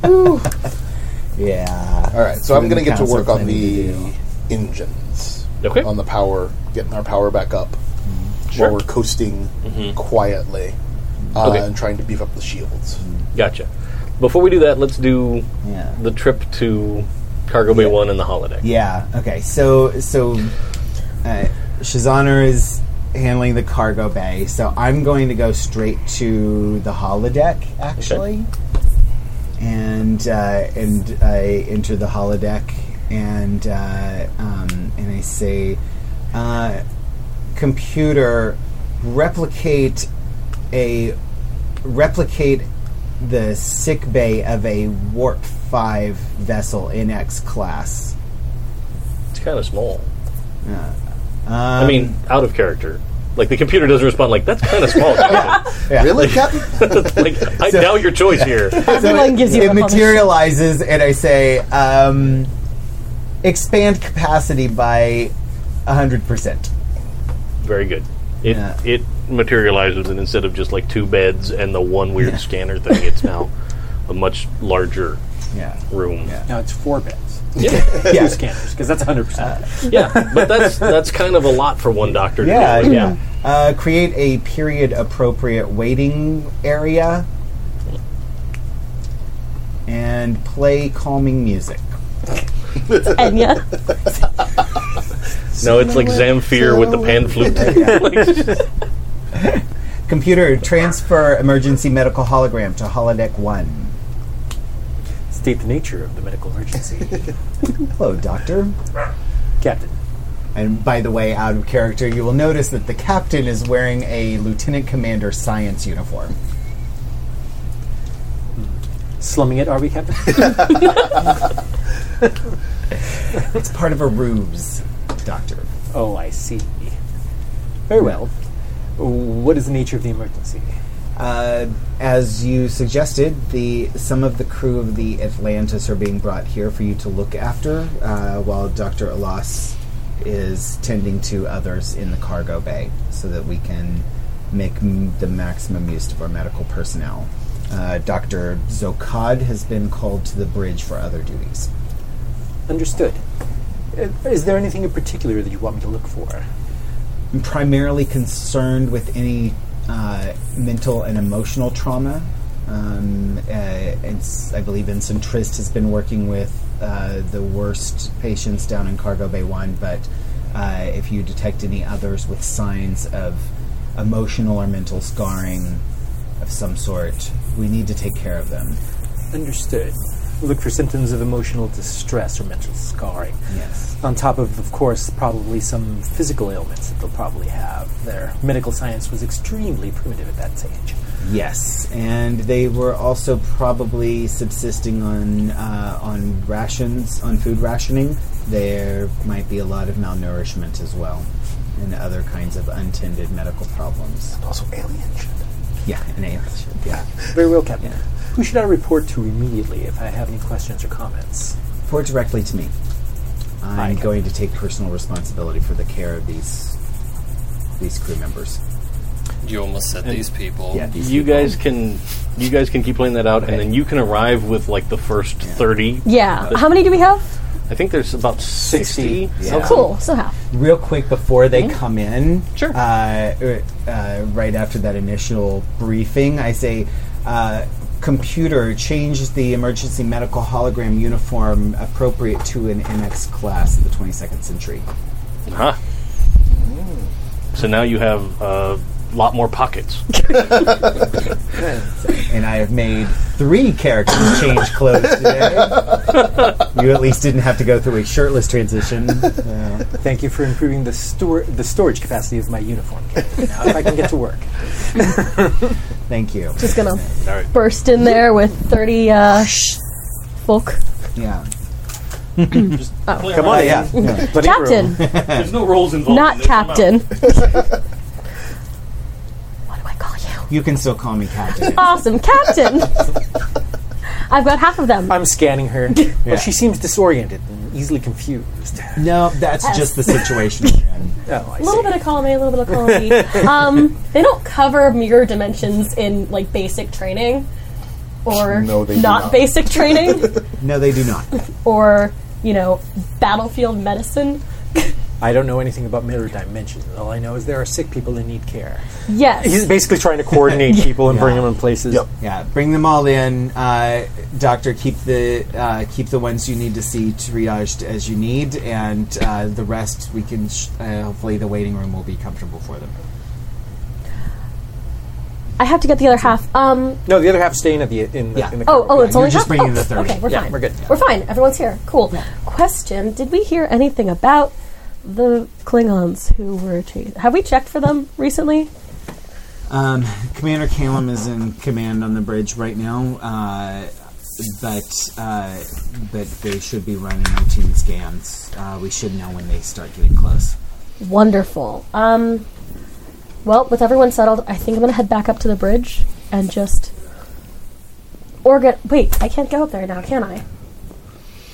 it!
*laughs* Yeah.
All right. So I'm going to get to
Council
work on
planning
the
to do.
engines.
Okay.
On the power, getting our power back up
Mm-hmm.
Sure.
while we're coasting quietly uh,
Okay.
and trying to beef up the
*laughs*
shields.
Gotcha. Before we do that, let's do
Yeah.
the trip to Cargo Bay 1 and the holodeck.
Yeah. Okay. So so, uh, Shazana is handling the cargo bay. So I'm going to go straight to the holodeck actually, and uh, and I enter the holodeck and uh, um, and I say, uh, computer, replicate a replicate the sick bay of a warp five vessel in X class.
It's kind of small.
Um,
I mean, out of character. Like, the computer doesn't respond like, that's kind of
*laughs*
small. Captain."
Yeah.
Really, Captain?
*laughs* like, I doubt your choice
*laughs*
here.
Everyone gives you
it
a publish.
materializes, and I say, um, expand capacity by hundred percent.
Very good. It,
Yeah.
it materializes, and instead of just like two beds and the one weird scanner thing, it's now a much larger
Yeah,
room.
Yeah.
Now it's four beds.
yeah,
Two scanners, because that's 100%.
Yeah, but that's that's kind of a lot for one doctor to
yeah,
do.
yeah. Uh, create a period appropriate waiting area, and play calming music.
Enya.
No, it's like Zamfir with the pan
*laughs*
flute. *laughs*
Computer transfer emergency medical hologram to holodeck one.
state the nature of the medical *laughs* emergency.
Hello, Doctor.
Captain.
And by the way, out of character, you will notice that the captain is wearing a lieutenant commander science uniform.
Slumming it, are we, *laughs* Captain?
It's part of a ruse, Doctor.
oh, I see. Very well. What is the nature of the emergency?
Uh, as you suggested, the some of the crew of the Atlantis are being brought here for you to look after, uh, while Doctor Alas is tending to others in the cargo bay, so that we can make m- the maximum use of our medical personnel. Uh, Doctor Zokad has been called to the bridge for other duties.
Understood. Uh, Is there anything in particular that you want me to look for?
I'm primarily concerned with any uh, mental and emotional trauma. Um, uh, and s- I believe Ensign Trist has been working with uh, the worst patients down in Cargo Bay 1, but uh, if you detect any others with signs of emotional or mental scarring of some sort, we need to take care of them.
Understood. Look for symptoms of emotional distress or mental scarring.
Yes.
On top of, of course, probably some physical ailments that they'll probably have. Their medical science was extremely primitive at that stage.
Yes, and they were also probably subsisting on uh, on rations, on food rationing. There might be a lot of malnourishment as well, and other kinds of untended medical problems.
Also, alien shit.
Yeah, and AI. Yeah.
Very well, Captain. Who should I report to immediately if I have any questions or comments?
Report directly to me. I'm
Hi.
going to take personal responsibility for the care of these these crew members.
You almost said these people.
Yeah, these
You
people.
guys can you guys can keep playing that out, and then you can arrive with like the first thirty.
Yeah. How many do we have? Oh,
I think there's about sixty. something.
Cool. So half.
real quick before they come in,
Sure.
Uh, er, uh, right after that initial briefing, I say, uh, "Computer, change the emergency medical hologram uniform appropriate to an MX class of the 22nd century."
Huh. So now you have a lot more
*laughs*
pockets.
And I have made three characters change clothes today. you at least didn't have to go through a shirtless transition. Uh,
Thank you for improving the, stor- the storage capacity of my uniform. *laughs* Captain. Now, if I can get to work.
thank you.
Just gonna
right.
burst in there with thirty uh, sh- folk.
Yeah. Oh,
Come on,
yeah. yeah.
Plenty of room.
Captain,
There's no roles involved.
not
in this. I'm out.
captain. what do I call you?
You can still call me Captain.
Awesome, Captain. I've got half of them.
I'm
*laughs*
scanning her. Well, she seems disoriented and easily confused. *laughs*
No, that's just the situation you're in.
Oh, I
A little
see.
bit of column A, a little bit of column B. um, they don't cover mirror dimensions in like basic training, or
No, they do
not,
not.
basic
*laughs*
training,
No, they do not.
or you know, battlefield medicine.
I don't know anything about mirror dimensions. All I know is there are sick people that need care. He's
Yes,
basically trying to coordinate *laughs* people and bring them in places.
Yep.
Yeah, bring them all in, uh, doctor. Keep the uh, keep the ones you need to see triaged as you need, and uh, the rest we can. Sh- uh, hopefully, the waiting room will be comfortable for them.
I have to get the other half. Um,
No, the other half staying at the in the,
Yeah.
in the
oh, oh, it's
you're
only half?
just bringing
Oh,
the 30.
Okay, we're
Yeah,
fine.
we're good.
We're fine. Everyone's here. Cool. Question: Did we hear anything about the Klingons who were chased? Have we checked for them recently?
Um, Commander Calum is in command on the bridge right now, uh, but uh, but they should be running routine scans. Uh, we should know when they start getting close.
Wonderful. Um, well, with everyone settled, I think I'm gonna head back up to the bridge and just. Or get wait, I can't go up there now, can I?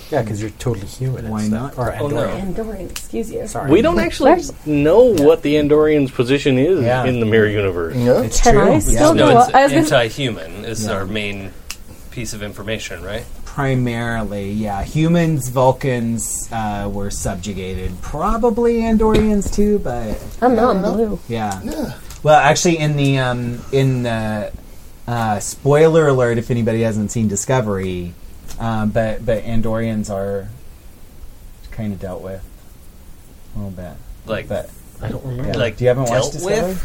yeah, because you're totally human. and
Why
stuff.
not?
Or
Oh, no.
Andorian, excuse you.
Sorry.
We don't actually
Where's-
know what the Andorian's position is
Yeah.
in the mirror universe.
Yeah.
It's
Can
true.
I still go
No,
up?
it's
I was gonna-
anti-human. Is our main piece of information, right?
Primarily, yeah. Humans, Vulcans uh, were subjugated. Probably Andorians too, but
I'm not in blue.
yeah. Well, actually, in the um, in the uh, spoiler alert, if anybody hasn't seen Discovery, um, but but Andorians are kind of dealt with a little bit.
Like,
But
I don't remember.
yeah.
like
do you haven't
dealt
watched Discovery?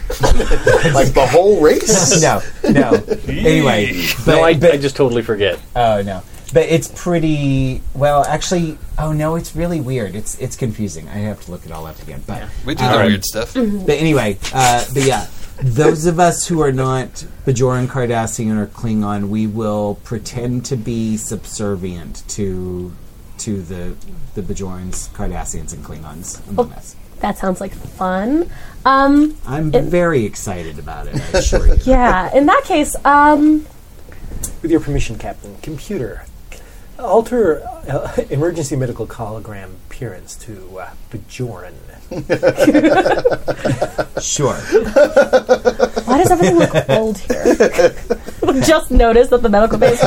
Like the
*laughs*
whole race?
*laughs*
*laughs*
no, no. anyway, but,
no, I,
but-
I just totally forget.
Oh no. but it's pretty well. Actually, oh no, it's really weird. It's it's confusing. I have to look it all up again. But
We do the
Um,
weird stuff.
Mm-hmm.
but anyway, uh, but yeah, those of us who are not Bajoran, Cardassian, or Klingon, we will pretend to be subservient to to the the Bajorans, Cardassians, and Klingons
Oh.
among us.
That sounds like fun. Um,
I'm very excited about it. I assure you.
yeah, in that case, um,
With your permission, Captain. Computer, alter uh, *laughs* emergency medical hologram appearance to uh, Bajoran.
Sure. *laughs*
why does everything look old here? *laughs* Just noticed that the medical base.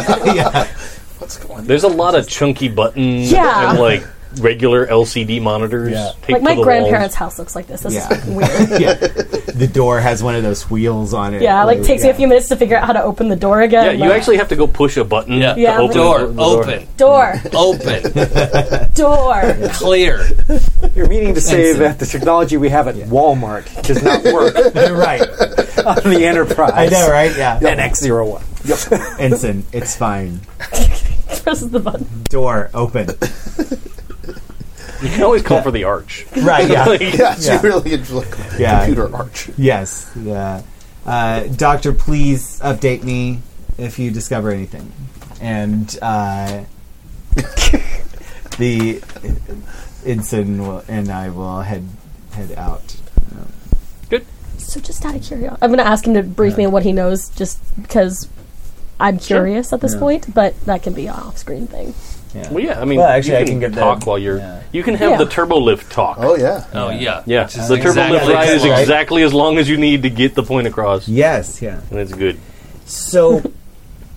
There's a lot of chunky buttons
Yeah.
and like regular LCD monitors.
Yeah.
taped
Like
to
my
the
grandparents' house looks like this. This
Yeah.
is fucking
*laughs*
weird.
yeah. The door has one of those wheels on it.
Yeah, like takes me
yeah.
a few minutes to figure out how to open the door again.
walls. Yeah, you
but-
actually have to go push a button
Yeah.
to
Yeah,
open
Door
the, the door.
open,
*laughs*
door,
open,
door. *laughs*
clear.
You're meaning to say
Expensive.
that the technology we have at Walmart does not work *laughs*
You're right.
on the Enterprise.
I know, right? Yeah.
NX01.
Ensign, it's fine.
Presses the button.
Door open.
You can always call for the arch.
*laughs* Right. *laughs*
*laughs*
Yeah.
Like,
Yeah, it's
Yeah.
really it's like a
Yeah.
computer arch.
Yes. Yeah. Uh, doctor, please update me if you discover anything. And uh, *laughs* the ensign will, and I will head head out.
So just out of curiosity, I'm going to ask him to brief me on what he knows, just because I'm curious at this
Yeah.
point. But that can be an off-screen thing.
Yeah.
well, yeah. I mean,
Well, actually,
you
I
can,
can get
talk
that.
while you're.
Yeah.
You can have
Yeah.
the turbo lift talk.
Oh yeah.
Oh yeah,
Yeah,
Which is
the turbo lift
exactly
ride is
what-
exactly as long as you need to get the point across, and
Yes. Yeah.
it's good.
So,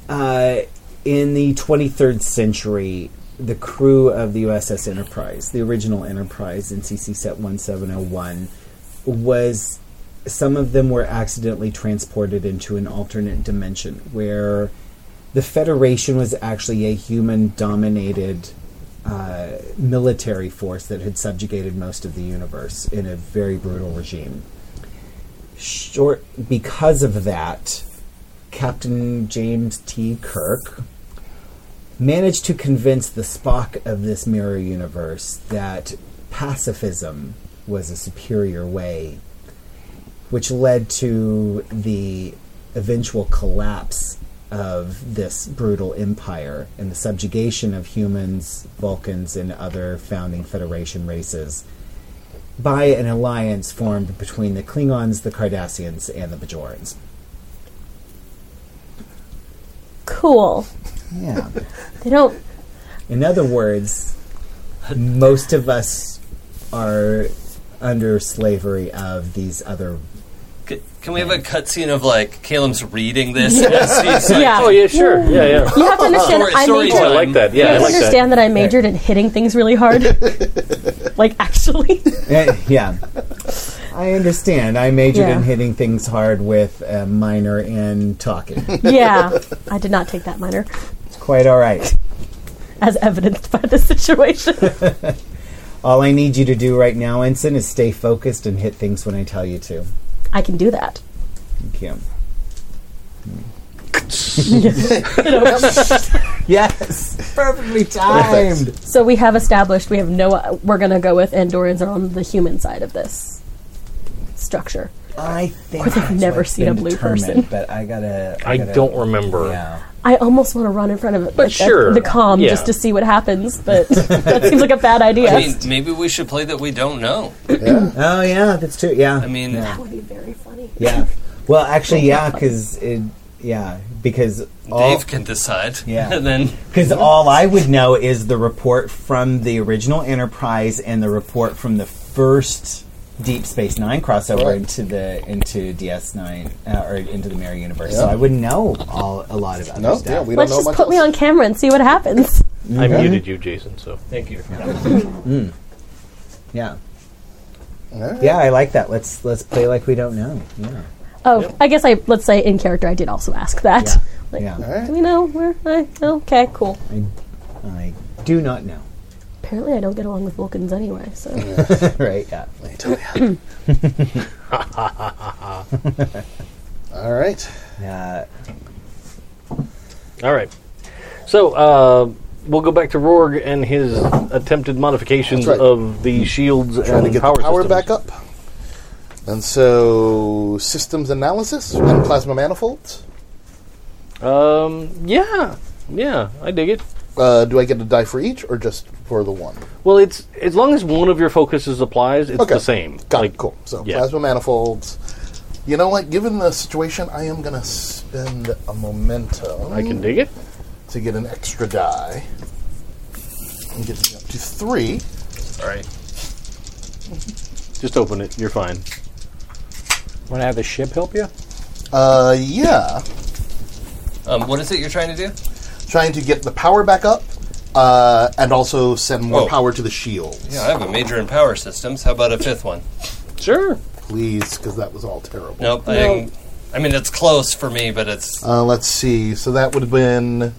uh, in the 23rd century, the crew of the USS Enterprise, the original Enterprise in CC Set 1701, was some of them were accidentally transported into an alternate dimension where the Federation was actually a human dominated uh, military force that had subjugated most of the universe in a very brutal regime. Short, because of that, Captain James T. Kirk managed to convince the Spock of this mirror universe that pacifism was a superior way, which led to the eventual collapse of this brutal empire and the subjugation of humans, Vulcans, and other founding Federation races by an alliance formed between the Klingons, the Cardassians, and the Bajorans.
Cool.
Yeah.
They don't.
In other words, most of us are under slavery of these other.
C- Can we have a cutscene of like Caleb's reading this? as he's, like,
Yeah.
Oh yeah, sure. Yeah, yeah.
You have to understand.
Story-
I
story
majored.
Oh, I like that. Yeah,
you
I
have to
like that.
understand that. I majored in hitting things really hard. like actually,
Eh, yeah, I understand. I majored
Yeah.
in hitting things hard with a minor in talking.
yeah. I did not take that minor,
It's quite all right.
as evidenced by this situation.
All I need you to do right now, Ensign, is stay focused and hit things when I tell you to.
I can do that.
Thank
*laughs*
you. yes, perfectly timed.
So we have established we have no. We're going to go with Andorans are on the human side of this structure.
I think
I've
that's
never
what's
seen a
been
blue
determined,
person.
but I gotta.
I
gotta-
don't remember.
Yeah.
I almost want to run in front of it, like, at
sure.
the com
Yeah.
just to see what happens. But that seems like a bad idea.
I mean, maybe we should play that we don't know.
Oh yeah, that's true. Yeah.
I mean,
yeah.
that would be very funny.
yeah. Well, actually,
Oh,
yeah, because it, yeah, because all
Dave can decide. *laughs*
Yeah.
and then
because all I would know is the report from the original Enterprise and the report from the first Deep Space Nine crossover
Right.
into the into DS Nine uh, or into the Mirror Universe. So I wouldn't know all a lot of other
No,
stuff.
yeah, we don't
Let's
know
just
much.
put me on camera and see what happens.
I muted you, Jason. So
thank you.
yeah.
Alright.
Yeah, I like that. Let's let's play like we don't know. Yeah,
Oh, I guess I let's say in character I did also ask that.
Yeah.
Like,
yeah.
Do we know where? I, okay, cool.
I do not know. *laughs*
Apparently, I don't get along with Vulcans anyway. So
right? Yeah.
*laughs* All right.
Yeah.
all right. So uh, we'll go back to Rorg and his attempted modifications
That's right.
of the shields
trying
and
to get
power,
the power
systems.
back up. And so, systems analysis and plasma manifolds.
Um, yeah, yeah, I dig it.
Uh, do I get a die for each, or just for the one?
Well, it's as long as one of your focuses applies, it's the same.
Got
like,
it. Cool. So
yeah.
plasma manifolds. You know what? Given the situation, I am going to spend a momentum
I can dig it.
to get an extra die. And get me up to three.
All right.
Just open it. You're fine.
Want to have the ship help you?
Uh, yeah.
Um, what is it you're trying to do?
Trying to get the power back up, uh, and also send more
Whoa.
power to the shields.
Yeah, I have a major in power systems. How about a fifth one?
Sure.
Please, because that was all terrible.
Nope. I, didn't- I mean, it's close for me, but it's
Uh, let's see. So that would have been.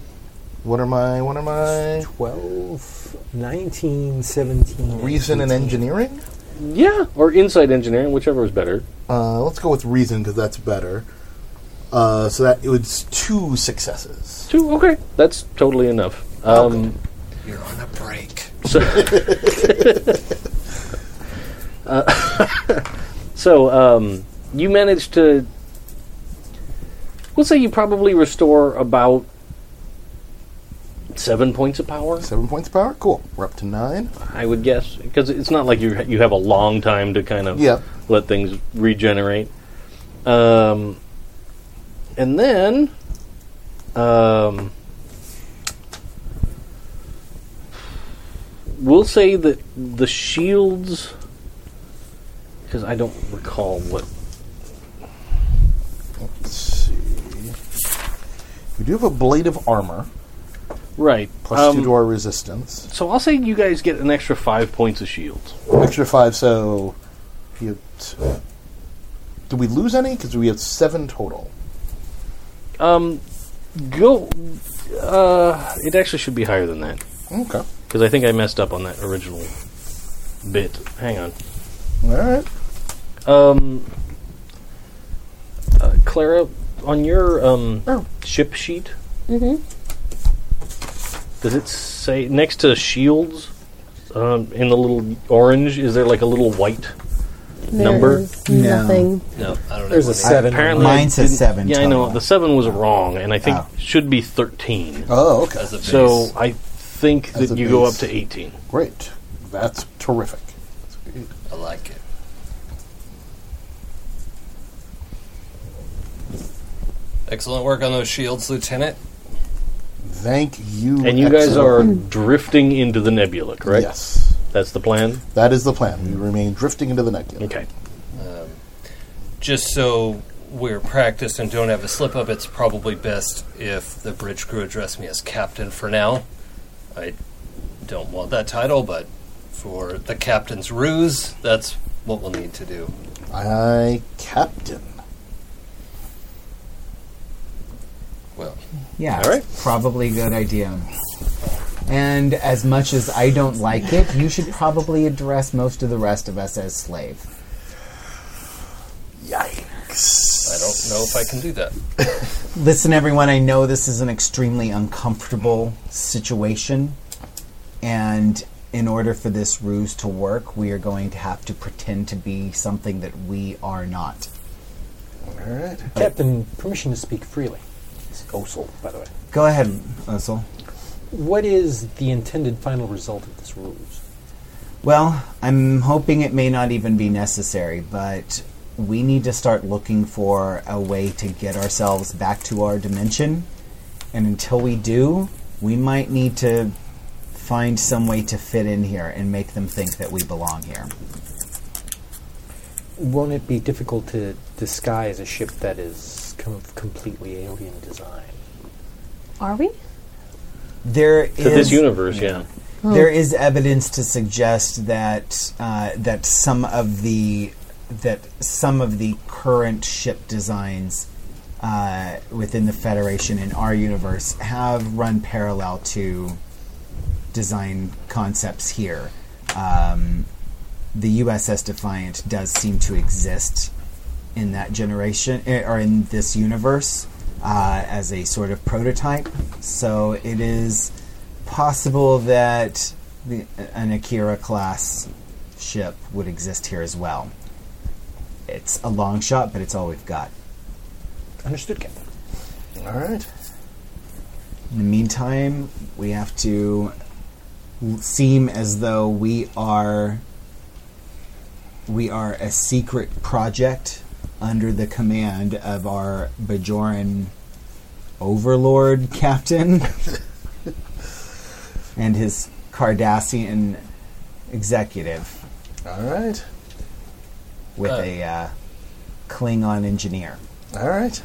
What are my. What are my.
12, 19, 17.
Reason and engineering?
Yeah, or inside engineering, whichever is better.
Uh, let's go with reason because that's better. Uh, so that it was two successes.
Two. Okay, that's totally enough. Um,
you're on a break. *laughs*
So, Uh, *laughs* so um, you managed to. Let's say you probably restore about seven points of power.
Seven points of power. Cool. We're up to nine.
I would guess because it's not like you you have a long time to kind of
Yeah.
let things regenerate. Um, and then, um, we'll say that the shields, because I don't recall what.
Let's see. We do have a blade of armor
Right.
plus
um,
two to our resistance.
so I'll say you guys get an extra five points of shields.
Extra five. So, you, do we lose any? Because we have seven total.
Um, go. Uh, it actually should be higher than that.
Okay. All
because I think I messed up on that original bit. Hang on.
right.
Um, uh, Clara, on your um, ship sheet, does it say next to shields um, in the little orange? Is there like a little white? Number?
There's
No.
nothing.
No, I don't
There's
know.
a seven.
Apparently,
Mine
I
says
didn't-
seven
Yeah, I know
total.
the seven was wrong, and I think
Oh.
should be thirteen.
Oh, okay.
As a base.
so I think
As
that
a
you go up
base.
to eighteen.
Great. That's terrific.
I like it. Excellent work on those shields, Lieutenant.
Thank you.
And you guys are
Excellent.
drifting into the nebula, correct?
Yes.
That's the plan?
That is the plan. We remain drifting into the nebula.
Okay.
Just so we're practiced and don't have a slip up, it's probably best if the bridge crew address me as captain for now. I don't want that title, but for the captain's ruse, that's what we'll need to do.
I captain.
Well,
Yeah.
All right.
Probably a good idea. And as much as I don't like it, you should probably address most of the rest of us as slave.
I don't know if I can do that.
Listen, everyone, I know this is an extremely uncomfortable situation. And in order for this ruse to work, we are going to have to pretend to be something that we are not.
Captain, permission to speak freely. It's Osel, by the way.
Go ahead, Ursel.
What is the intended final result of this ruse?
Well, I'm hoping it may not even be necessary, but we need to start looking for a way to get ourselves back to our dimension. And until we do, we might need to find some way to fit in here and make them think that we belong here.
Won't it be difficult to disguise a ship that is com- completely alien design?
Are we?
There is
To this universe, yeah.
there is evidence to suggest that uh, that some of the that some of the current ship designs uh, within the Federation in our universe have run parallel to design concepts here. Um, the USS Defiant does seem to exist in that generation eh, or in this universe. uh, as a sort of prototype. So it is possible that the, an Akira class ship would exist here as well. It's a long shot, but it's all we've got.
Understood, Captain.
All right.
In the meantime, we have to l- seem as though we are we are a secret project under the command of our Bajoran overlord *laughs* captain and his Cardassian executive
All right.
with
Uh.
a uh, Klingon engineer.
All right.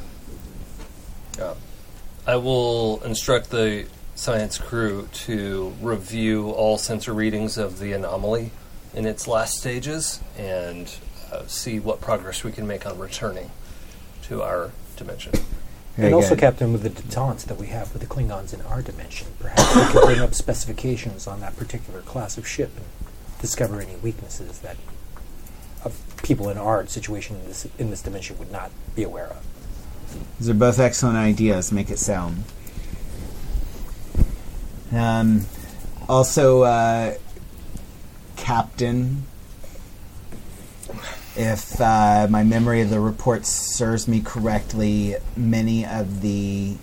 I will instruct the science crew to review all sensor readings of the anomaly in its last stages and uh, see what progress we can make on returning to our dimension.
Very
and also,
good.
Captain, with the detente that we have with the Klingons in our dimension, perhaps we can bring up specifications on that particular class of ship and discover any weaknesses that of people in our situation in this, in this dimension would not be aware of.
These are both excellent ideas. Make it sound. Um, also, uh, Captain, if uh, my memory of the report serves me correctly, many of the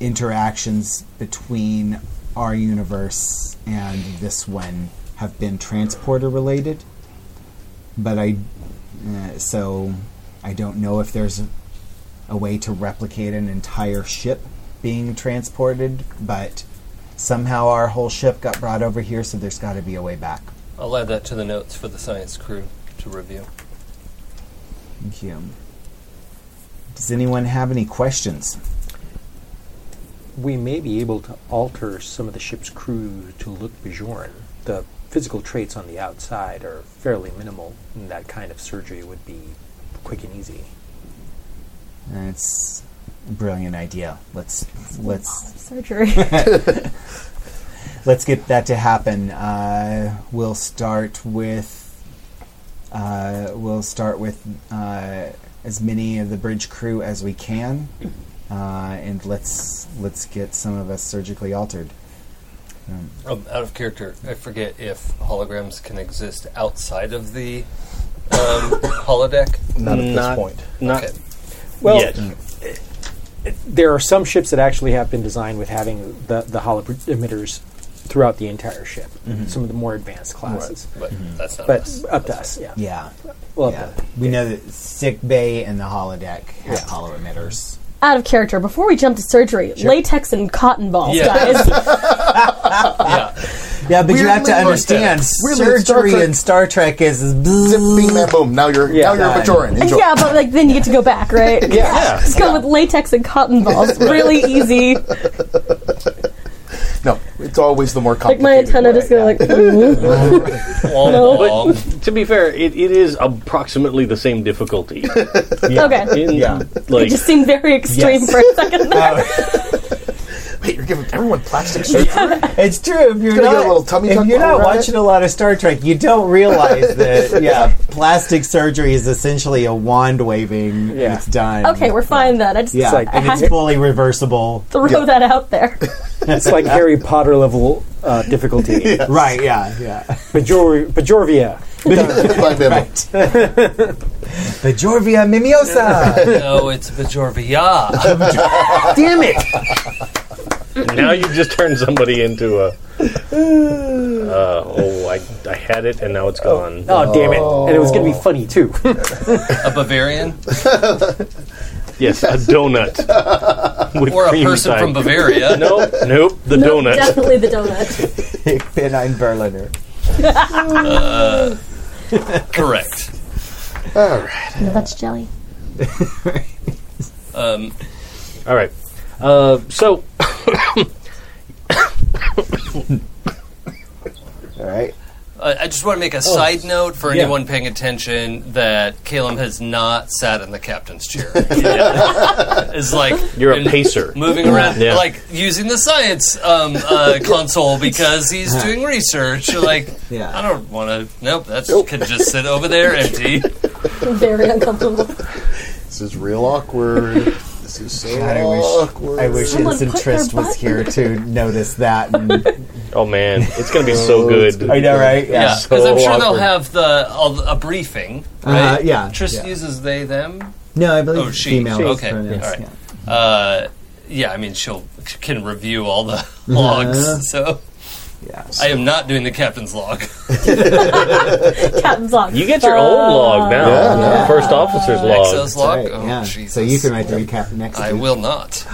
interactions between our universe and this one have been transporter related. But I, uh, so I don't know if there's a way to replicate an entire ship being transported, but somehow our whole ship got brought over here, so there's got to be a way back.
I'll add that to the notes for the science crew to review.
Thank you. Does anyone have any questions?
we may be able to alter some of the ship's crew to look Bajoran. The physical traits on the outside are fairly minimal, and that kind of surgery would be quick and easy.
That's a brilliant idea. Let's let's
Surgery. *laughs*
let's get that to happen. Uh, we'll start with uh, we'll start with uh, as many of the bridge crew as we can, uh, and let's let's get some of us surgically altered.
Um, out of character, I forget if holograms can exist outside of the um, *coughs* holodeck.
Not at this
Not-
point.
Not
Okay.
Well,
yet.
there are some ships that actually have been designed with having the, the hollow emitters throughout the entire ship,
Mm-hmm.
some of the more advanced classes.
But
Mm-hmm.
that's not
But
us.
up to us, yeah.
Yeah,
Well, up
yeah.
to-
We know that sick bay and the holodeck have hollow emitters.
Out of character. Before we jump to surgery, latex and cotton balls,
Yeah.
guys.
*laughs* yeah.
Yeah, but you
Weirdly,
have to
like
understand
that. Weirdly, Star
surgery
Trek-
in Star Trek is
Zip, bing, bam, boom. Now you're
Yeah.
now you're a Bajoran. Enjoy.
yeah, but like then you get to go back, right?
yeah.
Let's go with latex and cotton balls. really easy.
No, it's always the more
Like
complicated.
my antenna
way.
just go like. mhm.
Womp womp.
To be fair, it, it is approximately the same difficulty. *laughs*
Okay.
In,
Yeah.
Like,
It just seemed very extreme
Yes.
for a second
*laughs*
there.
Wait, you're giving everyone plastic surgery. *laughs*
It's true. If you're
Gonna get
not,
a little tummy
if
tuck
you're
while
not
we're at
watching a lot of Star Trek, you don't realize *laughs* that. yeah, plastic surgery is essentially a wand waving. and
Yeah.
It's done.
Okay, we're fine then. I just
Um, Yeah,
I
like-
*laughs*
and
had
it's
to
fully reversible.
throw that out there.
it's like Harry Potter level uh,
*laughs*
difficulty.
Right? Yeah, *laughs* yeah.
Bajor- Bajorvia.
*laughs*
Bang, bam, boom.
Bajorvia *laughs* mimiosa.
No, it's Bajorvia.
Damn it!
now you just turned somebody into a. Uh, oh, I, I had it and now it's gone.
*laughs* Oh, damn it. And it was
Oh.
going to be funny, too.
a
*laughs*
Bavarian
Yes, a donut. with
or a
cream
person
inside. *laughs*
from Bavaria.
Nope, nope, the
No,
donut.
Definitely the donut.
Ich bin ein Berliner.
Correct.
No, *laughs* that's jelly.
Um,
All right. Uh, so,
All right.
I I just want to make
Oh.
a side note for anyone paying attention that Caleb has not sat in the
*laughs*
captain's chair. It's like
You're a
been
pacer.
moving around,
Yeah.
like using the science
*laughs*
um, uh, console because he's doing research. Like,
Yeah.
I don't want to. Nope, that can just
*laughs*
sit over there empty.
Very uncomfortable.
This is real awkward. This This is so
God, I
awkward.
wish I wish
Someone
Instant
put their
Trist was
butt-
here to
*laughs*
notice that. And,
Oh man, it's gonna be so good.
I know, right?
Yeah,
Yeah.
because I'm
So
sure they'll
awkward. Uh-huh,
have the a, a briefing, right?
Uh, yeah,
Trist
yeah.
uses they them.
No, I believe
Oh, she.
female.
She.
is
Okay,
pronounced,
all right.
yeah.
Uh, yeah, I mean she'll can review all the *laughs* logs. So
Yeah,
I am not doing the captain's log.
Captain's log.
You get
Uh,
your own log now.
Yeah.
First officer's *laughs* log.
Access log.
Right,
oh,
yeah.
Jesus.
So you can write the recap next.
I
week.
will not.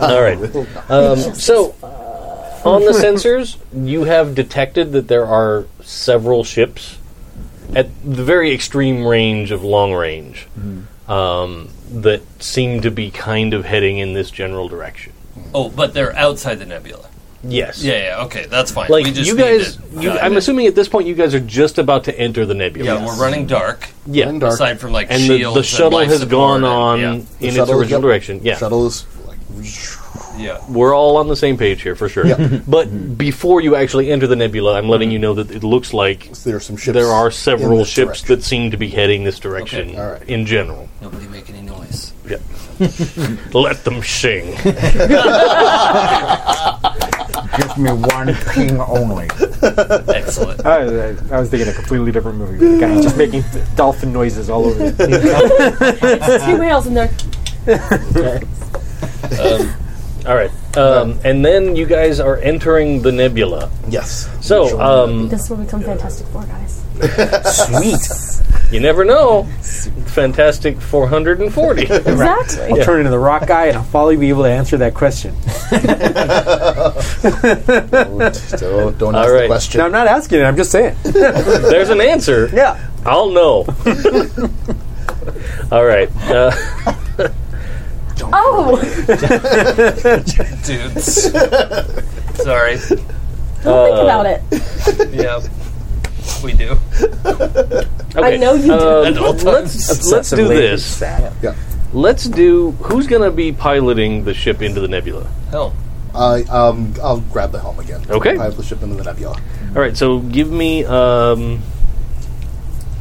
All right. Um, so, on the sensors, you have detected that there are several ships at the very extreme range of long range
Mm-hmm.
um, that seem to be kind of heading in this general direction.
Oh, but they're outside the nebula.
Yes.
Yeah, yeah. Okay, that's fine.
Like
we just
you
need
guys,
to-
you,
Got
I'm
it.
assuming at this point you guys are just about to enter the nebula.
Yeah, we're running dark.
Yeah.
And dark.
Aside from like
And the,
shields,
the shuttle
and life
has
support
gone on
and-
The
in its
shuttle-
original
yep.
direction. Yeah.
Shuttle is like
yeah, yeah.
we're all on the same page here for sure.
Yep.
*laughs* But before you actually enter the nebula, I'm letting you know that it looks like
there are some ships.
there are
in
several
this
ships
direction.
that seem to be heading this direction
Okay, all right.
in general.
Nobody make any noise.
Yep. Let them sing.
*laughs*
Give me one ping only.
Excellent.
*laughs* I, I, I was thinking a completely different movie. The guy just making dolphin noises all over.
*laughs*
The,
Two whales in there.
all right. Um, and then you guys are entering the nebula.
Yes.
So um,
This will become Fantastic Four, guys.
you never know. Fantastic
*laughs*
440.
Exactly.
I'll turn into the rock guy, and I'll finally be able to answer that question.
don't don't ask
All right.
the question.
No, I'm not asking it. I'm just saying.
There's an answer.
Yeah.
I'll
*laughs*
know. all right. Uh,
Oh,
dudes. *laughs* Sorry.
Think about it.
Yeah, we do.
okay.
I know
*laughs*
you do.
Um,
At all times.
let's do this.
Yeah.
Let's do. Who's going to be piloting the ship into the nebula?
Hell,
I um I'll grab the helm again.
Okay.
I have the ship into the nebula.
All right. So give me um,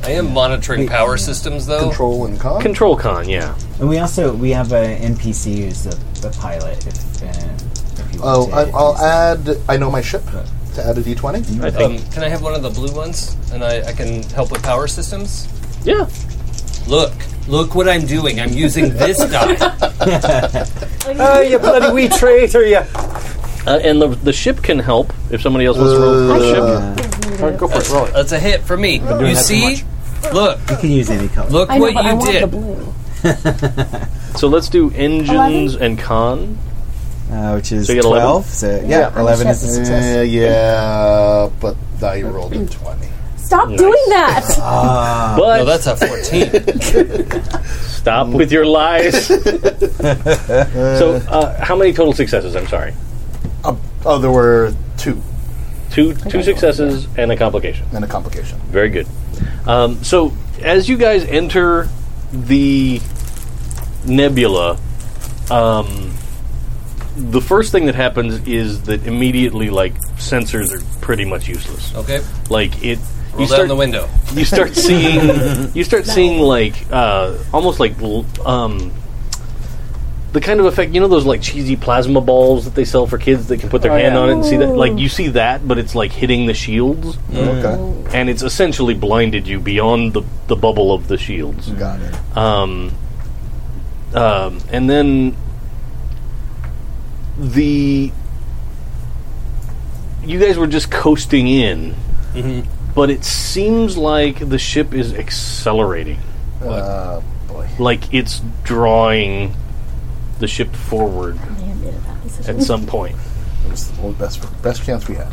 I am monitoring power systems
Oh.
though.
Control and con.
control con. Yeah.
And we also we have uh, an NPC who's the, the pilot. If, uh, if you
Oh,
want
I,
to
I'll
use
add. I know my ship to add a d twenty.
I think.
Um, can I have one of the blue ones? And I, I can help with power systems.
yeah.
Look, look what I'm doing. I'm using
*laughs*
this die.
Uh,
Oh, you bloody wee traitor! You
Uh, and the, the ship can help if somebody else wants to roll for the ship.
Uh,
All right, go for it. Roll it.
That's a hit for me. You
that too
see? Look,
You can use any color.
look
I know,
what
but I
you
want the
did.
blue.
So let's do engines and con.
Uh, which is
So you get 11?
12. So, yeah, 11 is a success.
Uh, yeah, but I rolled a twenty.
Stop doing that.
but
Uh, No, that's a
*laughs*
14.
stop with your lies.
*laughs*
so uh, how many total successes? I'm sorry.
Oh, there were two
Two two successes and a complication.
and a complication.
Very good. Um, so, as you guys enter the nebula, um, the first thing that happens is that immediately, like sensors are pretty much useless.
Okay,
Like it,
roll
you
down
start
the window.
you
*laughs*
start seeing you start seeing like uh, almost like l- um, the kind of effect you know those like cheesy plasma balls that they sell for kids that can put their hand on it and see that like you see that but it's like hitting the shields
Mm.
Okay,
and it's essentially blinded you beyond the, the bubble of the shields.
got it.
Um, um, and then the you guys were just coasting in, but it seems like the ship is accelerating.
Uh, boy.
Like it's drawing the ship forward
Man, made a bad decision.
at some point.
It was the best best chance we had.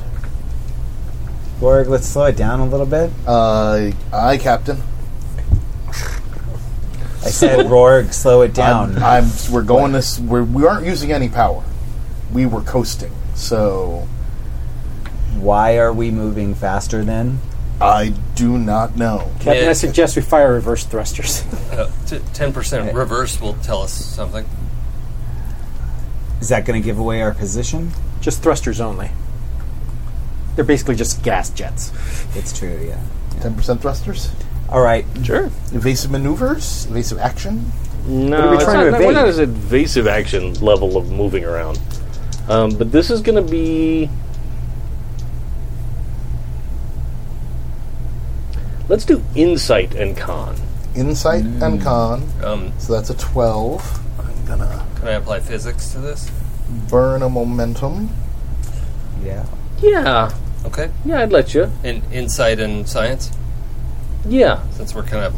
Borg, let's slow it down a little bit.
Uh, aye, Captain.
I
*laughs*
said, Borg, slow it down.
I'm, I'm, we're going this. We're, we aren't using any power. We were coasting. So
Why are we moving faster then?
I do not know.
Captain,
Yeah.
I suggest we fire reverse thrusters. *laughs*
Uh, t- 10% reverse will tell us something.
Is that going to give away our position?
just thrusters only. They're basically just gas jets.
It's true, yeah.
Ten percent thrusters,
All right.
Sure.
evasive maneuvers, evasive action.
No,
are we
it's
trying
not,
to
that- we're
evade?
not as invasive action level of moving around. Um, but this is going to be. Let's do insight and con.
Insight and con.
Um,
So that's a 12. I'm gonna
can I apply physics to this?
burn a momentum.
Yeah.
Yeah,
Okay.
yeah, I'd let you.
And insight and science,
Yeah.
since we're kind of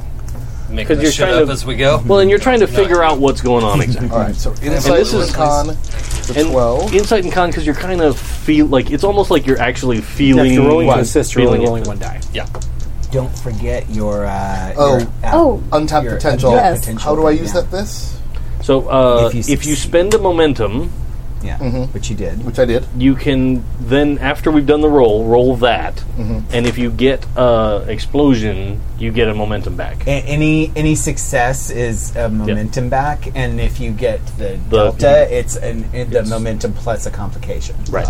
making
'Cause
this
you're
shit
trying
up
to-
as we go.
Well, and you're trying to
No,
figure out what's going on exactly.
*laughs*
All right, so insight
this
and
is-
con. It's a
And
12.
insight and con because you're kind of feel like it's almost like you're actually feeling
if you're rolling
what-
to assist, you're
feeling
only rolling
it.
one die.
Yeah.
Don't forget your. Uh,
Oh.
your app-
Oh,
Untapped
your
potential.
untapped
Yes.
potential
How do I
thing,
use
yeah.
that this?
So uh, if,
If you
you
succeed.
spend a momentum,
Yeah,
Mm-hmm.
which you did.
Which I did.
you can then after we've done the roll, roll that, and if you get uh, explosion, you get a momentum back.
A- any any success is a momentum back, and if you get the,
The-
delta, it's an it, the momentum plus a complication.
Right.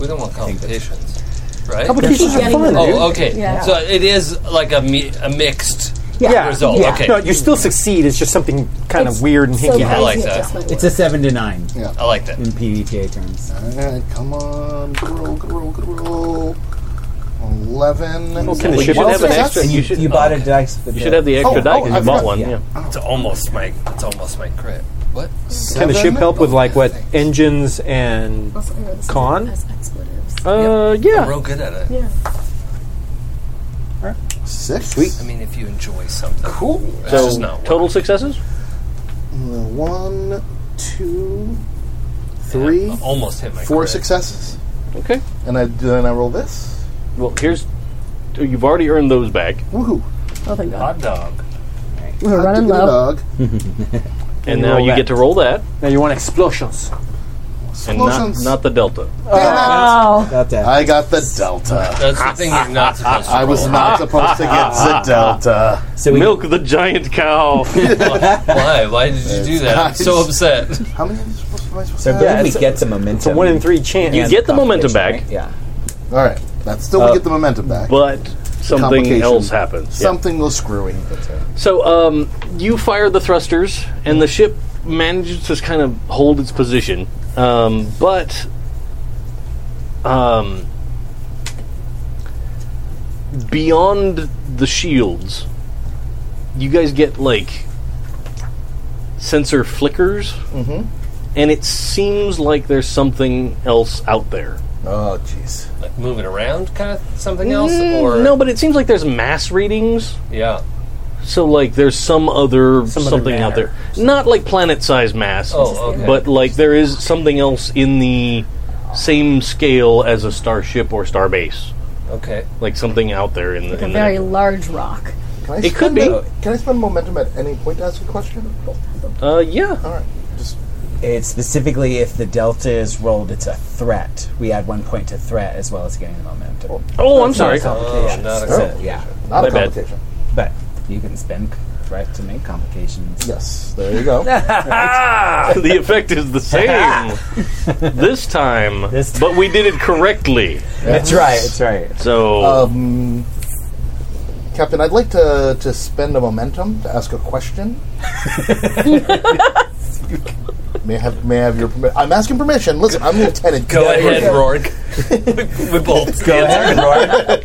We don't want complications, right?
Complications are
getting
fun,
there.
dude.
Oh, okay.
Yeah.
So it is like a, mi- a mixed.
yeah.
result,
Yeah.
okay.
No, you still succeed. It's just something kind of weird and hinky.
I like that.
It's a seven to nine
I like that.
in PVTA terms.
All right, come on. Good roll, good roll, good roll. 11.
Well,
you
shit
should
out.
have an
Success.
extra.
And you,
You
you,
should,
bought a dice. For
you should have the extra
Oh,
die
oh,
because
I
you bought
forgot,
one.
yeah.
Yeah.
It's almost my. It's almost my crit. What?
Can the ship help with like what engines and? Con?
As expletives.
Uh, yeah.
I'm real good at it.
Yeah.
Six.
I mean, if you enjoy something,
Cool.
that's
So
just not work.
total successes.
uh, One, two, three,
I almost hit my
four
crit.
successes.
Okay.
And I then I roll this.
Well, here's you've already earned those back,
Woohoo.
Oh, thank God.
Hot dog.
We were running
Dog,
low.
dog.
and
you
now
roll
you
that.
get to roll that,
Now you want explosions.
and not
Explosions.
not the delta.
Oh,
Got that.
I got the delta.
That's the thing you're not supposed
*laughs*
to.
I was not supposed to
*laughs*
get the delta.
so we,
Milk the giant cow.
Why? Why did you do that? I'm so upset.
How many am I supposed to- am I supposed
So
to
then
have?
we get the momentum.
It's a one in three chance.
You get the momentum back,
Yeah.
All right. That's still we get the momentum back.
but something
Complication.
else happens. Uh, Yeah.
Something was screwy.
So um, you fire the thrusters, and the ship manages to kind of hold its position, um, but um, beyond the shields, you guys get like sensor flickers, and it seems like there's something else out there.
Oh, jeez.
Like moving around, kind of something else,
Mm,
or
no, but it seems like there's mass readings.
yeah.
So like there's some other
Some other
something out
matter.
there. Not like planet size mass.
Oh, okay.
But like there is something else in the same scale as a starship or starbase.
okay.
Like something out there in the,
a
in
very
the
large rock.
Can I
It could
spend
be.
mo- can I spend momentum at any point to ask a question?
Uh yeah.
All right. Just
It's specifically if the delta is rolled, it's a threat. We add one point to threat as well as getting the momentum.
Oh, I'm sorry.
Complications.
not a
so, yeah.
not
My
a
bad.
complication.
But you can spend threat to make complications.
Yes. There you
*laughs*
go.
*laughs* Ah, the effect is the same this time,
This
but we did it correctly.
That's right. That's right.
So
Um, Captain, I'd like to, to spend a momentum to ask a
*laughs*
question. may I have may I have your permission? I'm asking permission. Listen, I'm Lieutenant.
Go
Yeah,
ahead,
yeah.
*laughs* Rourke. we both go ahead.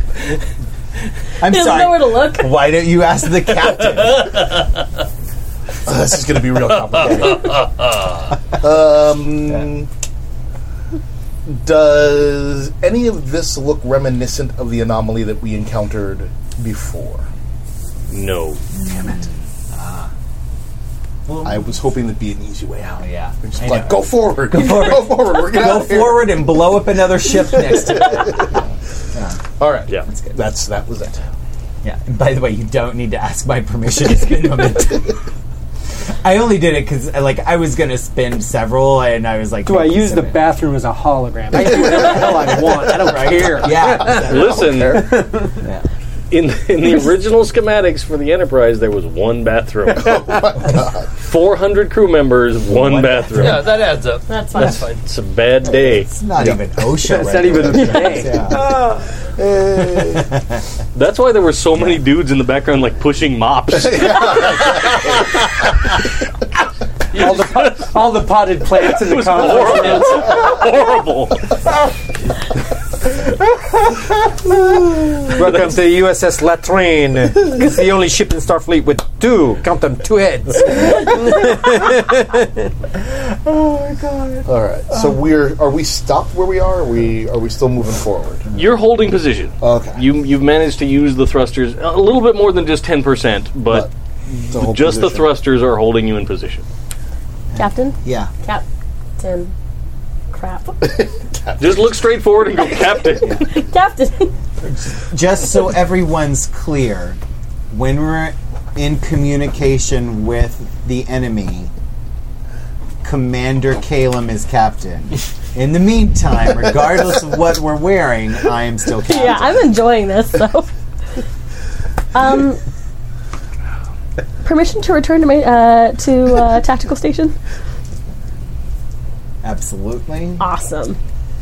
I'm
*laughs* There's nowhere
sorry.
to look.
Why don't you ask the captain?
Uh, *laughs* this is going to be real
*laughs*
complicated. um, does any of this look reminiscent of the anomaly that we encountered before?
no.
I was hoping that'd be an easy way out.
Oh, Um, yeah.
Just
I
like
know.
go forward, go
forward.
forward, *laughs* go forward. We're gonna
Go forward and blow up another ship next to it.
All right,
Yeah.
That's that was it.
Yeah. And by the way, you don't need to ask my permission to spend momentum. *laughs* I only did it because, like, I was gonna spend several, and I was like,
Do I use the
back?
bathroom as a hologram? I do whatever the hell I want. I don't care.
Yeah.
Listen, *laughs* in in the original schematics for the Enterprise, there was one bathroom. Four hundred crew members, one, bathroom.
Yeah, that adds up.
That's fine.
It's a bad day.
It's not even OSHA.
It's
right
not even Ah.
now.
a day.
Yeah.
That's why there were so many dudes in the background, like pushing mops.
all, the pot, all the potted plants in
*laughs*
It
the
was
complex.
horrible. horrible.
Welcome to the USS Latrine. It's the only ship in Starfleet with two, count them, two heads.
*laughs* All right. So we're are we stopped where we are? Are we are we still moving forward?
You're holding position.
Okay.
You you've managed to use the thrusters a little bit more than just ten percent, but
The whole
just the
position.
thrusters are holding you in position.
Captain?
Yeah.
Captain. *laughs* Crap.
Just look straight forward and go, Captain.
Captain! *laughs*
Just so everyone's clear, when we're in communication with the enemy, Commander Calum is captain. In the meantime, regardless of what we're wearing, I am still captain.
yeah, I'm enjoying this, *laughs* so. um, permission to return to, ma- uh, to uh, tactical station?
Absolutely.
Awesome.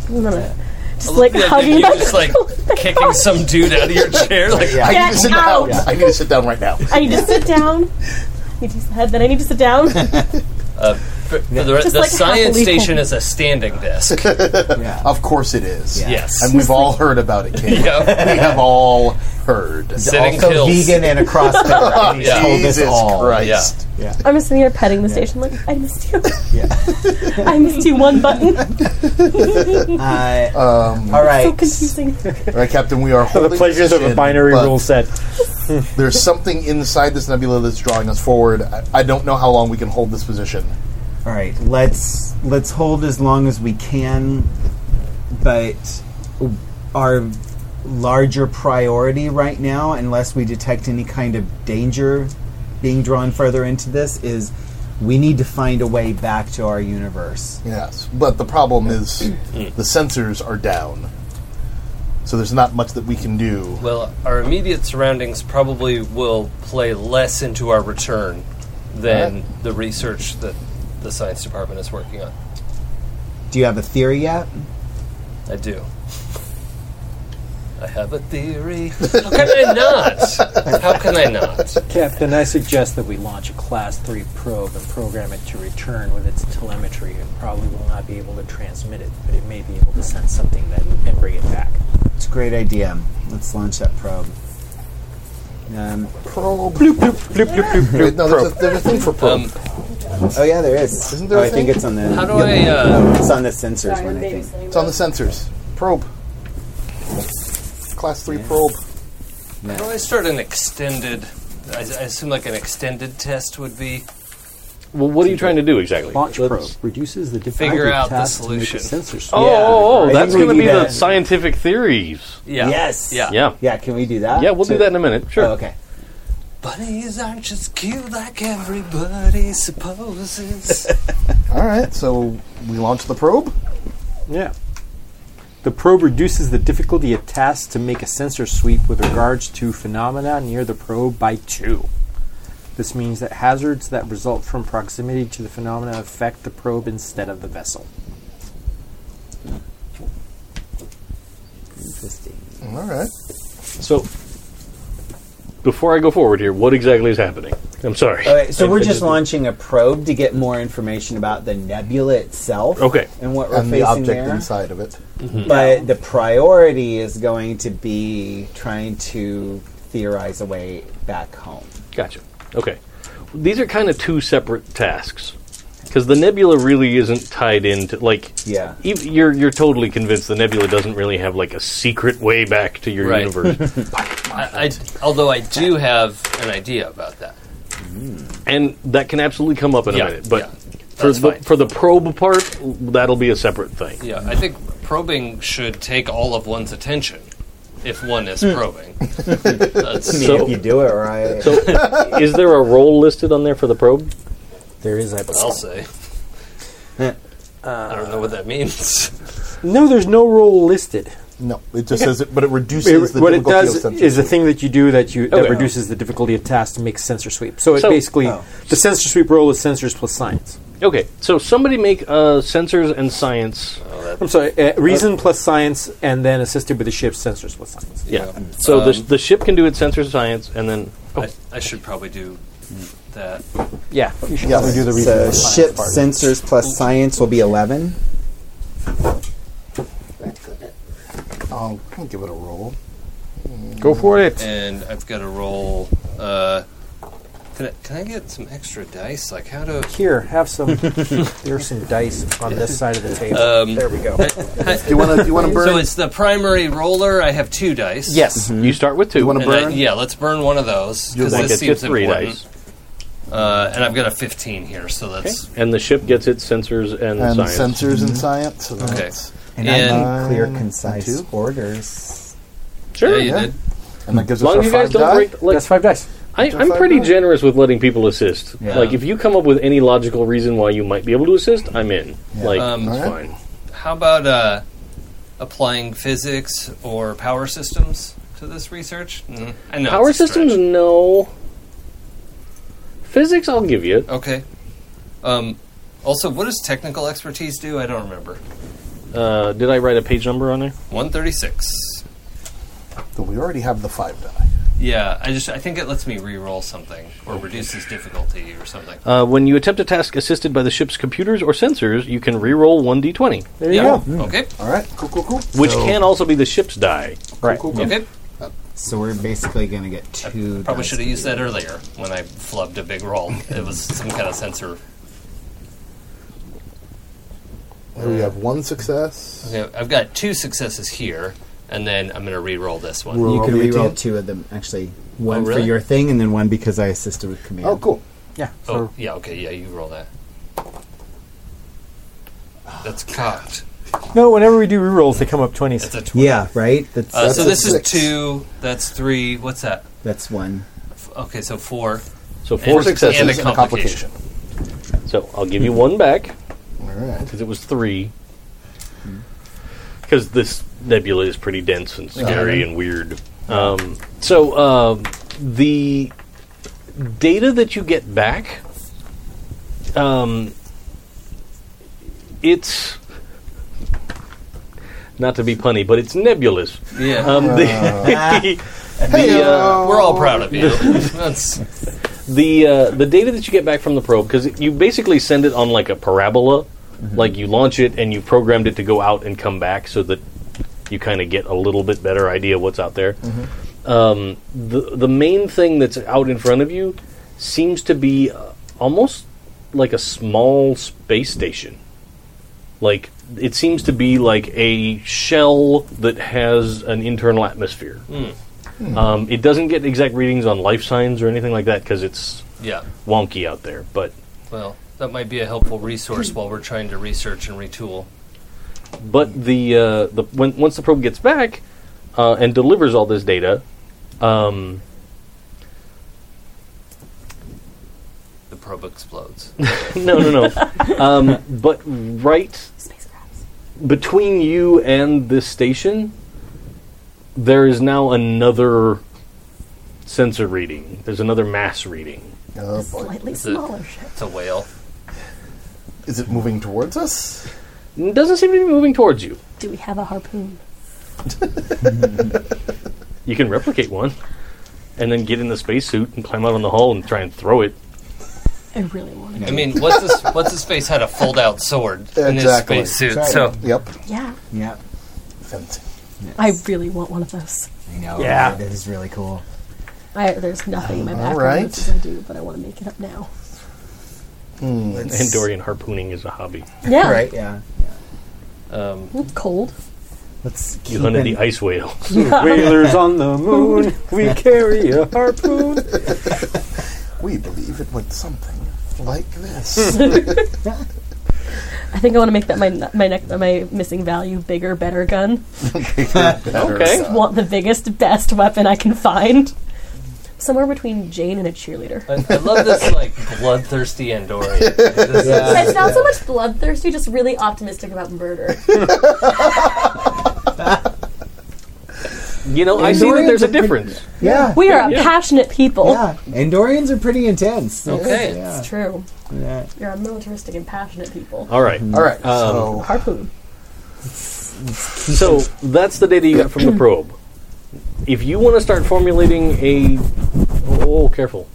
I'm gonna just like hugging
you
my
just like kicking some dude out of your chair. Like,
I need
Get
to sit
out.
down. I need to sit down right now.
I need to sit down. I need to head that I need to sit down.
for, for the, rest-
Just
the
like
science
happily
station
going.
is a standing desk.
Of course it is.
Yes.
And we've all heard about it, Kate.
Yeah.
We have all heard.
Sitting
So
kills.
vegan and a crossfitter. He's
Yeah.
told us
Jesus
all.
Christ.
I'm just sitting here petting the station like I missed you. *laughs* I missed you one button.
Uh,
Um,
all right.
So confusing.
all right, Captain, we are
For
holding
the pleasures of a
position,
binary
but
rule set.
There's something inside this nebula that's drawing us forward. I, I don't know how long we can hold this position.
All right, let's let's hold as long as we can, but our larger priority right now, unless we detect any kind of danger being drawn further into this, is we need to find a way back to our universe.
Yes, but the problem is the sensors are down, so there's not much that we can do.
Well, our immediate surroundings probably will play less into our return than the research that the science department is working on.
Do you have a theory yet?
I do. I have a theory. How can I not? How can I not?
Captain, I suggest that we launch a Class 3 probe and program it to return with its telemetry. It probably will not be able to transmit it, but it may be able to sense something that and bring it back.
It's a great idea. Let's launch that probe. Um,
Probe.
Bloop, bloop, bloop, bloop.
Wait, no, there's a, there's a thing for probe.
Um,
oh yeah, there is.
Isn't there
Oh,
a
I think
thing?
it's on the.
How do
yeah,
I, uh,
no, it's on the sensors
Sorry,
one. I
baby
think.
sitting
it's on the sensors. Probe. Class three probe.
How do I start an extended? I, I assume like an extended test would be.
Well, what are you trying to do exactly?
Launch probe reduces the
Figure out the
task to make
solution.
a sensor switch.
Oh, oh, oh,
I
that's
think we
going to be
need
the
that.
scientific theories.
Yeah.
Yes.
Yeah.
Yeah.
Yeah, can we do that?
Yeah, we'll do
To-
that in a minute. Sure.
Oh, okay.
Bunnies aren't just cute like
*laughs*
everybody supposes.
All right, so we launch the probe.
Yeah. The probe reduces the difficulty of tasks to make a sensor sweep with regards to phenomena near the probe by two. This means that hazards that result from proximity to the phenomena affect the probe instead of the vessel.
Interesting.
All right.
So, before I go forward here, what exactly is happening? I'm sorry.
All right, so we're just launching a probe to get more information about the nebula itself.
Okay.
And what we're
And the
facing
object
there.
inside of it.
But the priority is going to be trying to theorize a way back home.
Gotcha. Okay. These are kind of two separate tasks because the nebula really isn't tied into like.
Yeah.
ev- You're you're totally convinced the nebula doesn't really have like a secret way back to your
Right.
*laughs*
universe,
I, I, although I do have an idea about that.
and that can absolutely come up in
Yeah,
a minute. But
yeah.
for
That's
the
fine.
for the probe part, that'll be a separate thing.
Yeah, I think probing should take all of one's attention if one is probing. That's,
if you do it right.
So, is there a role listed on there for the probe?
There is, I believe.
I'll say. I don't know what that means.
No, there's no role listed.
No, it just says
*laughs*
it, but it reduces
It,
the
what it
difficulty
does
of sensors.
is a thing that you do that you that
Okay.
reduces the difficulty of tasks to make sensor sweep. So it
So-
basically
Oh.
the sensor sweep role is sensors plus science.
Okay, so somebody make uh, sensors and science.
I'm sorry.
eh,
Uh, reason plus science, and then assisted with the ship's sensors plus science.
Yeah. Um, So the, the ship can do its sensors science, and then
I, I should probably do that.
Yeah. You should
Yes.
probably do the reason.
So
plus science
ship
part.
sensors plus science will be eleven.
I'll, I'll Oh, give it a roll.
Go for it.
And I've got to roll. Uh, can, I, can I get some extra dice? Like how do?
Here, have some. There's some dice on this side of the table.
Um,
there we go.
*laughs* Do you want to? Do you want to burn?
So it's the primary roller. I have two dice.
yes.
Mm-hmm. you start with two.
You wanna
And
burn?
I, yeah, let's burn one of those
You'll
because
That
this
gets you
seems
three
important.
dice.
Uh, and I've got a 15 here, so
Okay.
that's
And the ship gets its sensors and,
and
science.
sensors
Mm-hmm.
and science. So
okay.
that's-
And, I
And-
need clear,
Nine,
concise
two.
orders.
Sure.
yeah, you
yeah.
did.
And that gives
As long
us
as
our
you guys
five
don't
die.
break. Like,
That's five dice.
I,
Don't
I'm
fight
pretty
back.
generous with letting people assist.
Yeah.
Like, if you come up with any logical reason why you might be able to assist, I'm in. Like,
Um,
it's
Alright.
fine.
How about uh, applying physics or power systems to this research? Mm, I know
Power
it's a
systems,
stretch.
no. Physics, I'll give you.
Okay. Um, also, what does technical expertise do? I don't remember.
Uh, did I write a page number on there?
136.
So we already have the five die.
Yeah, I just I think it lets me re-roll something or reduces difficulty or something.
Uh, when you attempt a task assisted by the ship's computers or sensors, you can re-roll 1d20,
There you
yeah.
go.
Okay.
All right. Cool. Cool. Cool.
which can also be the ship's die.
Right.
Okay.
So we're basically going to get two.
Probably
dice.
should have used that earlier when I flubbed a big roll. It was some kind of sensor.
Here we have one success.
Okay, I've got two successes here, and then I'm going to re-roll this one.
Roll
You could
the
re-roll
attempt.
two of them actually. one
really?
for your thing, and then one because I assisted with command.
Oh, cool.
Yeah.
Oh, yeah, okay, yeah, you roll that. That's cocked.
No, whenever we do rerolls, they come up 20s.
That's a 20.
Yeah, right. That's
Uh,
That's
so
a
this is
six.
two, that's three, what's that?
that's one.
F- Okay, so four.
So four
And-
successes.
and a
And a complication.
So I'll give you one back
All right.
because it was three. Because this nebula is pretty dense and scary and weird. Um, so um the data that you get back, um, it's not to be punny, but it's nebulous.
Yeah.
Um, *laughs* the, the, uh,
We're all proud of you. *laughs* That's,
the uh, the data that you get back from the probe because you basically send it on like a parabola, like you launch it and you programmed it to go out and come back so that you kind of get a little bit better idea what's out there. Um, the the main thing that's out in front of you seems to be uh, almost like a small space station. Like it seems to be like a shell that has an internal atmosphere. Um, it doesn't get exact readings on life signs or anything like that because it's
yeah,
wonky out there. But
well, that might be a helpful resource while we're trying to research and retool.
but the uh, the when, once the probe gets back uh, and delivers all this data, um, *laughs*
The probe explodes.
no no no. um, but right
Spacecrafts.
between you and this station, there is now another sensor reading. There's another mass reading.
Oh boy.
Slightly
it-
smaller ship.
It's a whale.
Is it moving towards us?
It doesn't seem to be moving towards you.
Do we have a harpoon?
You can replicate one, and then get in the spacesuit and climb out on the hull and try and throw it.
I really want to.
I mean, what's his, what's his face had a fold out sword in his
Exactly.
spacesuit,
Sorry.
so
Yep.
Yeah,
Yeah,
Fancy.
I really want one of those.
I know.
Yeah.
right? it is really cool.
I, there's nothing in my back
right.
as I do, but I want to make it up now.
And Dorian harpooning is a hobby.
Yeah,
Right? Yeah.
cold.
Let's
You
keep
hunted
an-
the ice whale.
Whalers on the moon,
*laughs*
we carry a harpoon.
We believe it went something like
Hmm.
this.
I think I want to make that my my neck my missing value bigger better gun.
Okay.
want the biggest best weapon I can find. Somewhere between Jane and a cheerleader.
I, I love this like bloodthirsty Andorian. This is-
It's not so much bloodthirsty, just really optimistic about murder.
You know, I see that there's a difference.
Yeah.
*laughs* We are a
Yeah.
passionate people.
Yeah. Andorians are pretty intense.
Okay.
Yeah.
It's true.
yeah.
You're a militaristic and passionate people.
All right.
All
Um,
right. so
Harpoon.
*clears throat* So that's the data you got from the probe. If you want to start formulating a, oh, careful,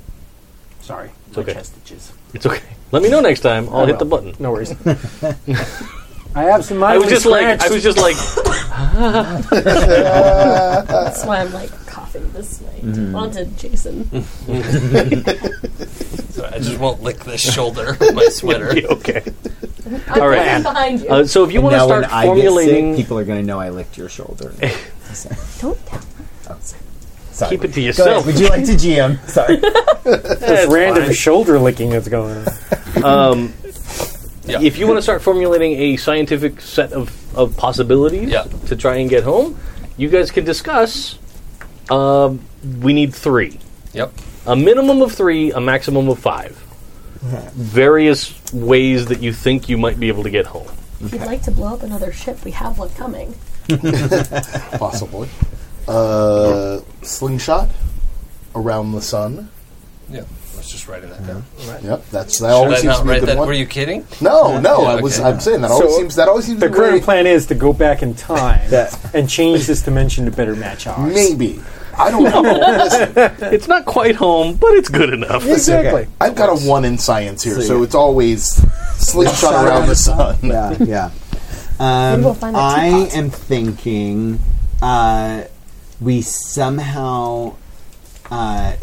Sorry,
It's okay.
my chest itches.
it's okay. Let me know next time. I'll hit the button.
No worries. I have some.
I was just like, I was just like, Uh.
That's why I'm like coughing this night.
Mm-hmm. *laughs*
Wanted Jason.
So I just won't lick the shoulder
*laughs*
with my sweater.
okay.
I'm
All right.
right. behind you.
Uh, so if you want to
now
start
when I get
formulating,
sick, people are going to know I licked
*laughs*
your shoulder.
Don't tell.
Sorry.
keep it to
Go ahead.
yourself.
Would you like to
*laughs*
GM? Sorry.
That's
random
fine.
shoulder licking that's going on.
Yeah.
If you want to start formulating a scientific set of, of possibilities
Yeah.
to try and get home, you guys can discuss. Um, we need three.
Yep.
a minimum of three, a maximum of five. Various ways that you think you might be able to get home.
If you'd like to blow up another ship, we have one coming.
*laughs* possibly. Uh, slingshot around the sun.
Yeah. I was just writing that down.
Yep, that's that always
Should
seems
I not
to be a
write
good
that?
one.
Were you kidding?
no, no,
Yeah,
I was.
okay.
I'm saying that always
So,
seems that always seems
The
to be really-
current plan is to go back in time
That-
and change this dimension to better match ours.
Maybe I
*laughs*
don't know. Listen,
It's not quite home, but it's good enough.
Exactly.
Okay.
I've got a one in science here,
So,
so
yeah.
it's always slingshot around the
*laughs*
sun.
yeah, yeah. Um,
Maybe we'll find that
I
teapot.
am thinking uh, we somehow uh,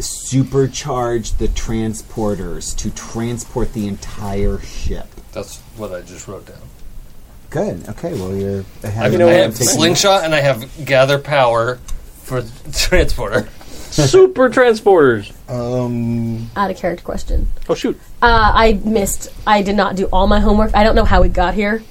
supercharge the transporters to transport the entire ship.
That's what I just wrote down.
Good. Okay. Well, you're
I,
ahead
you
of
know, I
me. I'm
have
taking-
slingshot and I have gather power for *laughs* transporter.
Super transporters.
Um,
Out of character question.
Oh shoot.
Uh, I missed. I did not do all my homework. I don't know how we got here.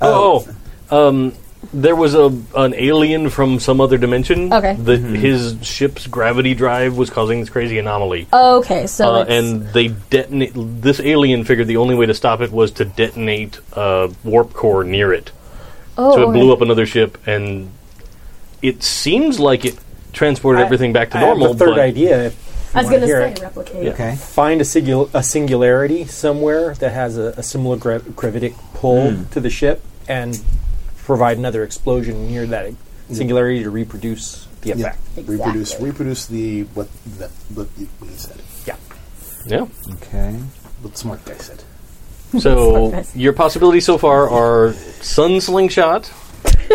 Oh. oh. Um, there was a an alien from some other dimension.
Okay.
That his ship's gravity drive was causing this crazy anomaly.
Okay, so
Uh,
it's-
and they detonate. This alien figured the only way to stop it was to detonate a warp core near it.
oh,
so it
okay.
blew up another ship, and it seems like it transported everything back to
I
normal.
Have the third
but
idea. if
I was
you wanna
going to
hear
say
it.
replicate.
Yeah.
Okay.
find a, singu- a singularity somewhere that has a, a similar gra- gravitic pull to the ship and provide another explosion near that singularity to reproduce the
yeah,
effect.
reproduce, reproduce the what the, what the, what he said.
*laughs*
Yeah.
Okay.
What smart guy said.
So
Surprise.
your possibilities so far are sun slingshot,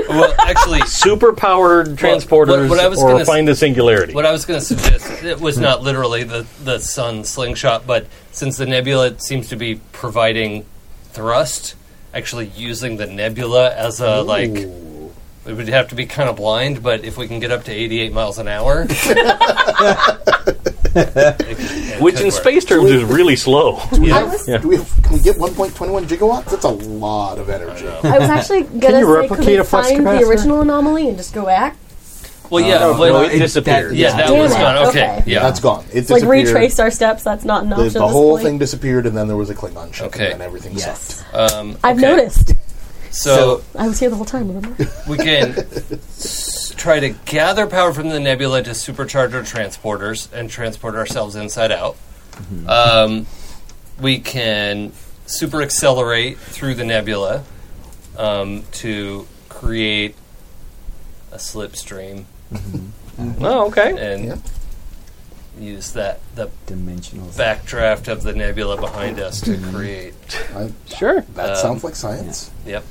well, actually, *laughs*
super powered transporters,
what I was
or
gonna s-
find a singularity.
What I was going to suggest it was not literally the the sun slingshot, but since the nebula seems to be providing thrust, actually using the nebula as a like. It would have to be kind of blind, but if we can get up to 88 miles an *laughs* hour,
Which in space terms is really
*laughs*
slow.
I was,
Yeah.
Do we have, can we get 1.21 gigawatts? That's a lot of energy.
I was actually gonna say, could
you replicate
we
a flux
find the
capacitor?
original anomaly and just go back?
Well, yeah, but-
no, it disappeared.
Uh, yeah, that
Damn
was
it.
gone. Okay,
Okay.
yeah,
That's gone. It
Like
disappeared.
retrace our steps. That's not an
The,
option.
the
at this
whole
point.
thing disappeared, and then there was a Klingon ship,
Okay.
and then everything
Yes.
Um,
I've
okay.
noticed.
So,
I was here the whole time. Remember?
we can s- try to gather power from the nebula to supercharge our transporters and transport ourselves inside out.
Mm-hmm.
Um, we can super accelerate through the nebula um, to create a slipstream
Oh, okay.
and
Yeah.
use that the
Dimensional.
backdraft of the nebula behind us to
Mm-hmm.
create.
sucked. I,
Sure.
that
Um,
sounds like science.
Yep,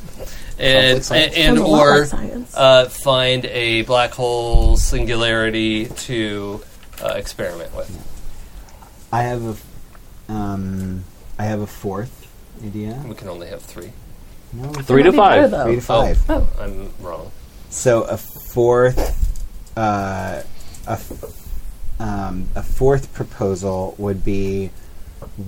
and
Sounds like
and,
science.
and
Sounds a lot
*laughs*
or
like science.
uh, find a black hole singularity to uh, experiment with.
I have a. Um, I have a fourth idea.
We can only have three.
No,
Three to
Might be better,
five.
though.
three to five.
Oh,
I'm wrong.
So a fourth, uh, a, f- um, a fourth proposal would be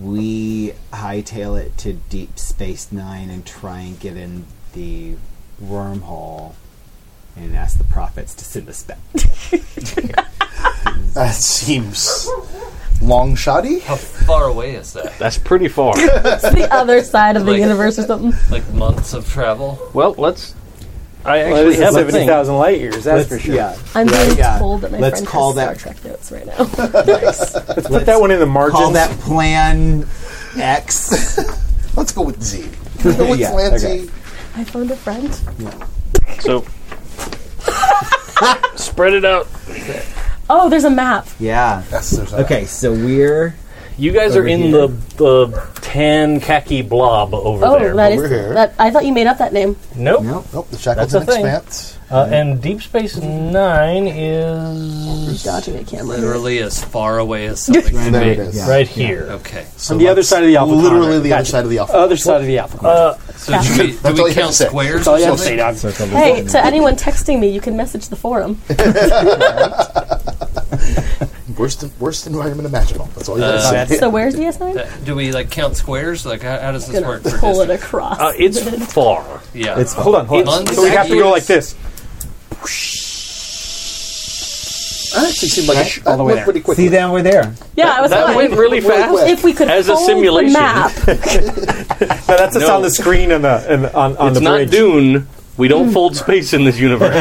we hightail it to Deep Space Nine and try and get in the wormhole and ask the prophets to send us back.
That seems long shoddy.
How far away is that?
That's pretty
*laughs*
far.
it's the other side of the
Like-
universe or something.
Like months of travel?
well, let's I
Well,
actually
this is
have a thing.
70,000 light years, that's
Let's-
for sure.
Yeah.
I'm being
yeah.
told that my
Let's
friend
call
has
that-
Star Trek notes right now. *laughs*
Let's put that one in the margins.
Call that Plan
*laughs*
X.
Let's go with Z.
What's
Yeah, okay.
I found a friend.
So spread it out.
Oh, there's a map.
Yeah.
Yes, there's that.
Okay,
*laughs*
so we're
You guys
Over
are in
here.
the the tan khaki blob over
Oh,
there.
that
over
is
here.
that. I thought you made up that name.
nope.
Nope.
Nope, the shackleton
That's a thing.
expanse.
Uh, and Deep Space Nine is
You're dodging a camera.
Literally as far away as something can
There it
be.
is.
right here.
Okay.
So
On the other
that's
side of the alpha
Literally
quadrant.
the other
Gotcha.
side of the alpha.
Other side of the alpha. Oh,
Uh,
So do we,
all
do
you
we
have to
count
say.
squares?
That's all
or
you have to
something?
say, Dobbs.
Hey, to anyone texting me, you can message the forum.
worst, worst environment imaginable. That's all you
Uh,
gotta say.
So where's the assignment?
Uh, Do we like count squares? Like how, how does this
Gonna
work for
pull it
distance?
across.
uh, it's far.
Yeah.
It's hold on, hold on.
It's
So we have to go like this.
That actually seemed like a sh- all
the way there.
pretty quick.
see then we're there.
yeah, I was
That
like,
went really fast.
if we could
As a
fold
simulation. *laughs*
the map.
No, that's just
No.
on the screen and the and the- on on
It's
the
not
bridge.
Dune. We don't fold space in this
*laughs*
universe.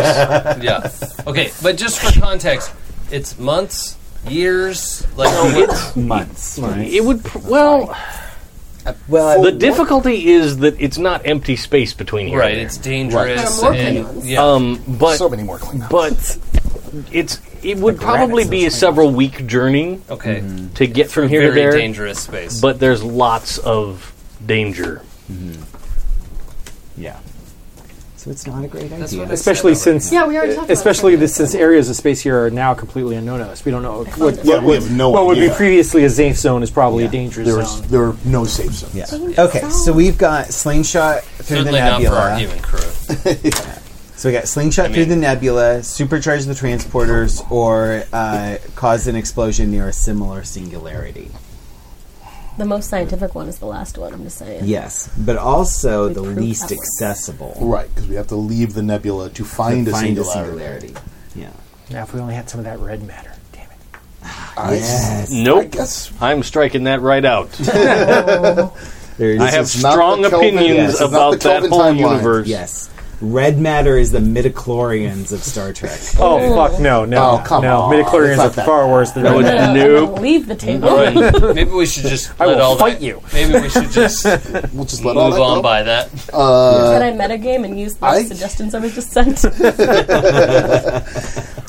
yeah. Okay, but just for context, it's months, years. Like what-
Months.
it would pr- well.
Well,
The difficulty is that it's not empty space between here.
right?
and there.
It's dangerous.
There are more
and,
Klingons.
yeah.
Um, but
so many more Klingons.
but it's it would probably be a several week journey
okay.
to get from mm-hmm. here
Very
to there.
dangerous space.
But there's lots of danger.
yeah. So it's not a great
That's
idea.
what I said
especially
already.
since
Yeah, we already talked about
especially
that.
this, since areas of space here are now completely unknown to us. We don't know what
Oh, Yeah, we have no
what would be
idea.
previously a safe zone is probably a dangerous
there, was,
zone.
there were no safe zones.
Yeah. Okay, so we've got slingshot through
certainly
the
not for our
nebula.
human crew.
So we got slingshot
I
through
mean-
the nebula, supercharge the transporters, or uh, cause an explosion near a similar singularity.
The most scientific one is the last one. I'm just saying.
Yes, but also
We
the
proved
least
that one.
accessible.
Right, because we have to leave the nebula to find,
to
a,
find
singularity.
a singularity. Yeah.
Now, if we only had some of that red matter, damn it!
Yes.
I
Nope.
guess
I'm striking that right out.
There's
I have
is not
strong
the Kelvin-
opinions
this is not the
about that
Kelvin
whole
timeline.
universe.
Yes. Red matter is the midichlorians of Star Trek.
Oh fuck no no
Oh, come
no!
on. It's
Midichlorians
not
are
that
far worse than
That would-
red matter.
I'm gonna
Nope.
Leave the table.
All right. Maybe we should just
I
let
will
all
fight
that.
you.
*laughs* Maybe we should just
we'll just let
move
all that
on
go.
by that. Uh,
Can I metagame and use the
I-
suggestions I was just *laughs* sent?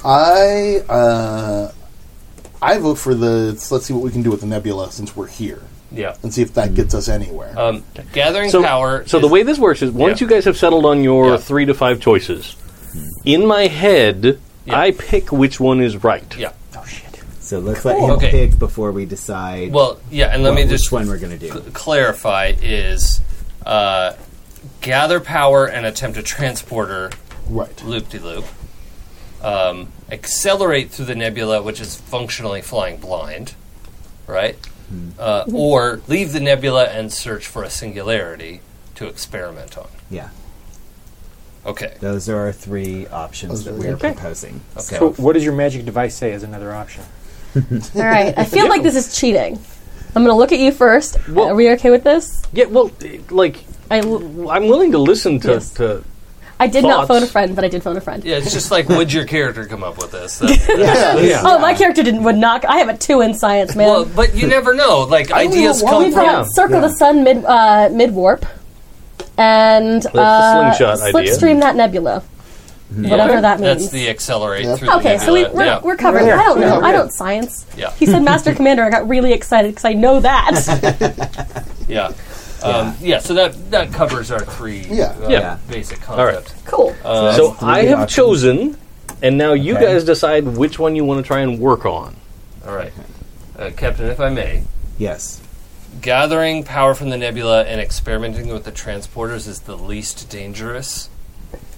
I uh, I vote for the. so Let's see what we can do with the nebula since we're here,
Yeah.
and see if that
Mm-hmm.
gets us anywhere.
Um, gathering
So,
power.
so the
is-
way this works is once
Yeah.
you guys have settled on your
Yeah.
three to five choices, in my head,
Yeah.
I pick which one is right.
Yeah.
Oh,
So let's let him
Okay.
pick before we decide
Well, yeah, and let
what-
me
which
just
one we're going to do.
clarify is uh, gather power and attempt a transporter
right.
loop de loop. Um, accelerate through the nebula, which is functionally flying blind, right?
Hmm.
Uh, or leave the nebula and search for a singularity to experiment on.
Yeah.
Okay.
Those are our three options that we're proposing.
Okay.
So what does your magic device say as another option?
All right. I feel like this is cheating. I'm gonna look at you first. Are we okay with this?
Yeah, well, like,
I, l-
I'm willing to listen to.
Yes.
to
I did
Thoughts?
not phone a friend, but I did phone a friend.
Yeah, it's just like, would your character come up with this? That-
Oh, my character didn't would not. I have a two in science, man.
well, but you never know. Like ideas come
We've
from.
got circle the sun mid uh, mid warp, and
the
uh,
slingshot idea.
slipstream that nebula, whatever that
That's
means.
the accelerate
Yep.
through the
okay, so we,
nebula.
we're,
yeah.
we're covering. I don't know. I don't science.
Yeah.
He said
*laughs*
Master Commander. I got really excited because I know that.
Yeah. Um, yeah, so that, that covers our three
Yeah.
uh,
Yeah.
basic
right.
concepts.
cool.
Uh,
Uh,
so I have
options.
chosen, and now you
Okay.
guys decide which one you want to try and work on.
All right. Uh, Captain, if I may,
Yes.
gathering power from the nebula and experimenting with the transporters is the least dangerous.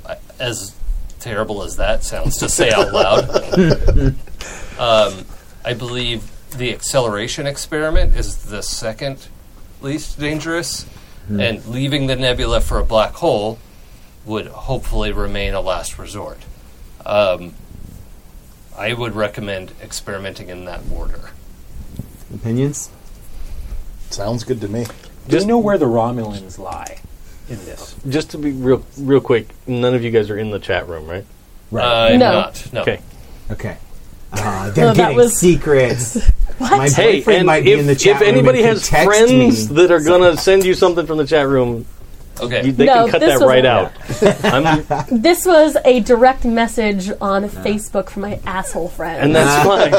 I- As terrible as that sounds to say out loud,
*laughs*
um, I believe the acceleration experiment is the second least dangerous,
Hmm.
and leaving the nebula for a black hole would hopefully remain a last resort. Um, I would recommend experimenting in that order.
Opinions?
Sounds good to me.
Do you know where the Romulans lie?
in this.
Just to be real, real quick, none of you guys are in the chat room, right?
I'm
No.
Uh, not. No.
Okay.
Okay. Uh, they're
No, that
getting
was- *laughs*
secrets. My
Hey,
boyfriend
and
might be in the
if,
chat
if
room and
anybody
can
has
text
friends
me.
that are gonna send you something from the chat room,
Okay.
you, they
No,
can cut
this
that
was-
right out.
*laughs*
I'm,
This was a direct message on Facebook from my asshole friend.
and that's
*laughs*
fine.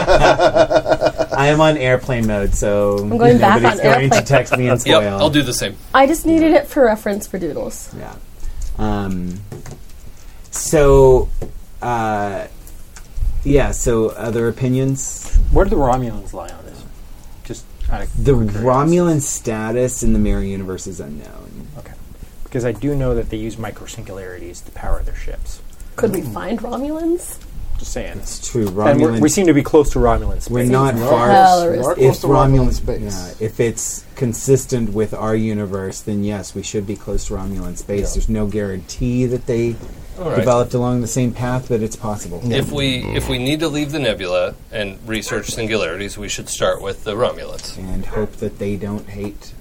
I am on airplane mode, so I'm
going back
nobody's
on
going
airplane.
to text me and spoil.
Yep. I'll do the same.
I just needed it for reference for Doodles.
Yeah. Um, so, uh, yeah. So, other opinions?
Where do the Romulans lie on this? Just out of
The
curiosity.
Romulan status in the mirror universe is unknown.
Okay. Because I do know that they use microsingularities to power their ships.
Could we find Romulans?
Just saying.
It's true.
And we're,
Romulan.
we seem to be close to Romulan space.
we're not far.
Well, there is-
if
close to Romulan
Romul-
space.
yeah, if it's consistent with our universe, then yes, we should be close to Romulan space. There's no guarantee that they
All right.
developed along the same path, but it's possible.
If we if we need to leave the nebula and research singularities, we should start with the Romulans.
and hope that they don't hate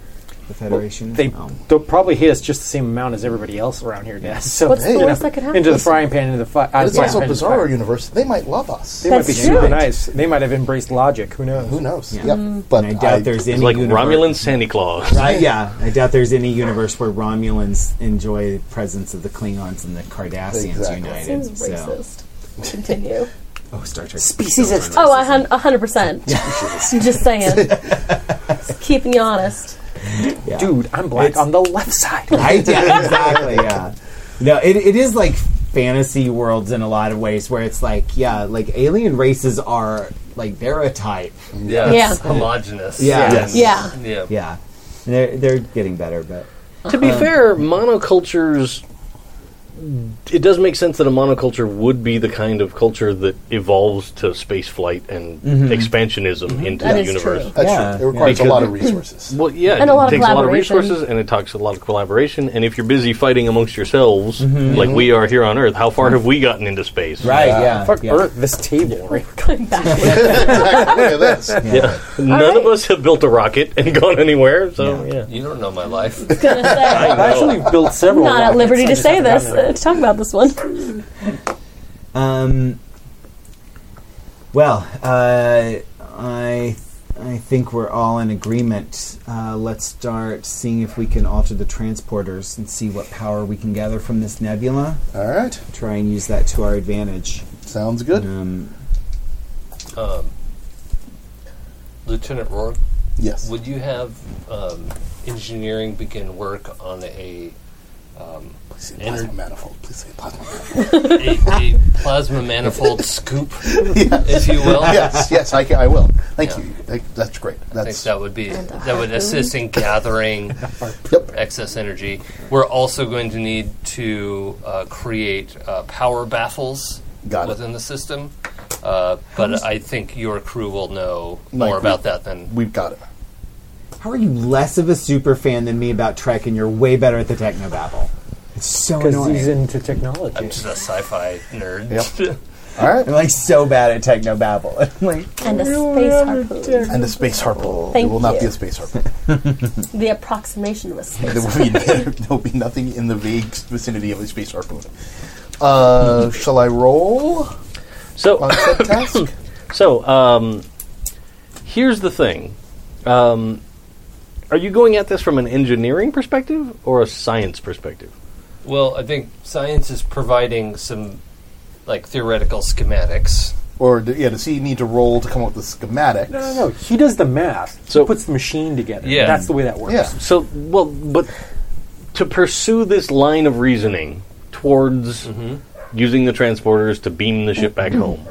the Federation. Um,
They
No.
they'll probably hate us just the same amount as everybody else around here does. So
What's the
Oh, you know,
worst that could happen?
Into the frying pan, into the fire.
But it's also Bizarro universe. They might love us.
They might be
That's
super
true.
nice. They might have embraced logic. Who knows?
Who knows?
Yeah. Mm-hmm.
Yep. But
And I doubt there's any
It's like
universe,
Romulan Santa Claus.
Right? Yeah, I doubt there's any universe where Romulans enjoy the presence of the Klingons and the Cardassians
Exactly.
united.
Seems
so-
*laughs*
racist. Continue.
Oh, Star Trek.
Species
is
Oh, a hun- a hundred
*laughs*
percent. Just saying. Just keeping you honest.
yeah.
Dude, I'm black on the
*laughs*
left
*laughs*
side.
Right? Yeah, exactly. Yeah. No, it, it is like fantasy worlds in a lot of ways where it's like, yeah, like alien races are like they're a type.
Yeah.
Yeah.
it's Homogenous.
Yeah.
Yes.
Yeah.
Yeah.
Yeah. They're, they're getting better, but
To
Uh-huh.
be fair, monocultures. It does make sense that a monoculture would be the kind of culture that evolves to space flight and
Mm-hmm.
expansionism into
Mm-hmm. That
the
is
universe.
true.
That's
Yeah.
true. It requires
Because-
a lot of
*laughs*
resources.
Well, yeah,
And a lot
it
of
takes a lot of
collaboration.
resources and it takes a lot of collaboration. And if you're busy fighting amongst yourselves, like we are here on Earth, how far have we gotten into space?
right, yeah.
Fuck
yeah.
Earth,
*laughs*
this table. Right?
We're going
*laughs*
backwards.
Look at this.
Yeah. None
All
of us have built a rocket and *laughs* gone anywhere. So yeah,
You don't know my life.
gonna say.
I've actually built
I'm
several.
not at
rockets.
liberty
I
to
just
say
haven't
this, *laughs*
gotten there.
uh, to talk about this one.
Um, well, uh, I I think we're all in agreement. Uh, let's start seeing if we can alter the transporters and see what power we can gather from this nebula.
All right.
Try and use that to our advantage.
Sounds good.
Um,
Um, Lieutenant Rourke,
Yes.
would you have um, engineering begin work on a
Please say plasma manifold. Please say plasma manifold.
a, a plasma manifold scoop, if you will?
yes, yes, I, ca- I will. Thank
Yeah.
you. Thank- That's great.
I think
That's
that would be that would assist
*laughs*
in gathering
Yep.
excess energy. We're also going to need to uh, create uh, power baffles
Got it.
within the system. Uh, but I think your crew will know
Like
more
we-
about that than
we've got it.
how are you less of a super fan than me about Trek, and you're way better at the techno babble? It's so
Because he's
annoying.
into technology.
I'm just a sci-fi nerd.
All right.
I'm like so bad at techno babble. *laughs*
And a space harpoon.
And a space harpoon.
Thank
it will not be
you.
a space harpoon. *laughs*
The approximation of a
*laughs*
space
there will be there will be nothing in the vague vicinity of a space harpoon. Uh, shall I roll
*laughs* so
on set task?
So, um, here's the thing. Um, are you going at this from an engineering perspective or a science perspective?
Well, I think science is providing some like theoretical schematics.
Or do, yeah, does he need to roll to come up with the schematics?
No, no, no. He does the math.
So-
he puts the machine together.
Yeah.
That's the way that works.
Yeah.
So, well, but to pursue this line of reasoning towards using the transporters to beam the ship back home,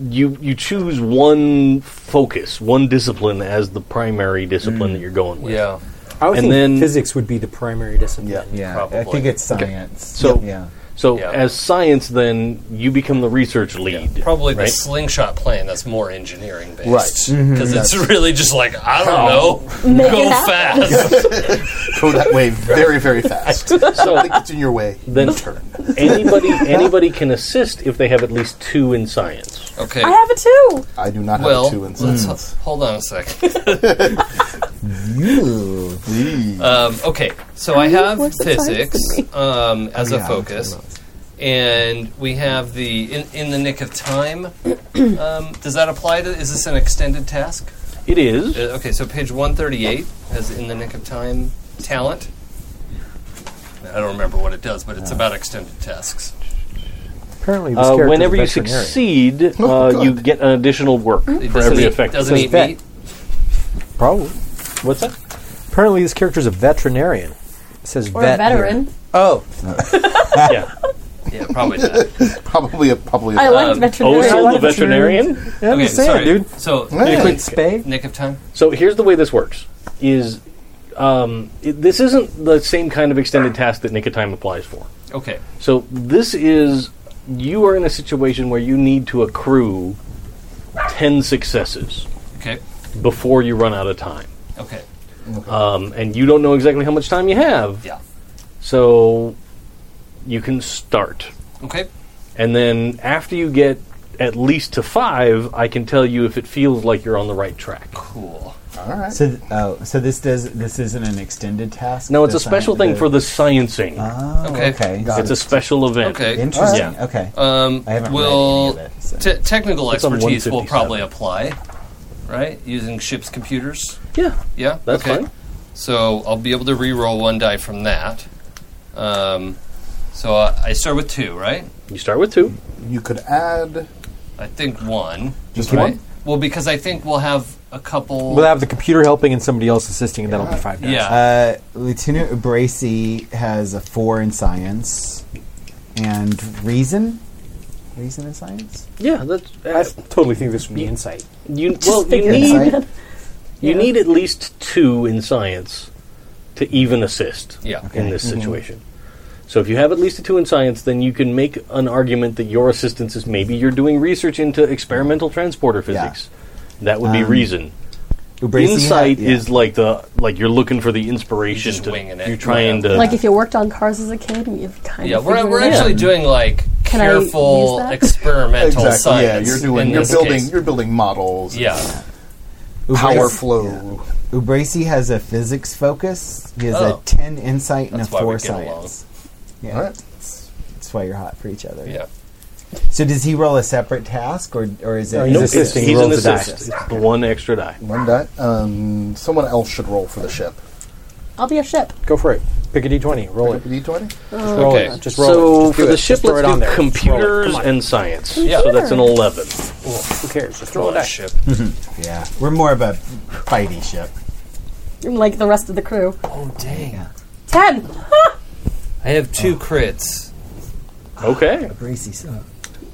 you you choose one focus, one discipline as the primary discipline that you're going with.
Yeah.
I would
And
think
then-
physics would be the primary discipline.
Yeah.
yeah, I
Probably.
think it's science.
So-
yeah.
So,
Yeah.
as science, then you become the research lead.
Probably the
right?
slingshot plan that's more engineering based.
Right. Mm-hmm.
Because it's really just like, I don't know,
Make
go
it happen. *laughs*
fast.
Go that way very very fast.
So-
Something gets in your way.
*laughs* Then- *laughs*
turn.
anybody anybody can assist if they have at least two in science.
okay.
I have a two.
I do not have
well, uh, hmm.
two in
let's
science.
hold on a sec. Um, okay, so I have
worse at science
physics um, as a
yeah,
focus, and we have the in, in the nick of time. um, does that apply to? Is this an extended task?
It is.
Uh, okay, so page one thirty eight has in the nick of time talent. I don't remember what it does, but it's about extended tasks.
Apparently, this
Uh,
character
whenever you
is a veterinarian.
succeed,
Oh,
uh, you
God.
get an additional work
It
for
doesn't
every
eat-
effect.
doesn't
Says
eat
vet.
meat.
probably.
What's that?
Apparently, this character is a veterinarian. It says
Or
vet
a veteran.
Oh,
yeah.
Yeah, probably not.
Probably a probably.
I
a
liked
Um,
Osel
veterinarian.
like
Oh, the
it.
veterinarian.
yeah, I'm
okay,
just saying,
sorry.
dude.
So
Yeah.
Quick spay.
nick of time.
So here's the way this works: is um, it, this isn't the same kind of extended task that Nick of Time applies for.
Okay.
So this is you are in a situation where you need to accrue ten successes
Okay.
before you run out of time,
Okay.
um, and you don't know exactly how much time you have.
Yeah.
So you can start,
Okay.
and then after you get at least to five, I can tell you if it feels like you're on the right track.
Cool.
All right.
So, th- oh, so this does this isn't an extended task.
No, it's a
The
special
sci-
thing for the sciencing.
Oh,
Okay.
okay. Uh,
Got
It's a special event.
Okay.
Interesting.
Yeah.
Okay.
Um,
I haven't read
will
any of it, so-
te- technical
It's on
expertise will
157.
probably apply, right? Using ship's computers.
Yeah,
Yeah,
that's
okay.
fine.
So I'll be able to re-roll one die from that. Um, so I, I start with two, right?
You start with two.
You could add.
I think one.
Just
right?
one?
Well, because I think we'll have a couple.
We'll have the computer helping and somebody else assisting, and that'll be five. Days.
yeah.
Uh, Lieutenant Bracy has a four in science and reason. Reason and science.
Yeah, that's
I totally think this would be insight.
you. Well, you
figured it
need
Insight?
you need at least two in science to even assist
Yeah.
in
Okay.
this situation. So if you have at least a two in science, then you can make an argument that your assistance is maybe you're doing research into experimental transporter
Yeah.
physics. That would be
Um,
reason.
Ubrasi ha-
Insight
yeah.
is like the like you're looking for the inspiration
You're just
to
winging it.
you're trying to
*laughs* Like if you worked on cars as a kid, you've kind
Yeah,
of.
we're,
figured
we're
it out.
actually doing like
Can I
careful
use that?
experimental
Exactly. Yeah,
science.
you're
in
doing. You're
this
building.
case.
You're building models.
yeah.
Ubrasi- *laughs*
Power flow.
Ubrasi has a physics focus. He has
Oh.
a ten insight and
That's
a
why we
four
get along.
science. Yeah,
All right.
that's, that's why you're hot for each other.
Yeah.
So does he roll a separate task, or or is it?
No, Uh,
is
he's
Nope,
it-
it's-
assisting. He
He's an
rolls the dice.
assist. It's the one extra die.
One die. Um, someone else should roll for the ship.
I'll be a ship.
Go for it. Pick a d20. Roll it.
D twenty.
Just roll
Okay.
it. Just roll
So
it. Just do
for the
it.
ship,
Just throw
let's
it on
do
there. Just roll it.
computers
Come on.
and science.
Yeah.
So that's an
Sure.
eleven.
Who cares? Just throw
Roll
it.
a
die.
ship.
yeah, we're more of a fighty ship.
Like the rest of the crew.
Oh dang!
Ten!
I have two crits.
Okay.
Bracy. Uh,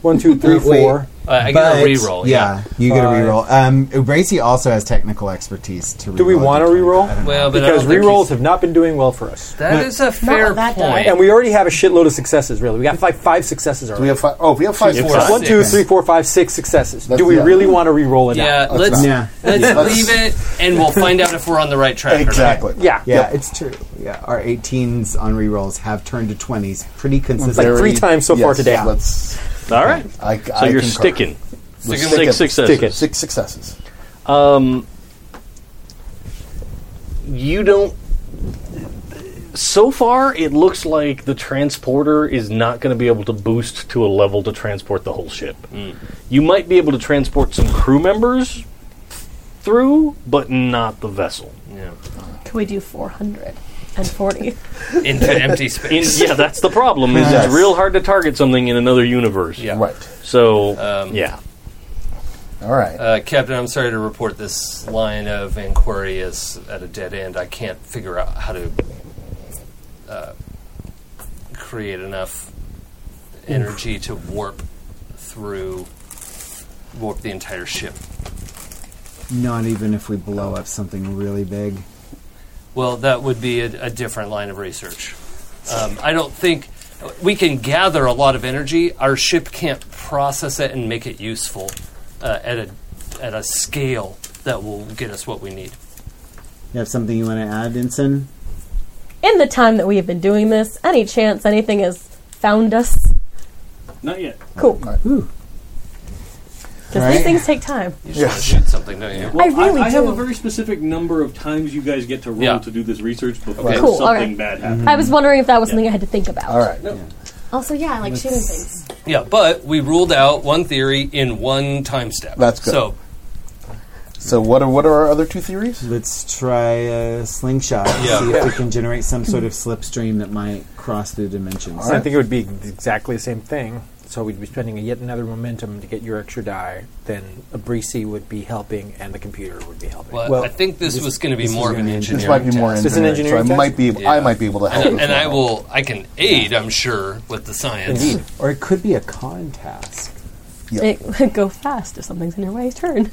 One, two, three,
Uh, wait.
four.
Uh, I get a
But-
reroll.
Yeah, you get a
Five.
reroll. Um, Ubrasi also has technical expertise to. Reroll
Do we want to
different-
reroll?
Well, but I
Because
don't think
rerolls
he's-
have not been doing well for us.
That is a fair
that
point.
guy.
And we already have a shitload of successes, really. We got like five successes
Do we
already.
have five? Oh, we have five.
You have
fours.
five.
One,
six.
two, three, four, five, six successes.
That's-
Do we
yeah.
really want to re-roll it
yeah,
out?
let's
Yeah.
let's
Yeah.
leave it, and we'll find out if we're on the right track. or not.
Exactly.
Yeah.
Yeah, it's true. Yeah, our 18s on rerolls have turned to 20s pretty consistently.
Like three times so far
Yes,
today.
Let's.
All right.
I,
So you're sticking.
Sticking
Six
with-
successes.
Sticking.
Six successes.
Um, You don't. So far, it looks like the transporter is not going to be able to boost to a level to transport the whole ship. You might be able to transport some crew members through, but not the vessel.
Can we do 440?
Into empty
In,
space.
yeah, that's the problem. Is
Yes.
it's real hard to target something in another universe.
Yeah.
Right.
So
Um,
yeah,
All right.
Uh, Captain, I'm sorry to report this line of inquiry is at a dead end. I can't figure out how to uh, create enough energy to warp through, warp the entire ship.
Not even if we blow up something really big.
Well, that would be a, a different line of research. Um, I don't think we can gather a lot of energy. Our ship can't process it and make it useful uh, at a at a scale that will get us what we need.
You have something you want to add, Ensign?
In the time that we have been doing this, any chance anything has found us?
not yet.
Cool. Because
Right.
these things take time.
You just want to shoot something, don't you?
I really
I, have
do.
a very specific number of times you guys get to roll
Yeah.
to do this research before
Okay.
Cool,
something
alright.
bad happens.
I was wondering if that was something I had to think about.
All right.
Also, yeah, I like shooting things.
Yeah, but we ruled out one theory in one time step.
That's good.
So
So what are what are our other two theories?
Let's try a slingshot. and
Yeah.
See if we can generate some sort of slipstream that might cross through dimensions.
All
I
right.
think it would be exactly the same thing. So we'd be spending yet another momentum to get your extra die. Then Abrisi would be helping, and the computer would be helping.
well,
Well,
I think this,
this-
was going to be
this
more
is
of an
gonna- this
engineering.
This might be more engineering.
task.
It's an
so
engineering
I
task?
might be able, I
Yeah.
might be able to help.
*laughs* and,
with
and
that.
I will. I can aid. I'm sure with the science.
Indeed.
Or it could be a con task.
It- *laughs* go fast if something's in your way. Turn,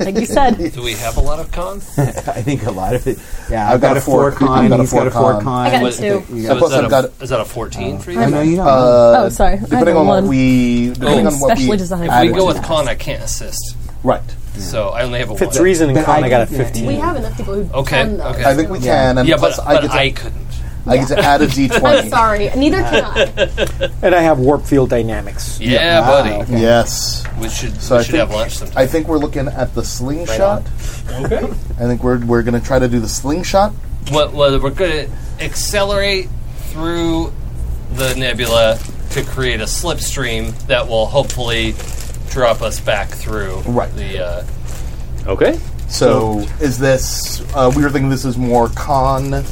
like you said.
Do we have a lot of con?
I think a lot of it. Yeah,
I've
I've,
got
got,
a
a four,
four-
con.
I've got a
he's got a
four
four
con.
con.
I got a
Was-
two.
Is that,
Plus
is that,
I've
a,
got-
is that a 14 for you?
I know you don't.
Uh,
Oh, sorry. I have
Depending
a
on what
one.
we, depending on what
Specially
we
designed.
if we
added
go
to
with
that.
con, I can't assist.
right.
So I only have a
If it's
one.
reason and
But
con,
I
I got a
think- yeah,
15.
We have enough people who
Okay,
can, though.
okay.
I think we can, and
yeah,
plus
but,
I,
but
get to,
I couldn't.
I get to
*laughs*
add a D
I'm
twenty.
sorry. Neither can I.
And I have warp field dynamics.
Yeah, buddy.
Yes,
We should.
Ah, So
we
I
should
think-
have lunch sometime.
I think we're looking at the slingshot. okay. *laughs* I think we're we're gonna try to do the slingshot.
Well, well, we're going to accelerate through the nebula to create a slipstream that will hopefully drop us back through
Right.
the. Uh,
Okay.
So is this? Uh, we were thinking this is more con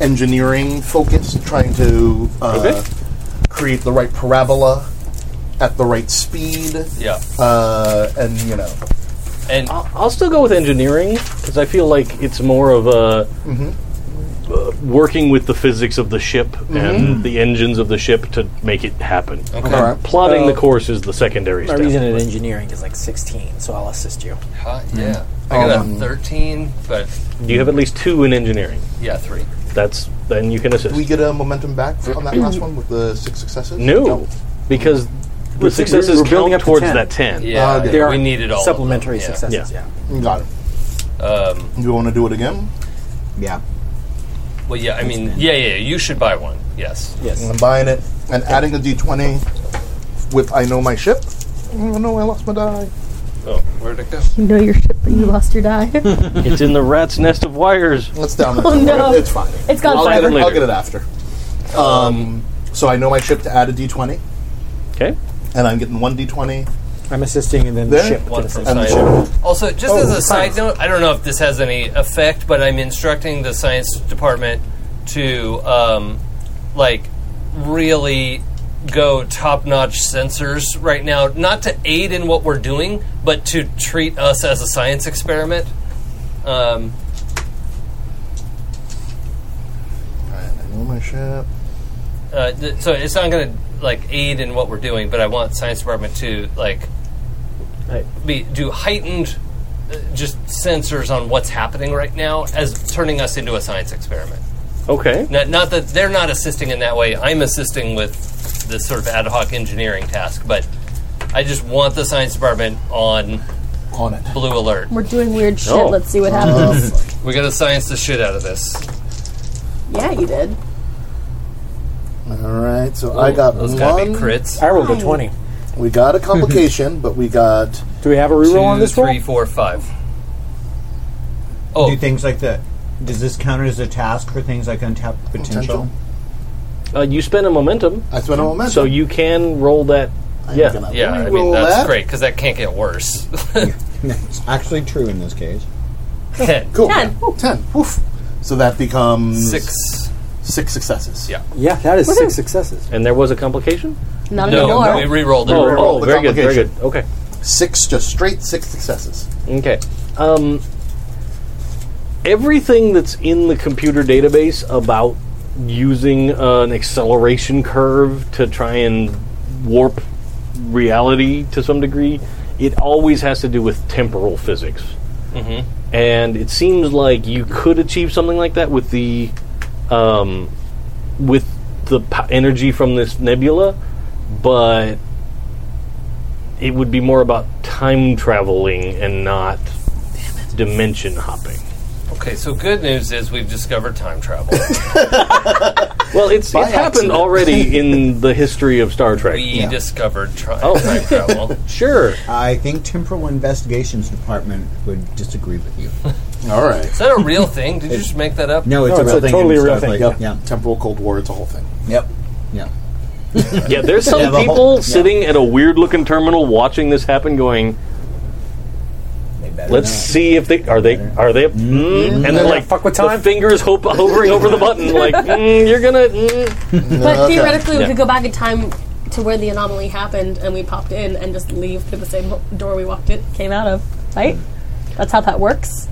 engineering focused, trying to uh,
Okay.
create the right parabola at the right speed,
yeah,
uh, and you know,
and
Oh,
I'll, I'll still go with engineering because I feel like it's more of a uh, working with the physics of the ship and the engines of the ship to make it happen.
okay.
all right.
Plotting
Well,
the course is the secondary
My
step.
reason in engineering is like 16, so I'll assist you.
Huh, yeah, I got
Um,
a thirteen, but
You have at least two in engineering.
yeah, three.
Oh,
That's then you can assist.
Do we get a momentum back for, on that last one with the six successes?
no, because the successes
we're building up
count
to
towards
10.
that ten.
Yeah,
Uh,
There
we
are
needed all of them,
supplementary
yeah.
successes.
Yeah.
Yeah.
Got it.
Um,
You want to do it again?
Yeah.
well, yeah, I mean, yeah, yeah, yeah, you should buy one. Yes,
Yes.
I'm buying it and adding a d20 with I know my ship. Oh no, I lost my die.
Oh, where'd it go?
You know your ship, but you lost your die.
it's in the rat's nest of wires.
It's down.
*laughs* Oh, no.
It's fine.
It's gone
I'll,
fine.
get it, I'll
later.
get it after. Um, so I know my ship to add a d20,
Okay.
and I'm getting one d20.
I'm assisting and then
There?
the ship.
One
can
from
assist.
And the
science. Also, just
Oh,
as a
science.
side note, I don't know if this has any effect, but I'm instructing the science department to um, like really go top-notch sensors right now, not to aid in what we're doing, but to treat us as a science experiment. Um,
Alright, I know my ship.
uh, th- so it's not going to like aid in what we're doing, but I want science department to like
Right.
be do heightened uh, just sensors on what's happening right now as turning us into a science experiment.
Okay.
Not, not that they're not assisting in that way. I'm assisting with this sort of ad hoc engineering task, but I just want the science department on
On it.
blue alert.
We're doing weird shit.
Oh.
Let's see what happens.
We're gonna science the shit out of this.
yeah, you did.
Alright, so I got
Those
one.
gotta be crits.
I rolled a 20.
We
*laughs*
got a complication, but we got.
Do we have a reroll on
Two,
this
three,
roll?
four, five. Oh,
Do things like that. Does this count as a task for things like untapped potential?
Potential.
Uh, you spend a momentum,
I spent a momentum.
so you can roll that.
I'm
yeah.
gonna
yeah. I mean
re-roll
that's
that.
great because that can't
*laughs*
get worse. *laughs*
It's actually true in this case.
Cool.
Ten.
Ten. Woof. So that becomes
Six.
six successes.
Yeah.
Yeah, that is six successes.
And there was a complication.
Not
No,
anymore.
we re-rolled it.
Oh,
roll
oh
the
very good, very good.
complication.
Okay.
Six, just straight six successes.
Okay. Um, everything that's in the computer database about using uh, an acceleration curve to try and warp reality to some degree, it always has to do with temporal physics. Mm-hmm. And it seems like you could achieve something like that with the um, with the p- energy from this nebula, but it would be more about time traveling and not dimension hopping.
Okay, so good news is we've discovered
*laughs*
time travel.
Well, it's, it's happened already in the history of Star Trek.
We discovered tri-
Oh.
time travel.
Sure.
I think Temporal Investigations Department would disagree with you.
All right.
Is that a real thing? Did you just make that up?
No, it's
No,
a real thing.
totally
in
real
Starfleet.
thing. Yep.
Yeah.
Temporal Cold War. It's a whole thing.
Yep. Yeah.
Yeah, there's some
Yeah, the
people
whole- yeah.
sitting at a weird looking terminal watching this happen going,
They better
let's
not.
see if they are they are they mm, and then like
Fuck with time.
the fingers hope, hovering over the button like mm, you're gonna mm.
But theoretically, we
Yeah.
could go back in time to where the anomaly happened, and we popped in and just leave through the same door we walked in, came out of. Right? That's how that works.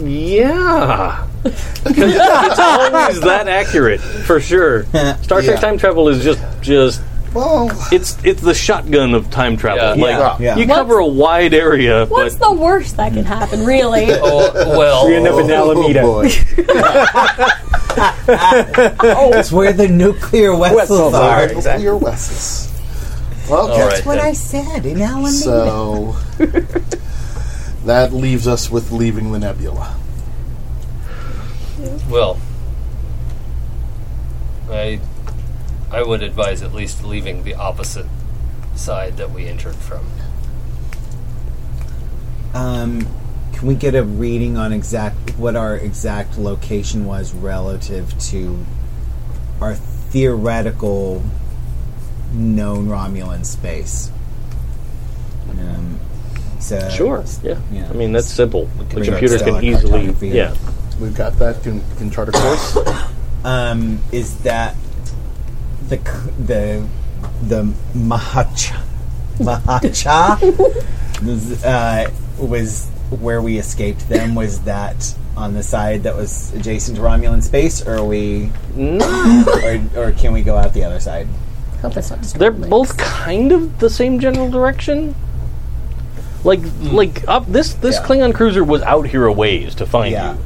yeah *laughs* 'Cause it's always that accurate for sure Star Trek
Yeah.
time travel is just just
Well,
it's it's the shotgun of time travel
Yeah.
like
Yeah.
you
What's-
cover a wide area
What's
but
the worst that can happen, really?
*laughs* Oh, well,
We end up in Alameda.
oh,
*laughs*
boy.
That's where the nuclear
Wetzels
vessels
are.
are.
Exactly.
Your Wesses. Well,
All
that's
right,
What
then.
I said in Alameda.
So *laughs* that leaves us with leaving the nebula.
Well, I I would advise at least leaving the opposite side that we entered from.
Um, can we get a reading on exact what our exact location was relative to our theoretical known Romulan space? Um, so
sure yeah.
Yeah.
I mean that's simple the
bring up
computer can
stellar
easily
cartography.
yeah
We've got that. Can, can chart a course.
um, is that the c- the the Mahacha Mahacha was, uh, was where we escaped them? Was that on the side that was adjacent to Romulan space, or are we, or, or can we go out the other side?
Hope that's not disturbing.
They're both kind of the same general direction. Like, like up this this
Yeah.
Klingon cruiser was out here a ways to find
Yeah.
you.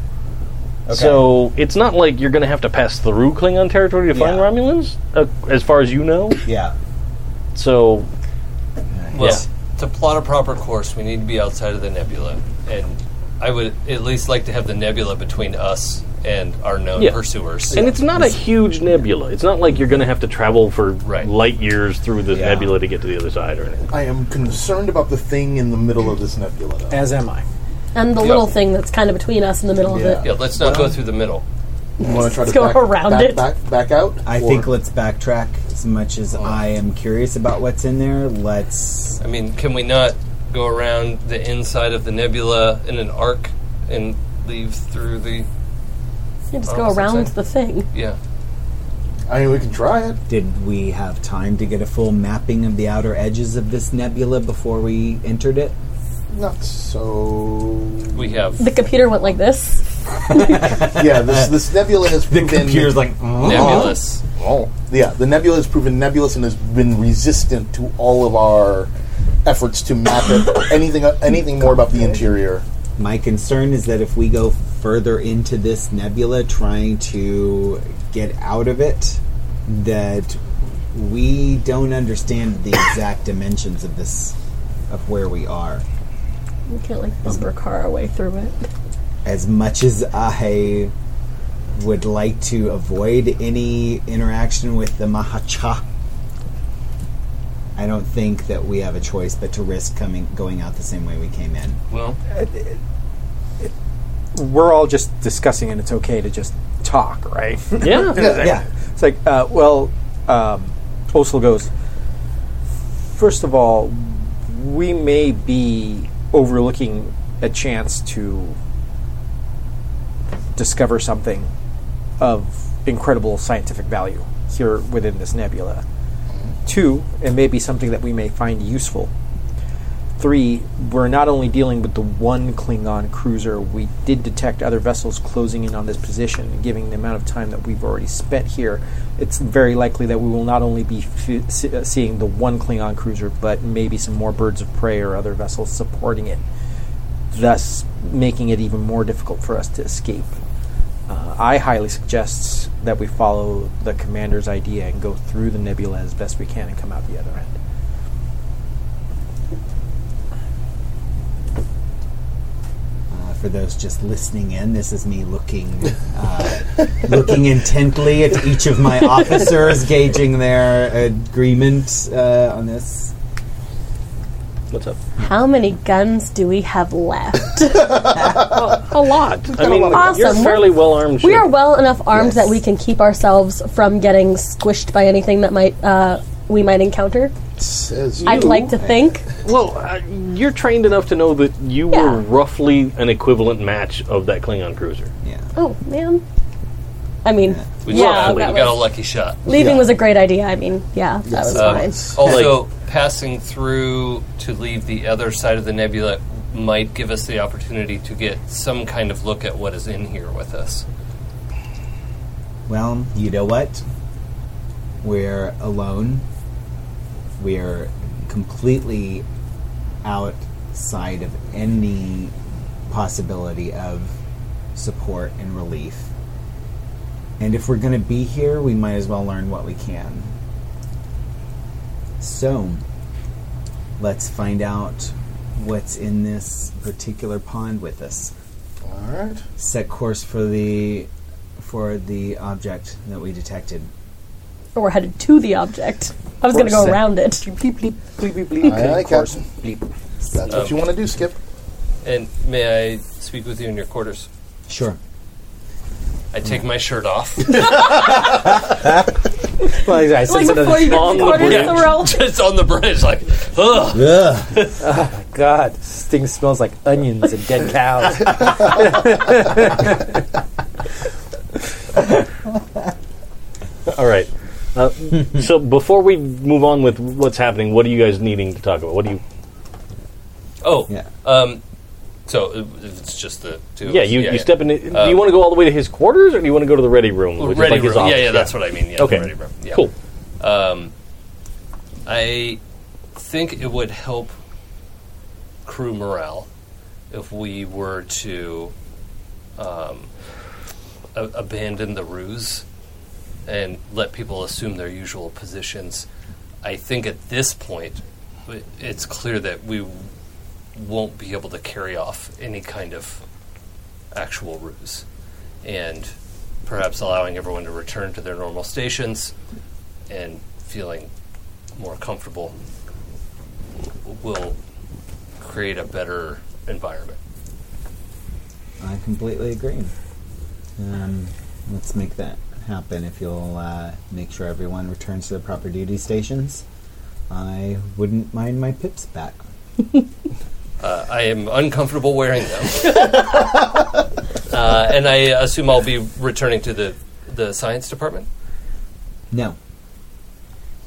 So it's not like you're going to have to pass through Klingon territory to find
Yeah.
Romulans, uh, as far as you know.
Yeah.
So
Well,
Yes.
to plot a proper course, we need to be outside of the nebula, and I would at least like to have the nebula between us and our known
Yeah.
pursuers.
And it's not a huge nebula. It's not like you're going to have to travel for
Right.
light years through the
Yeah.
nebula to get to the other side or anything.
I am concerned about the thing in the middle of this nebula. Though.
As am I.
and the
Yeah.
little thing that's kind of between us in the middle
Yeah.
of it.
yeah, let's not go through the middle.
You want to try
Let's
to
go
back,
around
back,
it.
Back, back out.
I
Or-
think let's backtrack as much as I am curious about what's in there. Let's.
I mean, can we not go around the inside of the nebula in an arc and leave through the
You just
Oh,
go
that's
around
exciting.
the thing.
yeah?
I mean, we can try it.
Did we have time to get a full mapping of the outer edges of this nebula before we entered it?
Not so.
We have
The computer went like this.
Yeah, this this nebula has proven.
like,
nebulous.
Oh. Yeah, the nebula has proven nebulous and has been resistant to all of our efforts to map it. *coughs* anything uh, anything more about the interior.
My concern is that if we go further into this nebula trying to get out of it, that we don't understand the exact dimensions of this, of where we are.
We can't like bumper car our way through it.
As much as I would like to avoid any interaction with the Mahacha, I don't think that we have a choice but to risk coming going out the same way we came in.
Well,
We're all just discussing, and it's okay to just talk, right? *laughs*
Yeah.
*laughs* Yeah.
It's like, uh, well, um, Osel goes, first of all, we may be overlooking a chance to discover something of incredible scientific value here within this nebula. Two, it may be something that we may find useful. Three, we're not only dealing with the one Klingon cruiser, we did detect other vessels closing in on this position. And given the amount of time that we've already spent here, it's very likely that we will not only be f- se- uh, seeing the one Klingon cruiser, but maybe some more birds of prey or other vessels supporting it, thus making it even more difficult for us to escape. Uh, I highly suggest that we follow the commander's idea and go through the nebula as best we can and come out the other end.
Uh, if for those just listening in, this is me looking, uh, looking intently at each of my officers, gauging their agreement uh, on this.
What's up?
How many guns do we have *laughs* left?
A lot. I mean,
lot.
you're
Awesome.
fairly well armed.
we are well enough armed that we can keep ourselves from getting squished by anything that might uh, we might encounter.
Says
I'd
You-
like to think.
Well, uh, you're trained enough to know that you were
Yeah.
roughly an equivalent match of that Klingon
*laughs*
cruiser.
Oh man. I mean,
We,
yeah,
we
that
got a
was-
lucky shot.
leaving was a great idea. I mean, yeah, that was
Um,
fine.
also, passing through to leave the other side of the nebula might give us the opportunity to get some kind of look at what is in here with us.
Well, you know what? We're alone. We're completely outside of any possibility of support and relief. And if we're going to be here, we might as well learn what we can. So, let's find out what's in this particular pond with us
all right.
set course for the for the object that we detected.
Or we're headed to the object. I was going to
Course.
go around it.
Aye, aye, Captain. That's what you want to do, Skip.
And may I speak with you in your quarters?
Sure.
I take my shirt off. *laughs*
Well, I
Like
said
before you get to
on
the
the
corners of the
bridge.
roll.
Just on the bridge, like, ugh.
God, this thing smells like onions and dead
*laughs*
cows.
All right. *laughs* Uh, so before we move on with what's happening, what are you guys needing to talk about? What do you?
Oh,
Yeah.
um, so it- it's just the two. of
Yeah,
us.
you, you step in. do you
Um,
want to go all the way to his quarters, or do you want to go to the ready room?
Well,
which is
ready
like his
room. Yeah,
office?
yeah, that's what I mean. Yeah, the
Okay.
ready room. Yeah.
Cool.
Um, I think it would help crew morale if we were to um, a- abandon the ruse and let people assume their usual positions. I think at this point, w- it's clear that we won't be able to carry off any kind of actual ruse. And perhaps allowing everyone to return to their normal stations and feeling more comfortable w- will create a better environment.
I completely agree. Um, let's make that happen if you'll uh, make sure everyone returns to their proper duty stations. I wouldn't mind my pips back.
Uh, I am uncomfortable wearing them.
*laughs*
uh, and I assume I'll be returning to the, the science department.
No.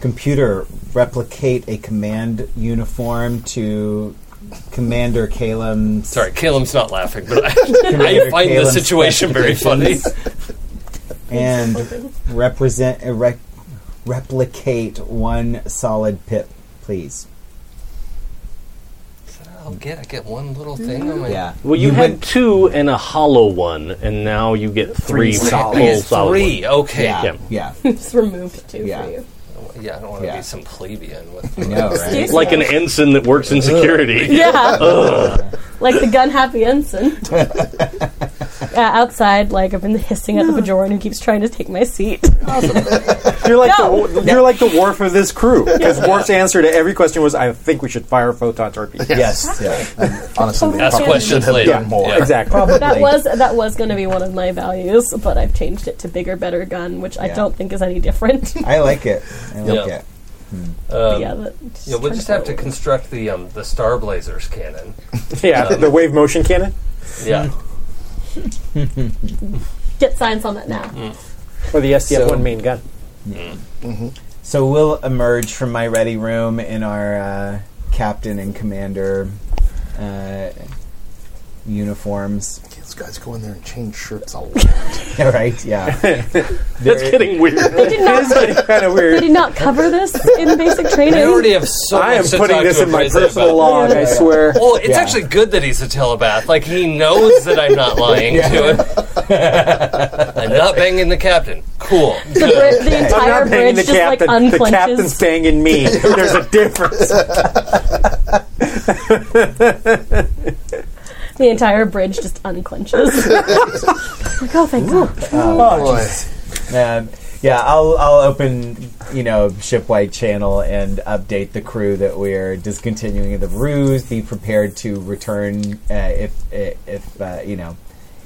Computer, replicate a command uniform to Commander Calum.
Sorry, Caleb's not laughing, but I,
*laughs*
I find the
Caleb's
situation very funny.
*laughs*
*laughs*
and represent uh, rec- replicate one solid pip, please.
I'll get I get one little thing on my
Yeah.
Well, you, had
went-
two and a hollow one, and now you get three,
Three
full
solid.
I get
solid
Oh, three. Okay.
yeah, yeah.
*laughs* It's removed too
Yeah.
for you.
Yeah, I don't want to
Yeah.
be some plebeian
*laughs*
with
I know, right?
ones. like an ensign that works in security.
Yeah. *laughs* like the gun happy ensign. uh, outside, like I've been hissing at the Bajoran who keeps trying to take my seat.
You're like
No.
the, you're like the wharf of this crew because Worf's answer to every question was, "I think we should fire photon torpedoes."
Yes.
*laughs*
Yeah.
And
Oh,
honestly, they
Ask
probably
*laughs*
questions
should have
later.
done more.
Yeah.
Exactly.
That was that was going to be one of my values, but I've changed it to bigger, better gun, which I
Yeah.
don't think is any different. *laughs*
I like it. I like
Yeah.
it.
Um,
yeah, that,
Yeah, we'll
trying
just have to
follow.
construct the um, the Star Blazers cannon.
*laughs* yeah, the wave motion cannon.
Yeah,
get science on that now.
Or the SDF
So-
one main gun.
So we'll emerge from my ready room in our uh, captain and commander uh, uniforms. *laughs*
These guys go in there and change *laughs* shirts a lot.
right? Yeah.
That's getting weird.
They did not.
kind of
They
weird.
did not cover this in basic training.
we
*laughs*
already have so.
I am
much to
putting
talk
this
to
in my
Brazil
personal
about.
log. I swear.
Well, it's
Yeah.
actually good that he's a telepath. Like he knows that
*laughs*
I'm not lying to him. I'm not banging the captain. Cool.
*laughs* the, bri- the
I'm
entire
not banging
bridge
the
just like
captain. the
unclenches.
captain's banging
*laughs*
me. There's a difference.
The entire bridge just unclenches. like, oh, thank God.
Boy.
Um, yeah, I'll I'll open you know shipwide channel and update the crew that we're discontinuing the ruse. Be prepared to return uh, if if uh, you know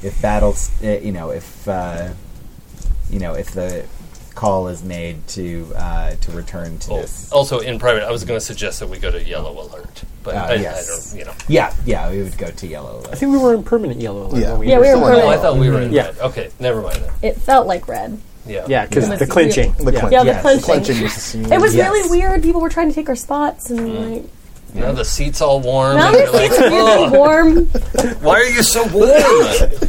if battles uh, you know if uh, you know if the call is made to uh, to return to
Oh,
this.
also, in private, I was going to suggest that we go to yellow alert, but
Ah,
I,
yes.
I don't. You know.
Yeah, yeah, we would go to yellow.
I think we were in permanent yellow. alert
Yeah.
when
Yeah, we were
Still in
Oh, I
in
thought we were in
Yeah.
red. Okay, never mind then.
It felt like red.
Yeah.
Yeah, because
Yeah.
the clinching.
The clenching.
Yeah,
Yes.
the clenching.
Clenching was the scene.
It was
Yes.
really weird. People were trying to take our spots, and like,
Now the seat's all warm.
now
and
this
you're like,
seat's weirdly
"Ugh,
warm.
*laughs* why are you so
*laughs*
warm?
It's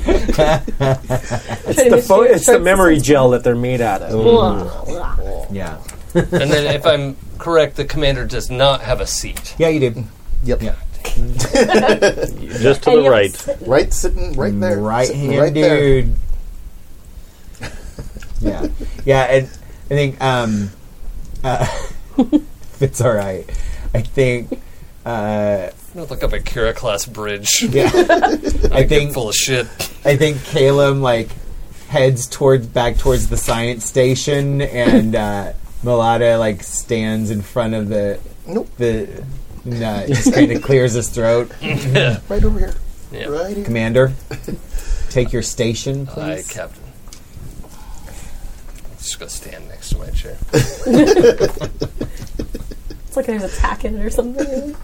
The pho- it's the memory gel that they're made out of.
Yeah,
and then, if I'm correct, the commander does not have a seat.
yeah, you do.
Yep.
Yeah.
Just to the right.
Right sitting right there.
Right
sitting
hand
right there. *laughs*
dude. yeah. Yeah, and I think um uh, *laughs* if it's alright. I think uh
I'm gonna look up a Kira class bridge.
yeah. I
Think
think
full of shit.
I think Calum like heads towards back towards the science station and uh Mulata like stands in front of the
Nope.
the nah, just kind of clears his throat.
Right over here.
Yeah.
Right
*laughs*
here.
Commander, take your station,
Hi,
please.
Captain. I'm just gonna stand next to my chair.
It's like there's a tack in it or something.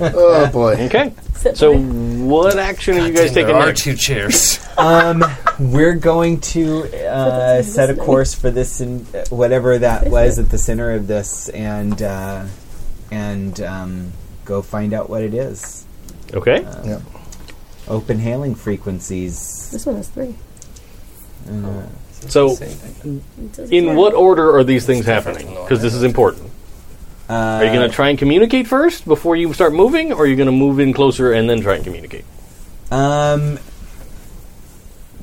Oh boy.
Okay.
Sit
So,
back.
what action are you guys
Damn, there
taking
are
next?
two chairs.
Um, we're going to uh, set a course for this and whatever that was at the center of this, and uh, and um, go find out what it is.
Okay.
Yeah.
Open hailing frequencies.
This one has three.
So,
It says
in
four.
what order are these things happening? Because this is important.
Uh,
Are you going to try and communicate first before you start moving, or are you going to move in closer and then try and communicate?
Um,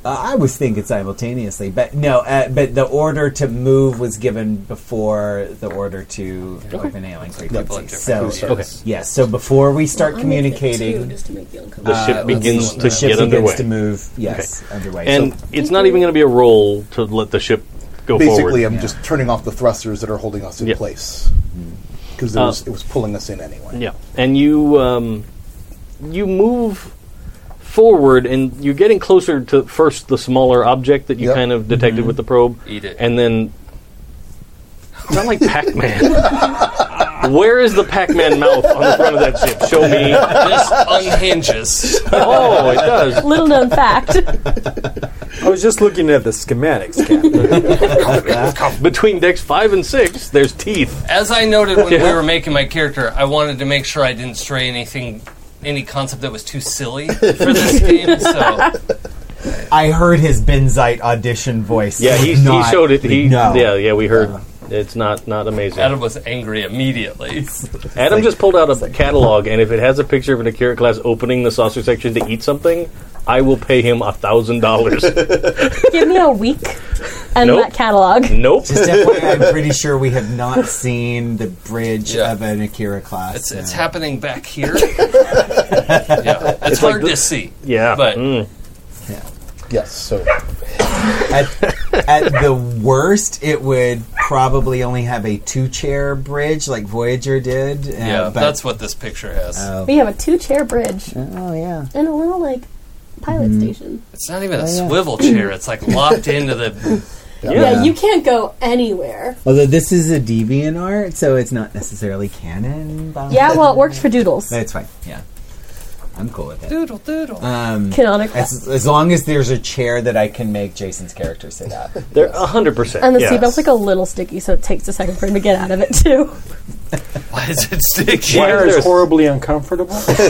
I I was thinking simultaneously, but no. Uh, but the order to move was given before the order to open hailing frequencies. So
Okay.
yes, so before we
Well,
start
I'll make it two,
communicating,
just to make you uncomfortable.
The ship
Uh, let's
begins
see.
to
The ship
get
begins
underway.
to move, yes, underway.
And
So-
it's not even going to be a roll to let the ship go forward.
Basically, I'm just turning off the thrusters that are holding us in
Yeah.
place
Mm.
because it,
Uh,
was, it was pulling us in anyway.
Yeah, and you um, you move forward, and you're getting closer to first the smaller object that you
Yep.
kind of detected with the probe.
Eat it.
and then it's not like Pac-Man. *laughs* Where is the Pac-Man mouth on the front of that ship? Show me.
this unhinges.
Oh, it does.
Little known fact.
I was just looking at the schematics, Captain.
Between decks five and six, there's teeth.
As I noted when we were making my character, I wanted to make sure I didn't stray anything, any concept that was too silly for this game. So
I heard his Benzite audition voice.
Yeah, he, he
Not-
showed it. He,
no. Uh.
Yeah, yeah, we heard. It's not not amazing.
Adam was angry immediately.
Adam just pulled out a catalog, and if it has a picture of an Akira class opening the saucer section to eat something, I will pay him a thousand
*laughs*
dollars.
Give me a week and
Nope.
that catalog.
Nope.
Just FYI, I'm pretty sure we have not seen the bridge
Yeah.
of an Akira class.
It's,
no.
it's happening back here. yeah, it's, hard to see.
Yeah.
But-
Mm.
Yes. So
at, at the worst, it would probably only have a two-chair bridge like Voyager did. uh,
Yeah,
but-
that's what this picture has.
Oh.
We have a two-chair bridge
Oh, yeah.
and a little like pilot station.
it's not even a swivel chair. It's like locked into the.
Yeah. you can't go anywhere.
Although this is a deviant art, so it's not necessarily canon. but-
Yeah, well, it works for doodles.
That's fine. Yeah. I'm cool with it.
Doodle doodle.
Um,
Canonical.
as, as long as there's a chair that I can make Jason's character sit at.
*laughs* They're hundred percent.
and the
yes.
seatbelt's like a little sticky, so it takes a second for him to get out of
*laughs*
it too.
Why is it sticky?
Why
Chair
is
is
there-
horribly uncomfortable.
Good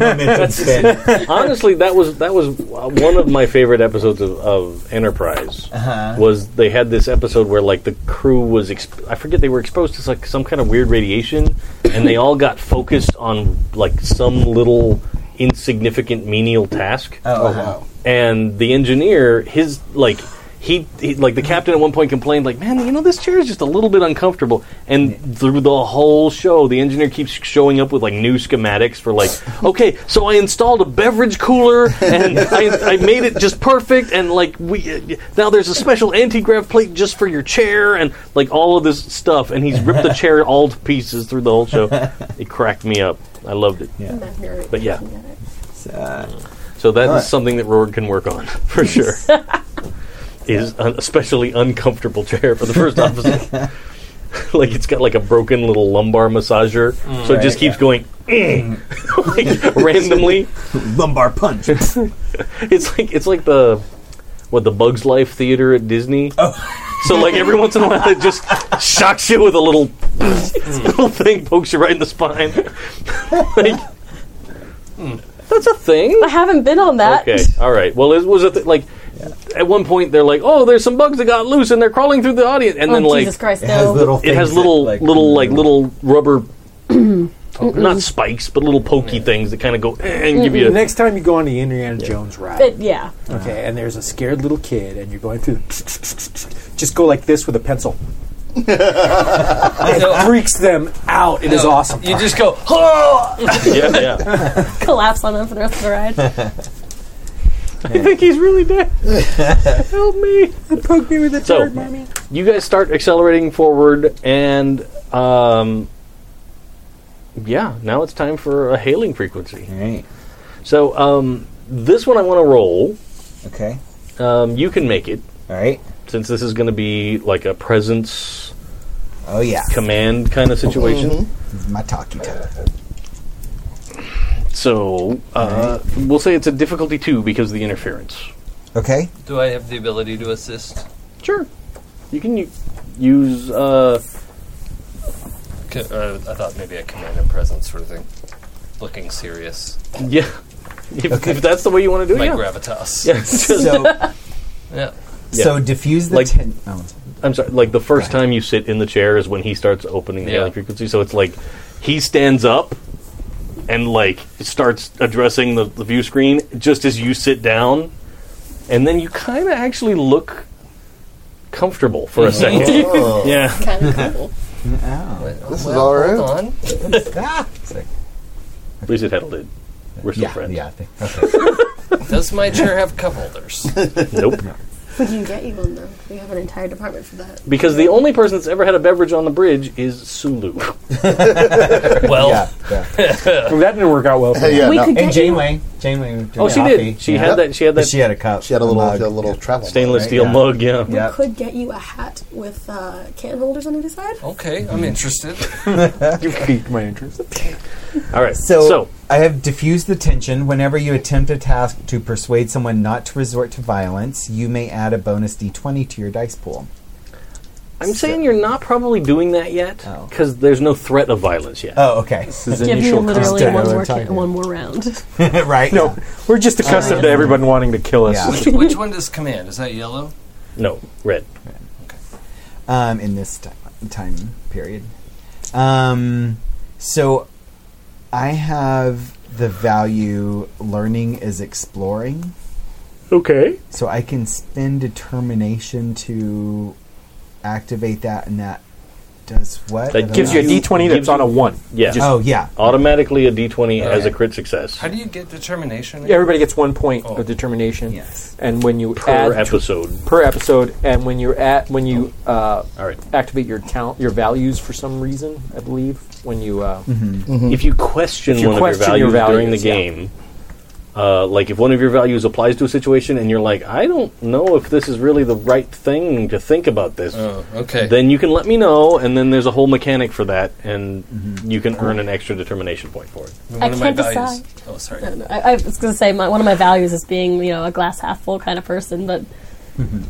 momentum spin.
Honestly, that was that was uh, one of my favorite episodes of, of Enterprise.
Uh-huh.
Was they had this episode where like the crew was exp- I forget they were exposed to like some kind of weird radiation, and they all got focused on like some little insignificant menial task.
Oh,
oh
uh-huh.
wow.
and the engineer his like He, he like the captain at one point complained, like, "Man, you know this chair is just a little bit uncomfortable." And through the whole show, the engineer keeps showing up with like new schematics for like, *laughs* "Okay, so I installed a beverage cooler and I, I made it just perfect, and like we now there's a special anti-grav plate just for your chair, and like all of this stuff." And he's ripped the chair all to pieces through the whole show. It cracked me up. I loved it.
Yeah.
But yeah.
Uh,
So that is
Alright.
something that Rorg can work on *laughs* for sure. is an especially uncomfortable chair for the first officer. *laughs* like it's got like a broken little lumbar massager, so it just
Right,
keeps going *laughs* like, randomly.
Lumbar punch.
It's like it's like the what the Bugs Life theater at Disney. So like every once in a while, it just shocks you with a little *laughs* little thing, pokes you right in the spine. *laughs* like, that's a thing.
I haven't been on that.
Okay, all right. Well, it was a th- like at one point they're like, "Oh, there's some bugs that got loose and they're crawling through the audience," and
oh,
then like
Jesus Christ,
it has
no.
little.
it has
things
little
that, mm-hmm.
little like little rubber, *clears throat* not spikes, but little pokey things that kind of go eh, and give you.
The
a-
next time you go on the Indiana Jones ride,
But yeah,
okay, and there's a scared little kid, and you're going through, *laughs* just go like this with a pencil. it freaks them out. It is awesome.
You just go, oh!
yeah, *laughs* yeah.
collapse on them for the rest of the
*laughs*
ride.
I think he's really dead. Help me!
poke me with a
So-
turd, mommy.
You guys start accelerating forward, and um, yeah, now it's time for a hailing frequency.
All right.
So um, this one I want to roll.
Okay.
Um, you can make it.
All right.
since this is going to be like a presence
Oh yeah.
command kind of situation.
My talkie talk.
So uh, we'll say it's a difficulty two because of the interference. *laughs*
Okay.
Do I have the ability to assist?
Sure, you can u- use. Uh, *laughs*
C- uh, I thought maybe a command and presence sort of thing. Looking serious.
yeah, if, if that's the way you want to do it.
My
Oh, Yeah. *laughs*
gravitas.
Yeah, just-
So
Yeah.
so diffuse the
Like-
ten. Oh,
I'm sorry. Like the first time you sit in the chair is when he starts opening the
Yeah.
alien frequency. So it's like he stands up and like starts addressing the, the view screen just as you sit down, and then you kind of actually look comfortable for a
*laughs*
second.
Oh,
yeah.
kind of cool.
Wait,
This is
well,
all right.
Hold on.
ah, it's like-
Wizard Heddle did. We're still
yeah,
friends.
yeah. I think-
*laughs*
Okay.
Does my chair have cup holders?
Nope.
We can get you one though. We have an entire department for that.
Because the only person that's ever had a beverage on the bridge is Sulu.
Well,
yeah, yeah.
That didn't work out well. For
Hey, *laughs*
me.
yeah,
we
no,
could get
And Janeway, Janeway. would
oh,
drink
she
coffee.
did. She
Yeah.
had that. She had that
She had a cup.
she had a little,
mug.
a little travel.
stainless
right?
steel
Yeah.
mug. Yeah.
you,
Yeah.
could get you a hat with uh, can holders on either side.
okay, I'm interested.
You've piqued my interest.
All right.
So,
So,
I have diffused the tension. Whenever you attempt a task to persuade someone not to resort to violence, you may add a bonus d20 to your dice pool.
I'm saying you're not probably doing that yet
Oh.
because there's no threat of violence yet.
Oh, okay.
This is
Give me
initial
literally
contact.
one
Yeah,
more,
we're talking.
ca- one more round.
*laughs* right?
No, we're just accustomed to everyone wanting to kill us.
*laughs* Yeah.
Which one does command? Is that yellow?
No, red.
Um, in this ti- time period. Um, so I have the value learning is exploring.
Okay.
So I can spend determination to activate that, and that does what?
That
I don't
Gives you a
know.
D20
Gives
that's
you-
on a one.
Yeah.
Just-
Oh, yeah.
Automatically a d20 as a
Okay.
crit success
How do you get
Oh.
determination?
Everybody gets one point
Oh.
of determination.
Yes.
And when you add
per
to-
episode.
per episode, and when you're at when you uh,
Oh. All right.
activate your count your values for some reason, I believe when you uh,
Mm-hmm. If you question
If you
one of
question
your
your
values, during the
values, yeah.
game, uh, like if one of your values applies to a situation and you're like, I don't know if this is really the right thing to think about this,
Oh, okay.
then you can let me know, and then there's a whole mechanic for that, and you can earn an extra determination point for it.
*laughs*
One
I
of my
can't
values.
decide.
Oh, sorry.
I, don't know. I, I was going to say my, one of my values is being you know a glass half full kind of person, but
Mm-hmm.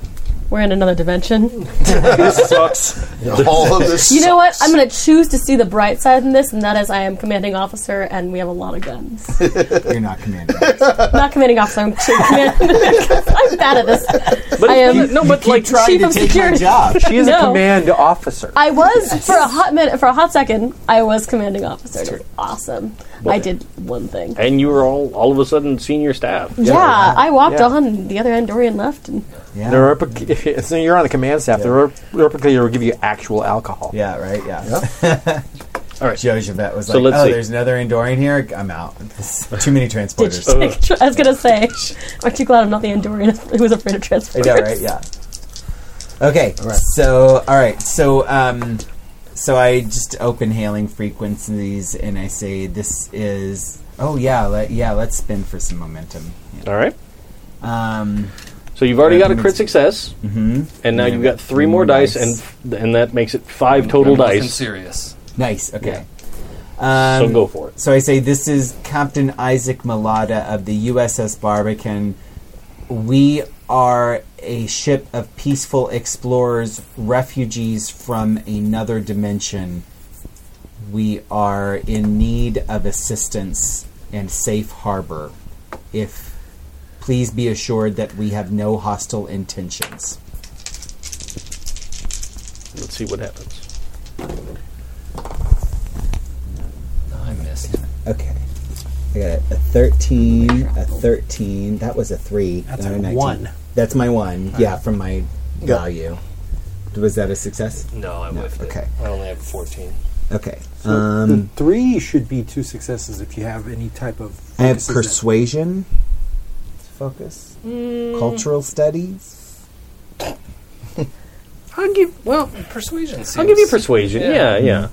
we're in another dimension.
this sucks.
all of
*laughs*
this.
You know what? I'm going to choose to see the bright side in this, and that is I am commanding officer, and we have a lot of guns.
You're not commanding.
*laughs* not commanding officer. I'm, command- I'm bad at this.
But
I am-
no, but
Keep
like
trying
chief
to
of
take
security.
my
*laughs*
job.
She is a
No.
command officer.
I was for a hot minute, for a hot second, I was commanding officer. It was awesome. I did one thing.
and you were all all of a sudden senior staff.
Yeah, I walked
Yeah.
on the other end. Dorian left, and
Yeah.
The replic- *laughs* so you're on the command staff. The rep- replicator will give you actual alcohol.
Yeah, right, yeah. *laughs*
All right.
Joe Javette was
So
like,
let's
oh,
see.
there's another Endorian here? I'm out. This is too many
did you
transporters.
take? tr- *laughs* I was gonna say, aren't you glad I'm not the Andorian *laughs* who was afraid of
I
transporters?
know, right? Yeah. Okay. So, all right. So, um, so I just open hailing frequencies and I say, "This is." Oh yeah, let, yeah. Let's spin for some momentum. Yeah.
All right.
Um,
So you've already
Yeah,
got a
that
crit
makes-
success,
hmm
and now
Yeah,
you've got three more dice, and and that makes it five total
I'm looking
dice.
serious.
Nice. Okay.
So
Um,
go for it.
So I say, "This is Captain Isaac Malata of the USS Barbican. We are a ship of peaceful explorers, refugees from another dimension. We are in need of assistance and safe harbor. If please be assured that we have no hostile intentions."
Let's see what happens.
I missed.
Okay. I got a 13, a 13. That was a 3. That's
a one.
That's my 1. Yeah, from my value. Was that a success?
No, I whiffed it.
okay.
I only have 14.
Okay.
the
Um,
three should be two successes if you have any type of.
I have
focuses that-
persuasion. Focus. Cultural studies.
I'll give well,
Persuasion. Seems,
I'll give you persuasion. Yeah, yeah.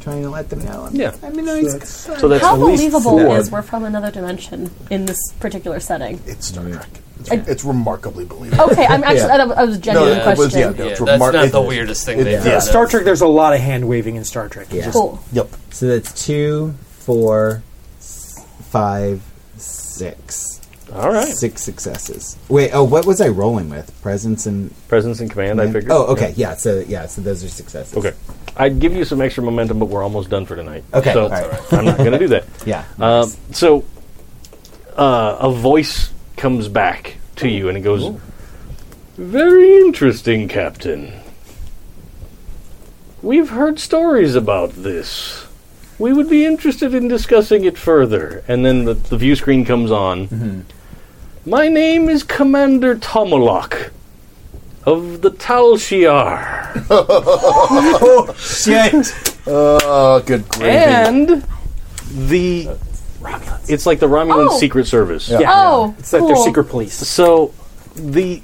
Trying to let them know. I'm,
Yeah.
I'm a nice guy.
So that's
How
at least
believable
four.
is we're from another dimension in this particular setting?
It's Star Trek. It's,
I-
it's remarkably believable.
Okay, I'm actually. I I was a genuine
No, it was-
question.
yeah, no.
Yeah,
It's
that's
remar-
not
it-
the weirdest thing
it-
they've
yeah.
done.
Yeah, Star Trek. There's a lot of hand waving in Star Trek.
Yeah.
Cool.
Yep.
So that's two, four, s- five, six.
All right.
Six successes. Wait, oh, what was I rolling with? Presence and
Presence in command. I
Yeah.
figured.
Oh, okay. Yeah. So yeah. So those are successes.
Okay. I'd give you some extra momentum, but we're almost done for tonight.
Okay,
So
all right.
I'm not going to do that.
*laughs* Yeah.
Uh, so uh, a voice comes back to you and it goes, Very interesting, Captain. We've heard stories about this. We would be interested in discussing it further. And then the, the view screen comes on. My name is Commander Tomalak of the Tal Shiar.
Shit.
Oh, good gravy.
and the it's like the Romulan
Oh.
secret service.
Oh,
It's like
cool.
their secret police.
So the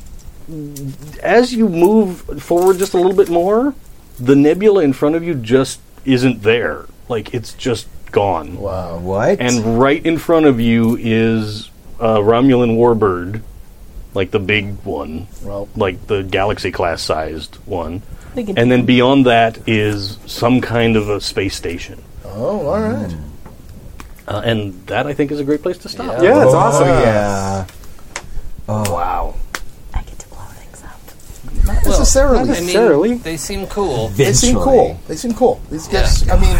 as you move forward just a little bit more, the nebula in front of you just isn't there. Like it's just gone.
Wow. What?
And right in front of you is a Romulan warbird, like the big one,
Well,
like the galaxy class sized one.
Big and-
And then beyond that is some kind of a space station.
oh, all right.
Uh, and that I think is a great place to stop.
Yeah, it's
Oh,
awesome.
Yeah. Oh,
Wow.
I get to blow things up.
Not necessarily.
I mean,
necessarily.
they seem cool.
They seem
Eventually.
cool. They seem cool. These guys. I mean,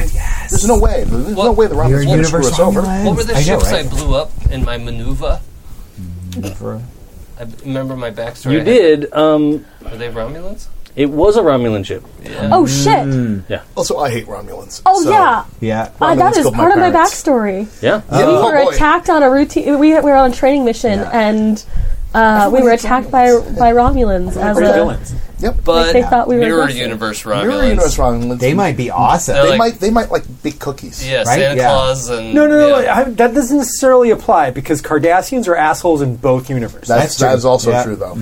there's no way. There's no
Well,
way the
Your
Romulans going to screw
universe
us over.
What were the
I know,
ships
right?
I blew up in my maneuver?
For-
I b- remember my backstory.
You
I had-
did. Um,
Were they Romulans?
it was a Romulan ship.
Oh shit!
Also, I hate Romulans.
Oh
so-
yeah,
Yeah.
uh,
Romulans
that is
killed my
part of my
parents.
backstory.
Yeah.
we
Oh,
were
boy.
attacked on a routine. We, we were on a training mission,
Yeah.
and uh, we were attacked by by Romulans as
Great
a.
villains.
But
they thought we were
mirror
aggressive.
universe Romulans.
Mirror universe Romulans.
They might be
They're
awesome.
They
like-
might. They might like big cookies.
Yeah,
Right?
Santa
Yeah.
Claus and
No, no, no.
yeah.
I, that doesn't necessarily apply because Cardassians are assholes in both universes.
That's
That's
true.
that's also
Yeah. Mm-hmm.
true though.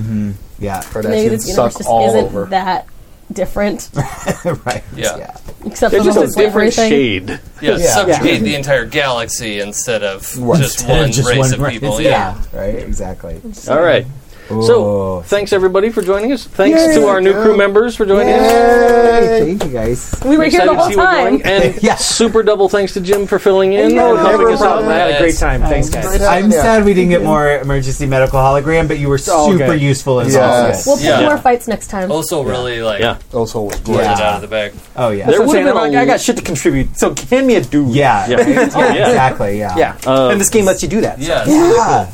Yeah.
Maybe
Kardashians
this universe
suck
just
all
isn't
over.
that
*laughs*
different,
*laughs*
*laughs*
right.
Yeah.
except
They're
for the
just
whole
a different
slavery thing.
shade.
yeah,
Yeah.
subjugate the entire galaxy instead of
Right.
just
*laughs*
one race of people. Yeah.
Yeah. Right. Exactly.
All right. So,
Oh.
thanks everybody for joining us. Thanks to our new crew members for joining us.
Yay. Thank you guys.
We were
We're
here
excited
the
to
whole
see where we're
time.
going. And
*laughs* Yeah.
super double thanks to Jim for filling in
Yeah.
and helping
Never
us out.
mind.
Oh, I had a great time. Thanks,
Great
guys.
having
I'm
you.
sad we didn't get more emergency medical hologram, but you were
all
super
good.
useful and
Yes.
We'll
helpful.
pick
Yeah.
more fights next time.
Also, really like
Yeah.
Also, was
get
great.
Yeah.
it out of the bag.
Oh yeah.
There
That's what
would
I'm
have been
saying,
a
like, I got shit to contribute, so hand me a dude.
*laughs*
yeah.
Yeah.
right?
Oh, yeah.
Exactly. Yeah.
Yeah. and this game lets you do that. so.
Yeah.
Yeah.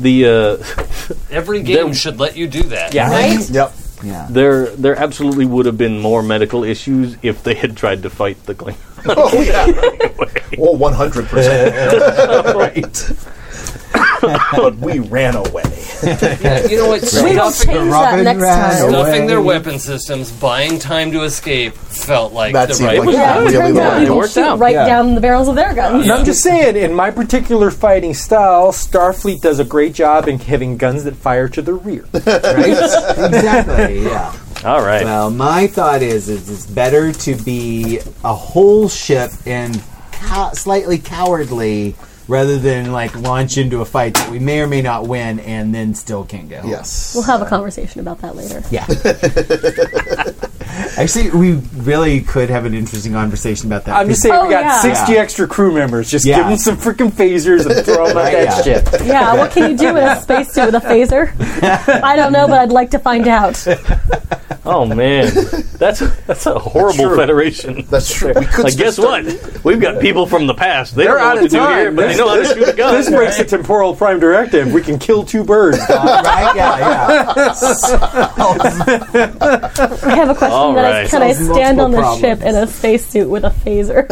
The uh,
Every game should let you do that.
Yeah.
Right?
Yep.
Yeah.
There, there absolutely would have been more medical issues if they had tried to fight the Klingon.
Oh yeah. Well, one hundred
*laughs*
percent. Right. but we ran away.
You know what?
We will
Stuffing,
change
Robin
that next
ran
time.
away.
stuffing their weapon systems, buying time to escape, felt like
That
the
seemed
right.
like
Yeah,
that
it
really
turns
the
out
way
it
people
worked
shoot
out.
right
Yeah.
down the barrels of their guns.
I'm just saying, in my particular fighting style, Starfleet does a great job in having guns that fire to the rear.
*laughs* exactly. Yeah.
All right.
Well, my thought is, is it's better to be a whole ship and cow- slightly cowardly rather than like launch into a fight that we may or may not win and then still can't get home.
Yes.
We'll have a conversation about
*laughs*
that later.
Yeah. *laughs* Actually, we really could have an interesting conversation about that.
I'm just saying,
Oh,
we got
yeah.
60
Yeah.
extra crew members. Just
Yeah.
give them some freaking phasers and throw them at
Right,
that
yeah.
ship.
Yeah, what can you do in a spacesuit with a
*laughs*
phaser? I don't know, but I'd like to find out.
Oh man, that's that's a horrible
true.
Federation.
That's true. We could
Like, guess what? We've got people from the past. They
They're
don't know
out
what to
of
do here,
time.
but they know how to shoot a gun.
This breaks the temporal prime directive. We can kill two birds.
right? Yeah,
I have a question
All
that
right.
is can I
Solves
stand
multiple
on this
problems.
ship in a spacesuit with a phaser?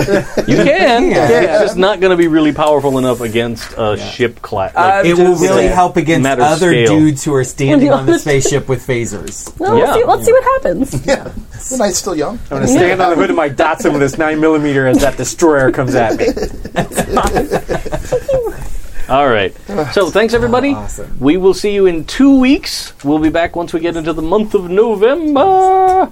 *laughs* You can.
Yeah.
It's just not going to be really powerful enough against a ship class.
yeah.
Like,
It will really
Yeah.
help against
Matter of
other
scale.
dudes who are standing
Yeah.
on the spaceship with phasers.
*laughs* Well,
Yeah.
let's, see, let's see what happens.
Yeah. The night's still young.
I'm going to stand on the hood of my Datsun with this 9mm as that destroyer comes at me.
All right. So thanks everybody.
Awesome.
We will see you in two weeks. We'll be back once we get into the month of November.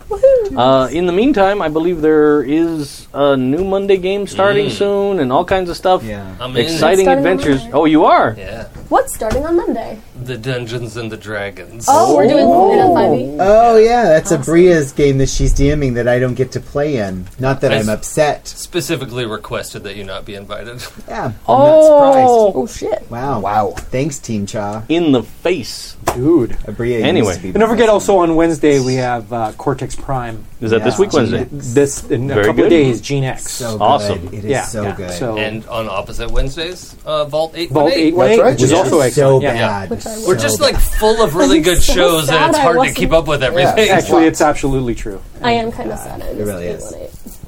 Uh, in the meantime, I believe there is a new Monday game starting soon and all kinds of stuff.
Yeah.
I'm in.
Exciting
Starting on
adventures.
Monday.
Oh, you are?
Yeah.
What's starting on Monday?
The Dungeons and the Dragons.
Oh, we're doing E. an 5e.
Oh yeah, that's a Bria's game that she's DMing that I don't get to play in. Not that
I
I'm
s-
upset.
Specifically requested that you not be invited.
Yeah, I'm
Oh.
not surprised.
Oh, shit.
Wow, wow. Thanks, Team Cha.
In the face.
Dude.
Uh, Bria used
Anyway.
to be
And don't forget,
awesome.
also on Wednesday, we have uh, Cortex Prime.
Is that this
Yeah.
week, Wednesday?
This, in a
Very
couple
good.
of days, Gene X.
so
Awesome.
Good. It is
yeah.
so
yeah.
good.
So,
and on opposite Wednesdays, uh, Vault Eight.
Oh. Vault 818
That's right,
which is
yeah.
also
It's so
excellent. yeah.
bad.
Which I
We're
So
just
bad.
like full of really good
so
shows, and
sad
it's
I
hard to
wasn't-
keep up with everything.
Actually, it's absolutely true.
I am kind of sad. I missed
really
it
is.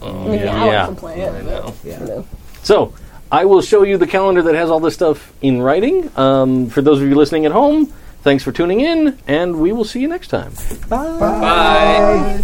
when I- I mean, now
yeah.
I can play it. I
know.
So, I will show you the calendar that has all this stuff in writing. Um, for those of you listening at home, thanks for tuning in, and we will see you next time.
Bye.